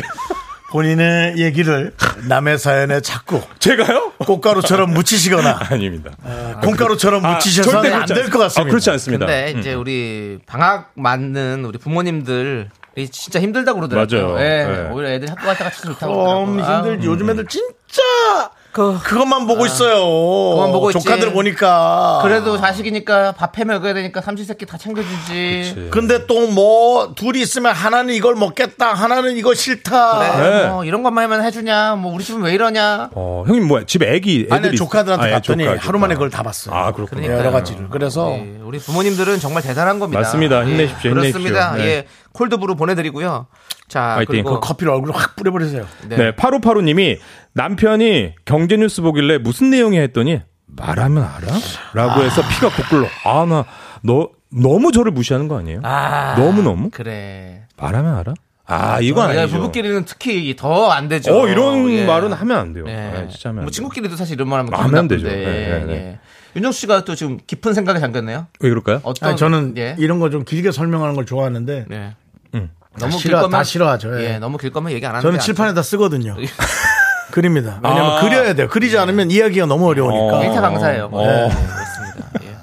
Speaker 1: 본인의 얘기를 남의 사연에 자꾸
Speaker 8: 제가요?
Speaker 1: 꽃가루처럼 묻히시거나
Speaker 8: 아닙니다. 아,
Speaker 1: 콩가루처럼 묻히셔서는
Speaker 8: 절대
Speaker 1: 안
Speaker 8: 그렇지
Speaker 1: 될
Speaker 8: 않-
Speaker 1: 것 같습니다.
Speaker 8: 아, 그렇지 않습니다.
Speaker 2: 근데
Speaker 8: 음.
Speaker 2: 네, 이제 우리 방학 맞는 우리 부모님들이 진짜 힘들다고 그러더라고요.
Speaker 8: 맞아요.
Speaker 2: 예,
Speaker 8: 네.
Speaker 1: 어,
Speaker 2: 오히려 애들 학교 갔다가 진짜 좋다고.
Speaker 1: 그럼
Speaker 2: 그러더라고요.
Speaker 1: 힘들 요즘 애들 진짜
Speaker 2: 그-
Speaker 1: 아, 음. 그것만 보고 있어요. 그것만
Speaker 2: 보고 있지.
Speaker 1: 조카들 보니까.
Speaker 2: 그래도 자식이니까 밥해 먹어야 되니까 삼시세끼 다 챙겨주지.
Speaker 1: 근데 또 뭐 둘이 있으면 하나는 이걸 먹겠다, 하나는 이거 싫다.
Speaker 8: 네.
Speaker 2: 뭐 이런 것만 하면 해주냐? 뭐 우리 집은 왜 이러냐?
Speaker 8: 어, 형님 뭐야? 집에 애기 애들이
Speaker 1: 아니 네, 조카들한테
Speaker 8: 있- 아, 예,
Speaker 1: 갔더니
Speaker 8: 조카, 조카.
Speaker 1: 하루만에 그걸 다 봤어요.
Speaker 8: 아, 그렇군요.
Speaker 1: 여러 가지를. 그래서
Speaker 2: 네, 우리 부모님들은 정말 대단한 겁니다.
Speaker 8: 어. 맞습니다. 힘내십시오,
Speaker 2: 예, 그렇습니다.
Speaker 8: 힘내십시오. 네.
Speaker 2: 예, 콜드브루 보내드리고요. 자,
Speaker 8: 화이팅.
Speaker 2: 그리고
Speaker 1: 커피를 얼굴에 확 뿌려버리세요.
Speaker 2: 네.
Speaker 8: 네, 8585님이 남편이 경제 뉴스 보길래 무슨 내용이 했더니 말하면 알아? 라고 해서 피가 거꾸로 아, 나 너 너무 저를 무시하는 거 아니에요?
Speaker 2: 아,
Speaker 8: 너무너무?
Speaker 2: 그래. 어,
Speaker 8: 말하면 알아? 아, 이건
Speaker 2: 야,
Speaker 8: 아니죠.
Speaker 2: 부부끼리는 특히 더 안 되죠.
Speaker 8: 어, 이런
Speaker 2: 예.
Speaker 8: 말은 하면 안 돼요.
Speaker 2: 네.
Speaker 8: 아, 진짜 하면
Speaker 2: 뭐
Speaker 8: 안 돼요.
Speaker 2: 친구끼리도 사실 이런 말 하면
Speaker 8: 아,
Speaker 2: 기분
Speaker 8: 하면
Speaker 2: 나쁜데.
Speaker 8: 되죠. 네, 네, 네.
Speaker 2: 예. 윤정수 씨가 또 지금 깊은 생각에 잠겼네요.
Speaker 8: 왜 그럴까요?
Speaker 2: 어떤
Speaker 1: 아니, 저는
Speaker 2: 예.
Speaker 1: 이런 거 좀 길게 설명하는 걸 좋아하는데
Speaker 2: 예.
Speaker 8: 음.
Speaker 2: 너무
Speaker 1: 싫어-
Speaker 2: 길 거면
Speaker 1: 다 싫어하죠, 예.
Speaker 2: 예, 너무 길 거면 얘기 안 하는
Speaker 1: 저는 칠판에다 쓰거든요. 그립니다. 왜냐면
Speaker 8: 아.
Speaker 1: 그려야 돼요. 그리지 않으면 이야기가 너무 예. 어려우니까.
Speaker 8: 어.
Speaker 2: 일타 강사예요.
Speaker 8: 어.
Speaker 2: 네, 그렇습니다. 예.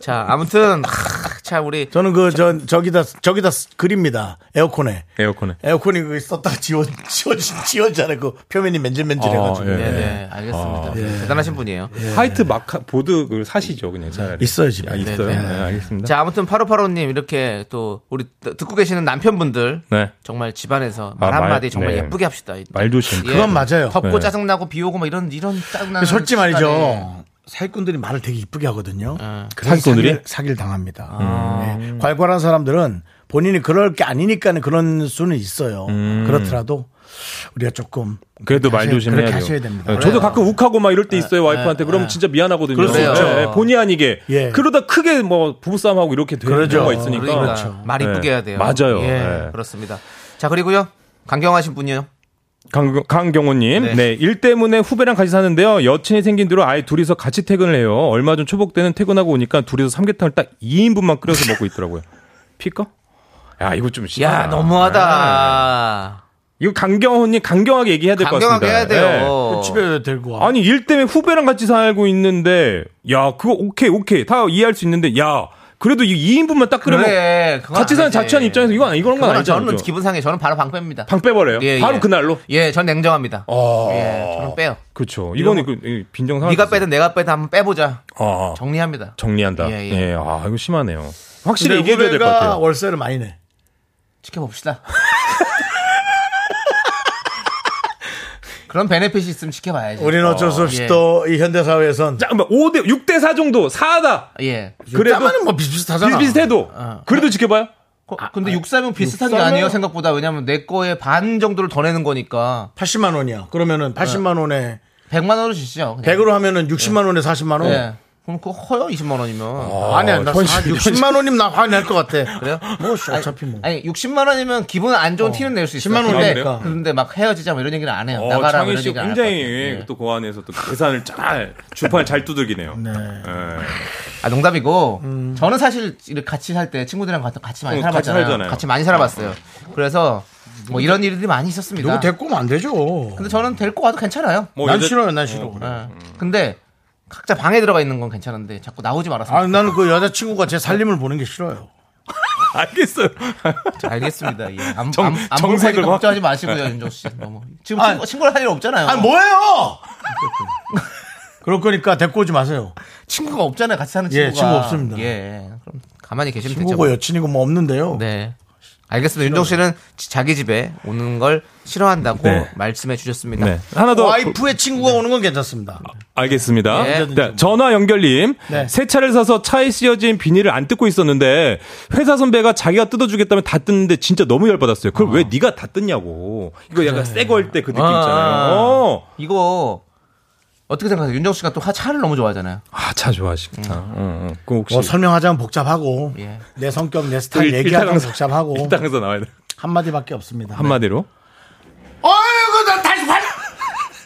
Speaker 2: 자, 아무튼 하, 자 우리
Speaker 1: 저는 그, 저, 저기다, 저기다 쓰- 그립니다. 에어컨에.
Speaker 8: 에어컨에.
Speaker 1: 에어컨이 그 썼다가 지워, 지워, 지워잖아요. 그 표면이 맨질맨질해가지고.
Speaker 8: 어, 예.
Speaker 2: 네, 네,
Speaker 8: 아,
Speaker 2: 알겠습니다. 대단하신 분이에요.
Speaker 8: 화이트 마카 보드 그 사시죠, 그냥 차라리.
Speaker 1: 있어요, 집에.
Speaker 8: 아, 있어요. 네, 알겠습니다.
Speaker 2: 자, 아무튼 파로파로님 이렇게 또 우리 뜨- 듣고 계시는 남편분들
Speaker 8: 네.
Speaker 2: 정말 집안에서
Speaker 8: 아,
Speaker 2: 말
Speaker 8: 말-
Speaker 2: 한마디 정말
Speaker 8: 네.
Speaker 2: 예쁘게 합시다.
Speaker 8: 말 조심.
Speaker 2: 예.
Speaker 1: 그건 맞아요.
Speaker 2: 덥고
Speaker 8: 네.
Speaker 2: 짜증나고 비 오고 막 이런 이런 짜증나는
Speaker 1: 솔직히
Speaker 2: 시간에.
Speaker 1: 말이죠. 사기꾼들이 말을 되게 이쁘게 하거든요. 그래서
Speaker 8: 아, 사기꾼들이? 아.
Speaker 1: 사기를- 사기를 당합니다. 네. 괄괄한 사람들은 본인이 그럴 게 아니니까는 그런 수는 있어요. 그렇더라도 우리가 조금
Speaker 8: 그래도 음. 말
Speaker 1: 다시-
Speaker 8: 조심해야
Speaker 1: 그렇게
Speaker 8: 돼요.
Speaker 1: 하셔야 됩니다.
Speaker 2: 어.
Speaker 8: 네, 저도 가끔 욱하고 막 이럴 때 있어요 와이프한테. 그럼 진짜 미안하거든요.
Speaker 2: 그럴 수
Speaker 8: 네,
Speaker 2: 있죠.
Speaker 8: 네, 본의 아니게
Speaker 1: 예.
Speaker 8: 그러다 크게 뭐 부부싸움하고 이렇게 되는
Speaker 1: 그러죠.
Speaker 8: 경우가 있으니까.
Speaker 2: 그러니까 말 이쁘게
Speaker 8: 네.
Speaker 2: 해야 돼요.
Speaker 8: 맞아요.
Speaker 2: 예,
Speaker 8: 네.
Speaker 2: 그렇습니다. 자, 그리고요. 강경하신 분이요.
Speaker 8: 강, 강경호님,
Speaker 2: 네.
Speaker 8: 네. 일 때문에 후배랑 같이 사는데요. 여친이 생긴 뒤로 아예 둘이서 같이 퇴근을 해요. 얼마 전 초복되는 퇴근하고 오니까 둘이서 삼계탕을 딱 2인분만 끓여서 먹고 있더라고요. 피꺼? 야, 이거 좀
Speaker 2: 야,
Speaker 8: 심하다.
Speaker 2: 너무하다.
Speaker 8: 이거 강경호님 강경하게 얘기해야 될 것 같습니다.
Speaker 2: 네. 강경하게
Speaker 8: 네.
Speaker 2: 해야 돼요.
Speaker 1: 집에 데리고 와.
Speaker 8: 아니 일 때문에 후배랑 같이 살고 있는데 야 그거 오케이 오케이 다 이해할 수 있는데 야 그래도 이 2인분만 딱 끓여 먹
Speaker 2: 그래. 그건
Speaker 8: 같이 사는
Speaker 2: 아니지.
Speaker 8: 자취한 입장에서 이건 아니- 이런 건
Speaker 2: 그건
Speaker 8: 아니잖아요.
Speaker 2: 저는
Speaker 8: 그죠?
Speaker 2: 기분 상해. 저는 바로 방 뺍니다.
Speaker 8: 방 빼버려요
Speaker 2: 예,
Speaker 8: 바로
Speaker 2: 예.
Speaker 8: 그날로
Speaker 2: 예, 전 냉정합니다.
Speaker 8: 어
Speaker 2: 예, 저는 빼요.
Speaker 8: 그렇죠 이거는 그 이 빈정 상황
Speaker 2: 네가 빼든 내가 빼든 한번 빼보자.
Speaker 8: 아,
Speaker 2: 정리합니다.
Speaker 8: 정리한다
Speaker 2: 예,
Speaker 8: 예,
Speaker 2: 예.
Speaker 8: 아 이거 심하네요
Speaker 1: 근데
Speaker 8: 확실히 얘기해줘야 될 것
Speaker 1: 후배가
Speaker 8: 같아요
Speaker 1: 월세를 많이 내.
Speaker 2: 지켜봅시다. 그런 베네핏이 있으면 지켜봐야지.
Speaker 1: 우리는 어쩔 수 없이
Speaker 2: 예.
Speaker 1: 또 이 현대 사회에선
Speaker 8: 잠깐만 5대 6대 4 정도 4다
Speaker 2: 예.
Speaker 8: 그래도
Speaker 1: 짜만은 뭐 비슷비슷하잖아.
Speaker 8: 비슷비슷해도 그래도 지켜봐요
Speaker 2: 거-
Speaker 8: 아,
Speaker 2: 근데 육사면 비슷한 게 아니에요 생각보다 왜냐면 내 거에 반 정도를 더 내는 거니까
Speaker 1: 80만 원이야. 그러면은 80만 원에
Speaker 2: 100만 원으로 주시죠. 그냥.
Speaker 1: 100으로 하면은 60만 원에 40만 원.
Speaker 2: 어. 예. 그럼 그거 허요 20만 원이면.
Speaker 1: 아니야, 나 60만 원이면 나 화낼 것 같아.
Speaker 2: 그래요?
Speaker 1: 뭐 어차피 뭐.
Speaker 2: 아니 60만 원이면 기분 안 좋은 티는 낼 수 있어요.
Speaker 1: 10만
Speaker 2: 근데,
Speaker 8: 원이니까.
Speaker 2: 근데 막 헤어지자 뭐 이런 얘기는 안 해요.
Speaker 8: 어,
Speaker 2: 나가라 뭐
Speaker 8: 창희
Speaker 2: 이런
Speaker 8: 씨
Speaker 2: 얘기 안할
Speaker 8: 굉장히
Speaker 2: 것 같아요. 예.
Speaker 8: 또 그 안에서 또 계산을 잘 주판을 잘 두들기네요 예.
Speaker 2: 아 농담이고
Speaker 1: 음.
Speaker 2: 저는 사실 이렇게 같이 살 때 친구들이랑 같이 같이 많이
Speaker 8: 어, 같이
Speaker 2: 살아봤잖아요. 같이,
Speaker 8: 살잖아요.
Speaker 2: 많이 살아봤어요. 그래서 뭐 이런 일들이 많이 있었습니다.
Speaker 1: 누구 데리고 오면 안 되죠.
Speaker 2: 근데 저는 데리고 와도 괜찮아요.
Speaker 8: 뭐
Speaker 1: 난
Speaker 8: 여자-
Speaker 1: 싫어요, 난 싫어.
Speaker 2: 예. 근데 각자 방에 들어가 있는 건 괜찮은데 자꾸 나오지 말았으면
Speaker 1: 아, 나는 그 여자친구가 제 살림을 보는 게 싫어요.
Speaker 8: 알겠어요.
Speaker 2: 좋겠어요. 알겠습니다. 예. 안,
Speaker 8: 정-
Speaker 2: 안, 안
Speaker 8: 정색을
Speaker 2: 정색을
Speaker 8: 확-
Speaker 2: 걱정하지 마시고요, 윤정 씨. 너무 지금
Speaker 1: 아니,
Speaker 2: 친구, 친구랑 할일 없잖아요.
Speaker 1: 아니, 뭐예요! 그럴 거니까 데리고 오지 마세요.
Speaker 2: 친구가 없잖아요. 같이 사는 친구가.
Speaker 1: 예, 친구 없습니다.
Speaker 2: 예. 그럼 가만히 계시면 되죠.
Speaker 1: 친구고 여친이고 뭐 없는데요.
Speaker 2: 그렇죠. 네. 알겠습니다. 윤정 씨는 지- 자기 집에 오는 걸 싫어한다고
Speaker 8: 네.
Speaker 2: 말씀해 주셨습니다.
Speaker 8: 네. 하나 더
Speaker 1: 그 와이프의 친구가 오는 건 괜찮습니다.
Speaker 8: 알겠습니다.
Speaker 2: 네.
Speaker 8: 네, 전화 연결님.
Speaker 1: 네.
Speaker 8: 새 차를 사서 차에 씌어진 비닐을 안 뜯고 있었는데 회사 선배가 자기가 뜯어주겠다면 다 뜯는데 진짜 너무 열받았어요. 그걸
Speaker 1: 아.
Speaker 8: 왜 네가 다 뜯냐고. 이거 약간 새거 할 때 그 느낌 있잖아요. 어.
Speaker 2: 이거 어떻게 생각하세요? 윤정 씨가 또 하- 차를 너무 좋아하잖아요.
Speaker 8: 아, 차 좋아하시겠다. 응, 응. 그 혹시
Speaker 1: 뭐 설명하자면 복잡하고
Speaker 2: 예.
Speaker 1: 내 성격 내 스타일 얘기하면 복잡하고 네.
Speaker 8: 일당에서 나와야 돼.
Speaker 1: 한마디밖에 없습니다.
Speaker 8: 한마디로.
Speaker 1: 어이구 나 다시 팔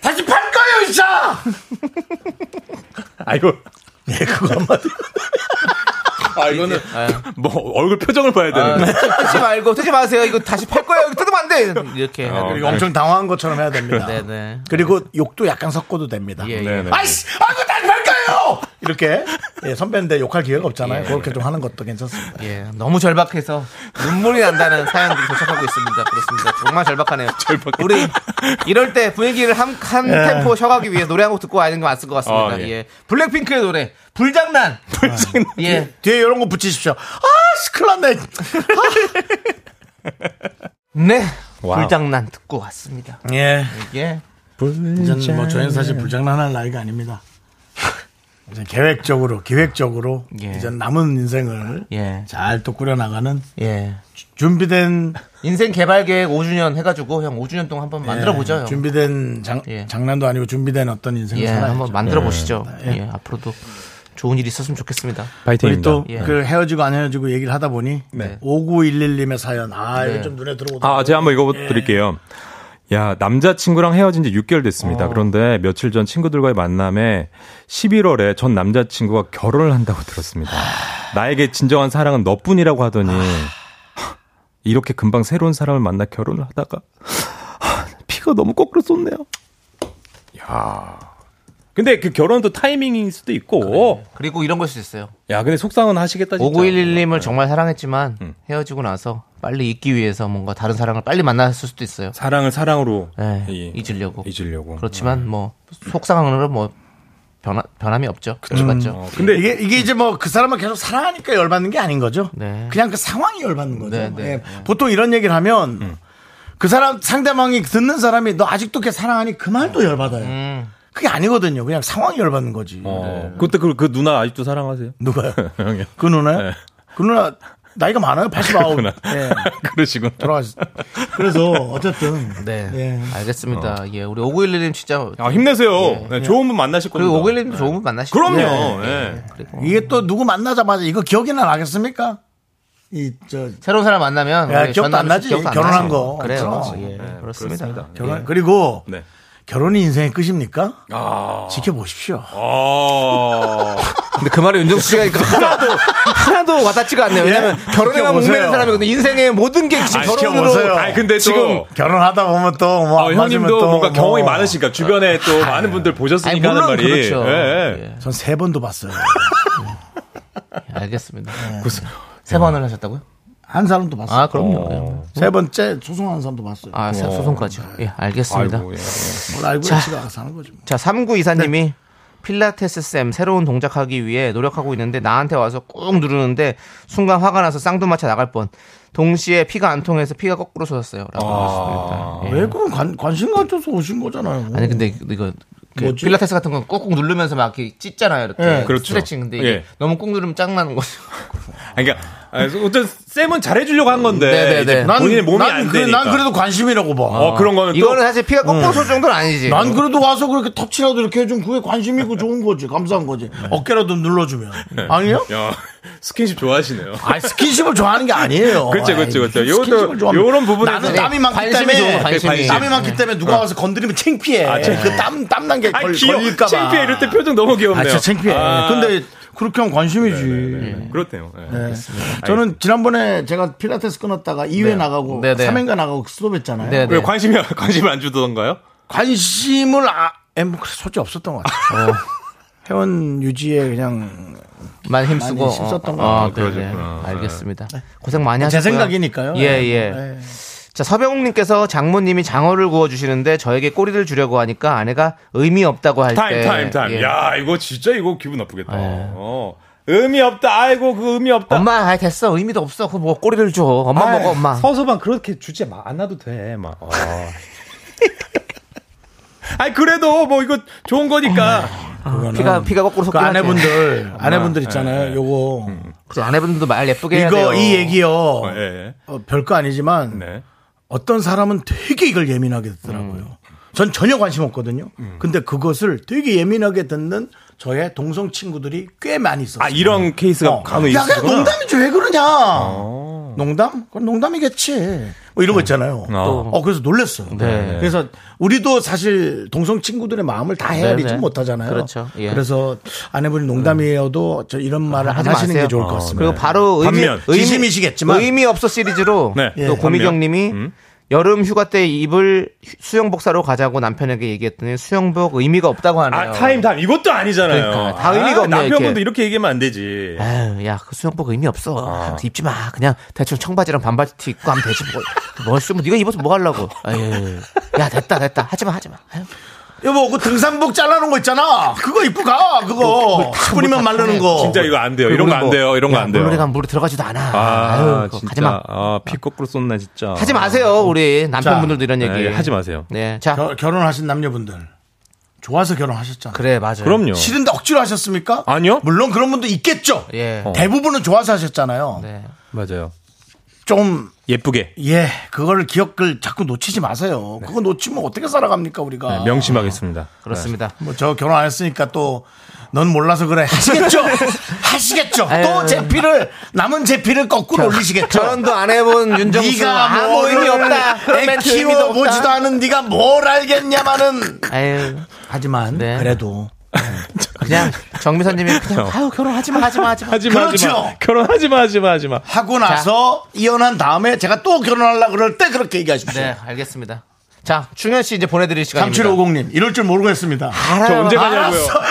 Speaker 1: 다시 팔 거예요 진짜.
Speaker 8: 아이고.
Speaker 1: 예 그거 한마디.
Speaker 8: 아, 이거는 뭐 얼굴 표정을 봐야
Speaker 1: 아.
Speaker 8: 되는데.
Speaker 2: 뜯지 아, 말고 뜯지 마세요. 이거 다시 팔 거예요. 이거 뜯으면 안 돼. 이렇게.
Speaker 8: 어.
Speaker 1: 아, 네. 그리고 엄청 당황한 것처럼 해야 됩니다.
Speaker 2: 네네.
Speaker 1: 그리고 욕도 약간 섞어도 됩니다.
Speaker 2: 예, 예.
Speaker 1: 아,
Speaker 8: 네네.
Speaker 1: 아이씨 아이고 다시 팔 거예요. 이렇게 예, 선배인데 욕할 기회가 없잖아요. 그렇게 좀 하는 것도 괜찮습니다.
Speaker 2: 예, 너무 절박해서 눈물이 난다는 사연들이 도착하고 있습니다. 그렇습니다. 정말 절박하네요. 우리 이럴 때 분위기를 한, 한
Speaker 1: 예.
Speaker 2: 템포 쉬어가기 위해 노래 한 곡 듣고 와야 되는 게 맞을 것 같습니다.
Speaker 8: 아,
Speaker 2: 예.
Speaker 8: 예.
Speaker 2: 블랙핑크의 노래, 불장난! 불장난. 예.
Speaker 1: 뒤에 이런 거 붙이십시오. 아, 시클났네.
Speaker 2: 아. 네.
Speaker 8: 와우.
Speaker 2: 불장난 듣고 왔습니다.
Speaker 1: 예.
Speaker 2: 예.
Speaker 1: 이제는 뭐 저희는 사실 불장난할 나이가 아닙니다. 이제 계획적으로, 기획적으로
Speaker 2: 예.
Speaker 1: 이제 남은 인생을
Speaker 2: 예.
Speaker 1: 잘 또 꾸려나가는
Speaker 2: 예.
Speaker 1: 주- 준비된
Speaker 2: 인생 개발 계획 5주년 해가지고 형 5주년 동안 한번 만들어 보죠.
Speaker 1: 예,
Speaker 2: 형.
Speaker 1: 준비된 장,
Speaker 2: 예.
Speaker 1: 장난도 아니고 준비된 어떤 인생을
Speaker 2: 예,
Speaker 1: 살아야죠.
Speaker 2: 한번 만들어 보시죠. 예. 앞으로도 좋은 일이 있었으면 좋겠습니다.
Speaker 1: 우리
Speaker 8: 파이팅입니다.
Speaker 1: 또
Speaker 2: 예. 네.
Speaker 1: 그 헤어지고 안 헤어지고 얘기를 하다 보니 5911님의 사연 아 이거 좀 눈에 들어오다.
Speaker 8: 아, 제가 한번 읽어드릴게요. 야, 남자친구랑 헤어진 지 6개월 됐습니다. 그런데 며칠 전 친구들과의 만남에 11월에 전 남자친구가 결혼을 한다고 들었습니다. 나에게 진정한 사랑은 너뿐이라고 하더니 이렇게 금방 새로운 사람을 만나 결혼을 하다가 피가 너무 거꾸로 쏟네요. 야. 근데 그 결혼도 타이밍일 수도 있고.
Speaker 2: 그리고 이런 걸 수도 있어요.
Speaker 8: 야, 근데 속상은 하시겠다 진짜.
Speaker 2: 5911님을 정말 사랑했지만 헤어지고 나서 빨리 잊기 위해서 뭔가 다른 사랑을 빨리 만났을 수도 있어요.
Speaker 8: 사랑을 사랑으로
Speaker 2: 예,
Speaker 8: 이-
Speaker 2: 잊으려고.
Speaker 8: 잊으려고.
Speaker 2: 그렇지만 뭐 속상으로 뭐 변화, 변함이 없죠. 그렇죠. 맞죠.
Speaker 8: 어, 근데
Speaker 1: 이게 이게 이제 뭐 그 사람을 계속 사랑하니까 열받는 게 아닌 거죠.
Speaker 2: 네.
Speaker 1: 그냥 그 상황이 열받는 거죠.
Speaker 2: 네, 네,
Speaker 1: 예. 보통 이런 얘기를 하면
Speaker 8: 음.
Speaker 1: 그 사람 상대방이 듣는 사람이 너 아직도 걔 사랑하니 그 말도 열받아요.
Speaker 2: 음.
Speaker 1: 그게 아니거든요. 그냥 상황이 열받는 거지.
Speaker 8: 어, 그때 그, 그 누나 아직도 사랑하세요?
Speaker 1: 누가요?
Speaker 8: 형이요.
Speaker 1: 그 누나요?
Speaker 8: 네.
Speaker 1: 그 누나 나이가 많아요. 89.
Speaker 8: 그러나.
Speaker 1: 예.
Speaker 8: 그러시구나.
Speaker 1: 돌아가셨. 그래서 어쨌든
Speaker 2: 네.
Speaker 1: 예.
Speaker 2: 알겠습니다. 예. 우리 5911님 진짜
Speaker 8: 아, 힘내세요. 네, 좋은 분 만나실 겁니다.
Speaker 2: 네. 그리고 5911님도 좋은 분 만나시고 네.
Speaker 8: 그럼요. 예.
Speaker 2: 그리고
Speaker 1: 이게 또 누구 만나자마자 이거 기억이 나 나겠습니까? 이저
Speaker 2: 새로운 사람 만나면
Speaker 1: 야,
Speaker 2: 우리
Speaker 1: 기억도
Speaker 2: 전남
Speaker 1: 안 나지.
Speaker 2: 기억도 안
Speaker 1: 결혼한
Speaker 2: 나죠.
Speaker 1: 거.
Speaker 2: 그래요.
Speaker 1: 그렇죠.
Speaker 2: 예. 그렇습니다.
Speaker 1: 결혼
Speaker 2: 예.
Speaker 1: 그리고
Speaker 8: 네.
Speaker 1: 결혼이 인생의 끝입니까?
Speaker 8: 아.
Speaker 1: 지켜보십시오.
Speaker 8: 아.
Speaker 2: 근데 그 말에 윤정수 씨가 그러니까 하나도 하나도 와닿지가 않네요. 왜냐면
Speaker 1: 예?
Speaker 2: 결혼에만
Speaker 1: 지켜보세요.
Speaker 2: 목매는 사람이거든요. 인생의 모든 게 지금
Speaker 8: 아,
Speaker 1: 지켜보세요.
Speaker 2: 결혼으로
Speaker 8: 아니, 근데
Speaker 1: 지금
Speaker 8: 지금
Speaker 1: 결혼하다 보면 또뭐 아, 예.
Speaker 8: 어, 형님도 뭔가 경험이 많으시니까 주변에 또 많은 분들
Speaker 2: 아니,
Speaker 8: 보셨으니까
Speaker 2: 물론
Speaker 8: 하는 말이.
Speaker 2: 그렇죠.
Speaker 8: 예, 예.
Speaker 2: 예,
Speaker 1: 전세 번도 봤어요.
Speaker 2: 알겠습니다. 그 세 번을 하셨다고요?
Speaker 1: 한 사람도 봤어요.
Speaker 2: 아, 그럼요. 그럼요.
Speaker 1: 세 번째 소송하는 사람도 봤어요.
Speaker 2: 아, 세- 소송까지요. 예, 알겠습니다.
Speaker 8: 아이고, 예.
Speaker 1: 뭘 알고 있지가 뭐. 않아서 하는 거죠.
Speaker 2: 자, 39 이사님이 필라테스 쌤 새로운 동작하기 위해 노력하고 있는데 나한테 와서 꾹 누르는데 순간 화가 나서 쌍두마차 나갈 뻔. 동시에 피가 안 통해서 피가 거꾸로 솟았어요라고 하셨습니다.
Speaker 1: 왜
Speaker 2: 예.
Speaker 1: 그건 관, 관심 가져서 오신 거잖아요.
Speaker 2: 아니 근데 이거
Speaker 1: 음.
Speaker 2: 그
Speaker 1: 뭐지?
Speaker 2: 필라테스 같은 건 꾹꾹 누르면서 막 이렇게 찢잖아요. 이렇게
Speaker 1: 예,
Speaker 8: 그렇죠.
Speaker 2: 스트레칭 근데 이게
Speaker 8: 예.
Speaker 2: 너무 꾹 누르면 짱 나는 거죠.
Speaker 8: 아니, 그러니까 아, 어쨌든 쌤은 잘해주려고 한 건데
Speaker 2: 네, 네,
Speaker 8: 이제
Speaker 2: 네.
Speaker 8: 본인의 몸이
Speaker 1: 난,
Speaker 8: 안
Speaker 1: 그,
Speaker 8: 되니까.
Speaker 1: 난 그래도 아, 관심이라고 봐.
Speaker 8: 어, 그런 거는 또 음.
Speaker 2: 이거는 사실 피가 거꾸로 솟을 정도는 아니지.
Speaker 1: 난 그래도 와서 그렇게 턱치라도 이렇게 해주면 그게 관심이고 좋은 거지. 감사한 거지.
Speaker 8: 네.
Speaker 1: 어깨라도 눌러주면. 아니요?
Speaker 8: 야, 스킨십 좋아하시네요.
Speaker 1: 아 스킨십을 좋아하는 게 아니에요.
Speaker 8: 그렇죠, 그렇죠, 그렇죠.
Speaker 1: 아이,
Speaker 8: 요것도,
Speaker 1: 스킨십을 좋아합니다.
Speaker 8: 요런 부분에서 어.
Speaker 1: 나는 땀이 많기
Speaker 2: 관심이
Speaker 1: 때문에 그
Speaker 2: 좋은 거, 관심이.
Speaker 1: 땀이 많기 때문에 누가 와서 건드리면 창피해. 그땀땀 난 게
Speaker 8: 아, 귀여.
Speaker 1: 걸릴까봐.
Speaker 8: 창피해 이럴 때 표정 너무
Speaker 1: 아,
Speaker 8: 귀엽네요.
Speaker 1: 진짜 창피해.
Speaker 8: 아, 네,
Speaker 1: 근데 그렇게 하면 관심이지.
Speaker 8: 그렇대요. 예.
Speaker 1: 네. 저는 지난번에 제가 필라테스 끊었다가 2회 나가고
Speaker 2: 네, 네.
Speaker 1: 3회인가 나가고 스톱했잖아요.
Speaker 2: 네,
Speaker 8: 왜
Speaker 2: 네.
Speaker 8: 관심이 관심을 안 주던가요?
Speaker 1: 관심을 아, 에, 뭐, 그래서 솔직히 없었던 것 같아요.
Speaker 2: 어.
Speaker 1: 회원 유지에 그냥
Speaker 2: 많이 힘쓰고
Speaker 1: 많이 힘썼던 것
Speaker 2: 아,
Speaker 1: 같아요.
Speaker 2: 아, 네, 네.
Speaker 8: 그러셨구나.
Speaker 2: 알겠습니다. 고생 많이
Speaker 1: 제
Speaker 2: 하셨고요.
Speaker 1: 생각이니까요.
Speaker 2: 예, 예.
Speaker 1: 네.
Speaker 2: 자, 서병욱님께서 장모님이 장어를 구워주시는데 저에게 꼬리를 주려고 하니까 아내가 의미 없다고 할
Speaker 8: 타임
Speaker 2: 때.
Speaker 8: 타임 타임.
Speaker 2: 예. 네.
Speaker 8: 야 이거 진짜 이거 기분 나쁘겠다. 어. 의미 없다. 아이고 그 의미 없다.
Speaker 2: 엄마, 아, 됐어. 의미도 없어. 그 뭐 꼬리를 줘. 엄마
Speaker 8: 아이,
Speaker 2: 먹어, 엄마.
Speaker 8: 서서방 그렇게 주지 마. 안 놔도 돼. 막. 어. 아니 그래도 뭐 이거 좋은 거니까.
Speaker 2: 피가, 피가 거꾸로 음.
Speaker 1: 그
Speaker 2: 섞여.
Speaker 1: 아내분들, 아내분들 있잖아요. 요거.
Speaker 2: 그 아내분들도 말 예쁘게 예, 음. 해야 돼요.
Speaker 1: 이거, 이 얘기요.
Speaker 8: 예, 예.
Speaker 1: 어, 별거 아니지만
Speaker 8: 네.
Speaker 1: 어떤 사람은 되게 이걸 예민하게 듣더라고요.
Speaker 2: 음.
Speaker 1: 전 전혀 관심 없거든요. 근데 그것을 되게 예민하게 듣는 저의 동성 친구들이 꽤 많이 있었어요.
Speaker 8: 아 이런 케이스가
Speaker 1: 어.
Speaker 8: 간혹
Speaker 1: 야, 그냥
Speaker 8: 있어요.
Speaker 1: 농담이지 왜 그러냐.
Speaker 2: 어.
Speaker 1: 농담? 그건 농담이겠지. 뭐 이런 거 있잖아요. 또, 어, 그래서 놀랬어요.
Speaker 2: 네.
Speaker 1: 그래서 우리도 사실 동성 친구들의 마음을 다 헤아리지
Speaker 2: 네, 네.
Speaker 1: 못하잖아요.
Speaker 2: 그렇죠. 예. 음. 아,
Speaker 1: 그래서 아내분이 농담이어도 저 이런 말을 안
Speaker 2: 하지
Speaker 1: 하시는
Speaker 2: 마세요. 어.
Speaker 1: 게 좋을 것 같습니다.
Speaker 2: 그리고 바로 의미,
Speaker 8: 반면,
Speaker 2: 의미
Speaker 1: 진심이시겠지만.
Speaker 2: 의미 없어 시리즈로
Speaker 8: 네.
Speaker 2: 또
Speaker 8: 예.
Speaker 2: 고미경
Speaker 8: 반면.
Speaker 2: 님이 여름 휴가 때 입을 휴- 수영복 사러 가자고 남편에게 얘기했더니 수영복 의미가 없다고 하네요.
Speaker 8: 아, 타임, 타임. 이것도 아니잖아요.
Speaker 2: 그러니까, 다 의미가 없네요,
Speaker 8: 남편분도
Speaker 2: 이렇게.
Speaker 8: 이렇게 얘기하면 안 되지.
Speaker 2: 에휴, 야, 그 수영복 의미 없어.
Speaker 8: 아.
Speaker 2: 입지 마. 그냥 대충 청바지랑 반바지 티 입고 하면 되지. 뭘, 뭘 쓰면 네가 입어서 뭐 하려고. 에휴, 야, 됐다, 됐다. 하지 마, 하지 마. 에휴.
Speaker 1: 여보, 그 등산복 잘라놓은 거 있잖아. 그거 입고 가,
Speaker 2: 뭐,
Speaker 1: 그거. 10분이면
Speaker 2: 네.
Speaker 1: 마르는 거.
Speaker 8: 진짜 이거 안 돼요. 이런 거 안 돼요. 이런 거 안 돼요.
Speaker 2: 물놀이 가면 물에 들어가지도 않아.
Speaker 8: 아,
Speaker 2: 에휴, 그거
Speaker 8: 진짜.
Speaker 2: 가지 마.
Speaker 8: 아, 피 거꾸로 쏜나, 진짜.
Speaker 2: 하지 마세요, 우리 남편분들도 이런 얘기.
Speaker 8: 네, 하지 마세요.
Speaker 2: 네, 자,
Speaker 1: 결- 결혼하신 남녀분들. 좋아서 결혼하셨잖아.
Speaker 2: 그래, 맞아요.
Speaker 8: 그럼요.
Speaker 1: 싫은데 억지로 하셨습니까?
Speaker 8: 아니요.
Speaker 1: 물론 그런 분도 있겠죠.
Speaker 2: 예.
Speaker 1: 어. 대부분은 좋아서 하셨잖아요.
Speaker 2: 네.
Speaker 8: 맞아요.
Speaker 1: 좀,
Speaker 8: 예쁘게.
Speaker 1: 예, 그거를 기억을 자꾸 놓치지 마세요. 그거
Speaker 2: 네.
Speaker 1: 놓치면 어떻게 살아갑니까, 우리가.
Speaker 8: 네, 명심하겠습니다.
Speaker 2: 그렇습니다.
Speaker 1: 뭐 저 결혼 안 했으니까 또 넌 몰라서 그래 하시겠죠 하시겠죠 또
Speaker 2: 아유.
Speaker 1: 제 피를 남은 제 피를 거꾸로 올리시겠죠
Speaker 2: 결혼도 안 해본 윤정수
Speaker 1: 네가
Speaker 2: 아무 의미 없다. 뭐 그런
Speaker 1: 애
Speaker 2: 멘트
Speaker 1: 키워
Speaker 2: 의미도
Speaker 1: 보지도
Speaker 2: 없다.
Speaker 1: 않은 네가 뭘 알겠냐마는
Speaker 2: 아유,
Speaker 1: 하지만
Speaker 2: 네.
Speaker 1: 그래도
Speaker 2: 그냥 정미선님이 그냥 아유 결혼하지 마, 하지 마, 하지 마.
Speaker 8: 하지 마, 하지 마.
Speaker 1: 그렇죠.
Speaker 8: 결혼하지 마, 하지 마, 하지 마.
Speaker 1: 하고 나서 이혼한 다음에 제가 또 결혼하려 그럴 때 그렇게 얘기하십시오.
Speaker 2: 네, 알겠습니다. 자, 충현 씨 이제 보내드릴 시간입니다.
Speaker 1: 3750님 이럴 줄 모르고 했습니다.
Speaker 8: 저 언제 가냐고요.
Speaker 1: 알았어.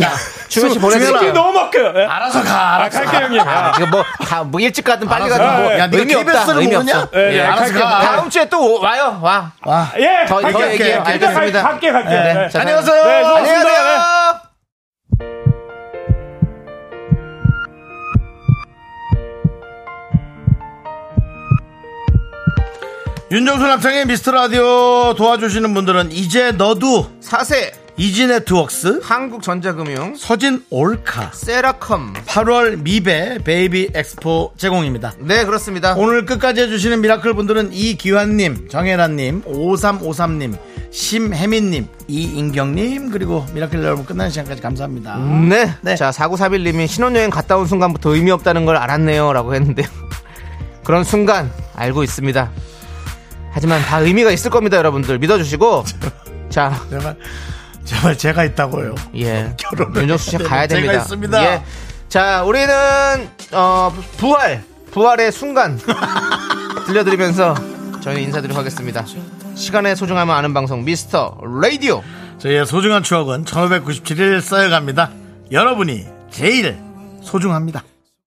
Speaker 1: 야,
Speaker 2: 충현 씨
Speaker 8: 솔직히
Speaker 2: 보내드릴게요.
Speaker 8: 너무 막혀요. 예.
Speaker 1: 알아서 가.
Speaker 8: 아,
Speaker 1: 알았어.
Speaker 8: 갈게요, 형님.
Speaker 2: 아, 이거 뭐, 다, 뭐 일찍 가든 빨리
Speaker 1: 알아서
Speaker 2: 가든
Speaker 1: 가.
Speaker 2: 뭐
Speaker 1: 야, 네가
Speaker 2: 의미 없다.
Speaker 1: KBS를
Speaker 2: 의미
Speaker 1: 모르냐?
Speaker 2: 없어.
Speaker 8: 예, 예,
Speaker 1: 알아서
Speaker 8: 갈게요.
Speaker 1: 가.
Speaker 2: 다음 주에 또 오- 와요. 와.
Speaker 1: 와.
Speaker 8: 예,
Speaker 2: 더, 더
Speaker 8: 갈게요.
Speaker 2: 얘기해요.
Speaker 8: 일단 갈-
Speaker 2: 알겠습니다.
Speaker 8: 갈게, 갈게.
Speaker 2: 네,
Speaker 8: 네.
Speaker 2: 자,
Speaker 1: 안녕하세요.
Speaker 8: 네, 수고하셨습니다.
Speaker 2: 안녕하세요. 네.
Speaker 1: 윤정수 남창의 미스터 라디오 도와주시는 분들은 이제 너도
Speaker 2: 사세
Speaker 1: 이지 네트웍스
Speaker 2: 한국전자금융
Speaker 1: 서진 올카
Speaker 2: 세라컴.
Speaker 1: 8월 미배 베이비 엑스포 제공입니다.
Speaker 2: 네, 그렇습니다.
Speaker 1: 오늘 끝까지 해주시는 미라클 분들은 이기환님, 정혜란님, 5353님, 심혜민님, 이인경님, 그리고 미라클 여러분 끝나는 시간까지 감사합니다.
Speaker 2: 네.
Speaker 1: 네.
Speaker 2: 자, 4941님이 신혼여행 갔다 온 순간부터 의미 없다는 걸 알았네요. 라고 했는데요. 그런 순간 알고 있습니다. 하지만 다 의미가 있을 겁니다, 여러분들. 믿어주시고. 자,
Speaker 1: 제발, 제발 제가 있다고요.
Speaker 2: 예.
Speaker 1: 결혼을
Speaker 2: 윤정수 씨
Speaker 1: 해야
Speaker 2: 가야
Speaker 1: 되는
Speaker 2: 됩니다.
Speaker 1: 제가 있습니다.
Speaker 2: 예. 자, 우리는, 어, 부활. 부활의 순간. 들려드리면서 저희 인사드리도록 하겠습니다. 시간의 소중함을 아는 방송, 미스터 라디오.
Speaker 1: 저희의 소중한 추억은 1597일 쌓여갑니다. 여러분이 제일 소중합니다.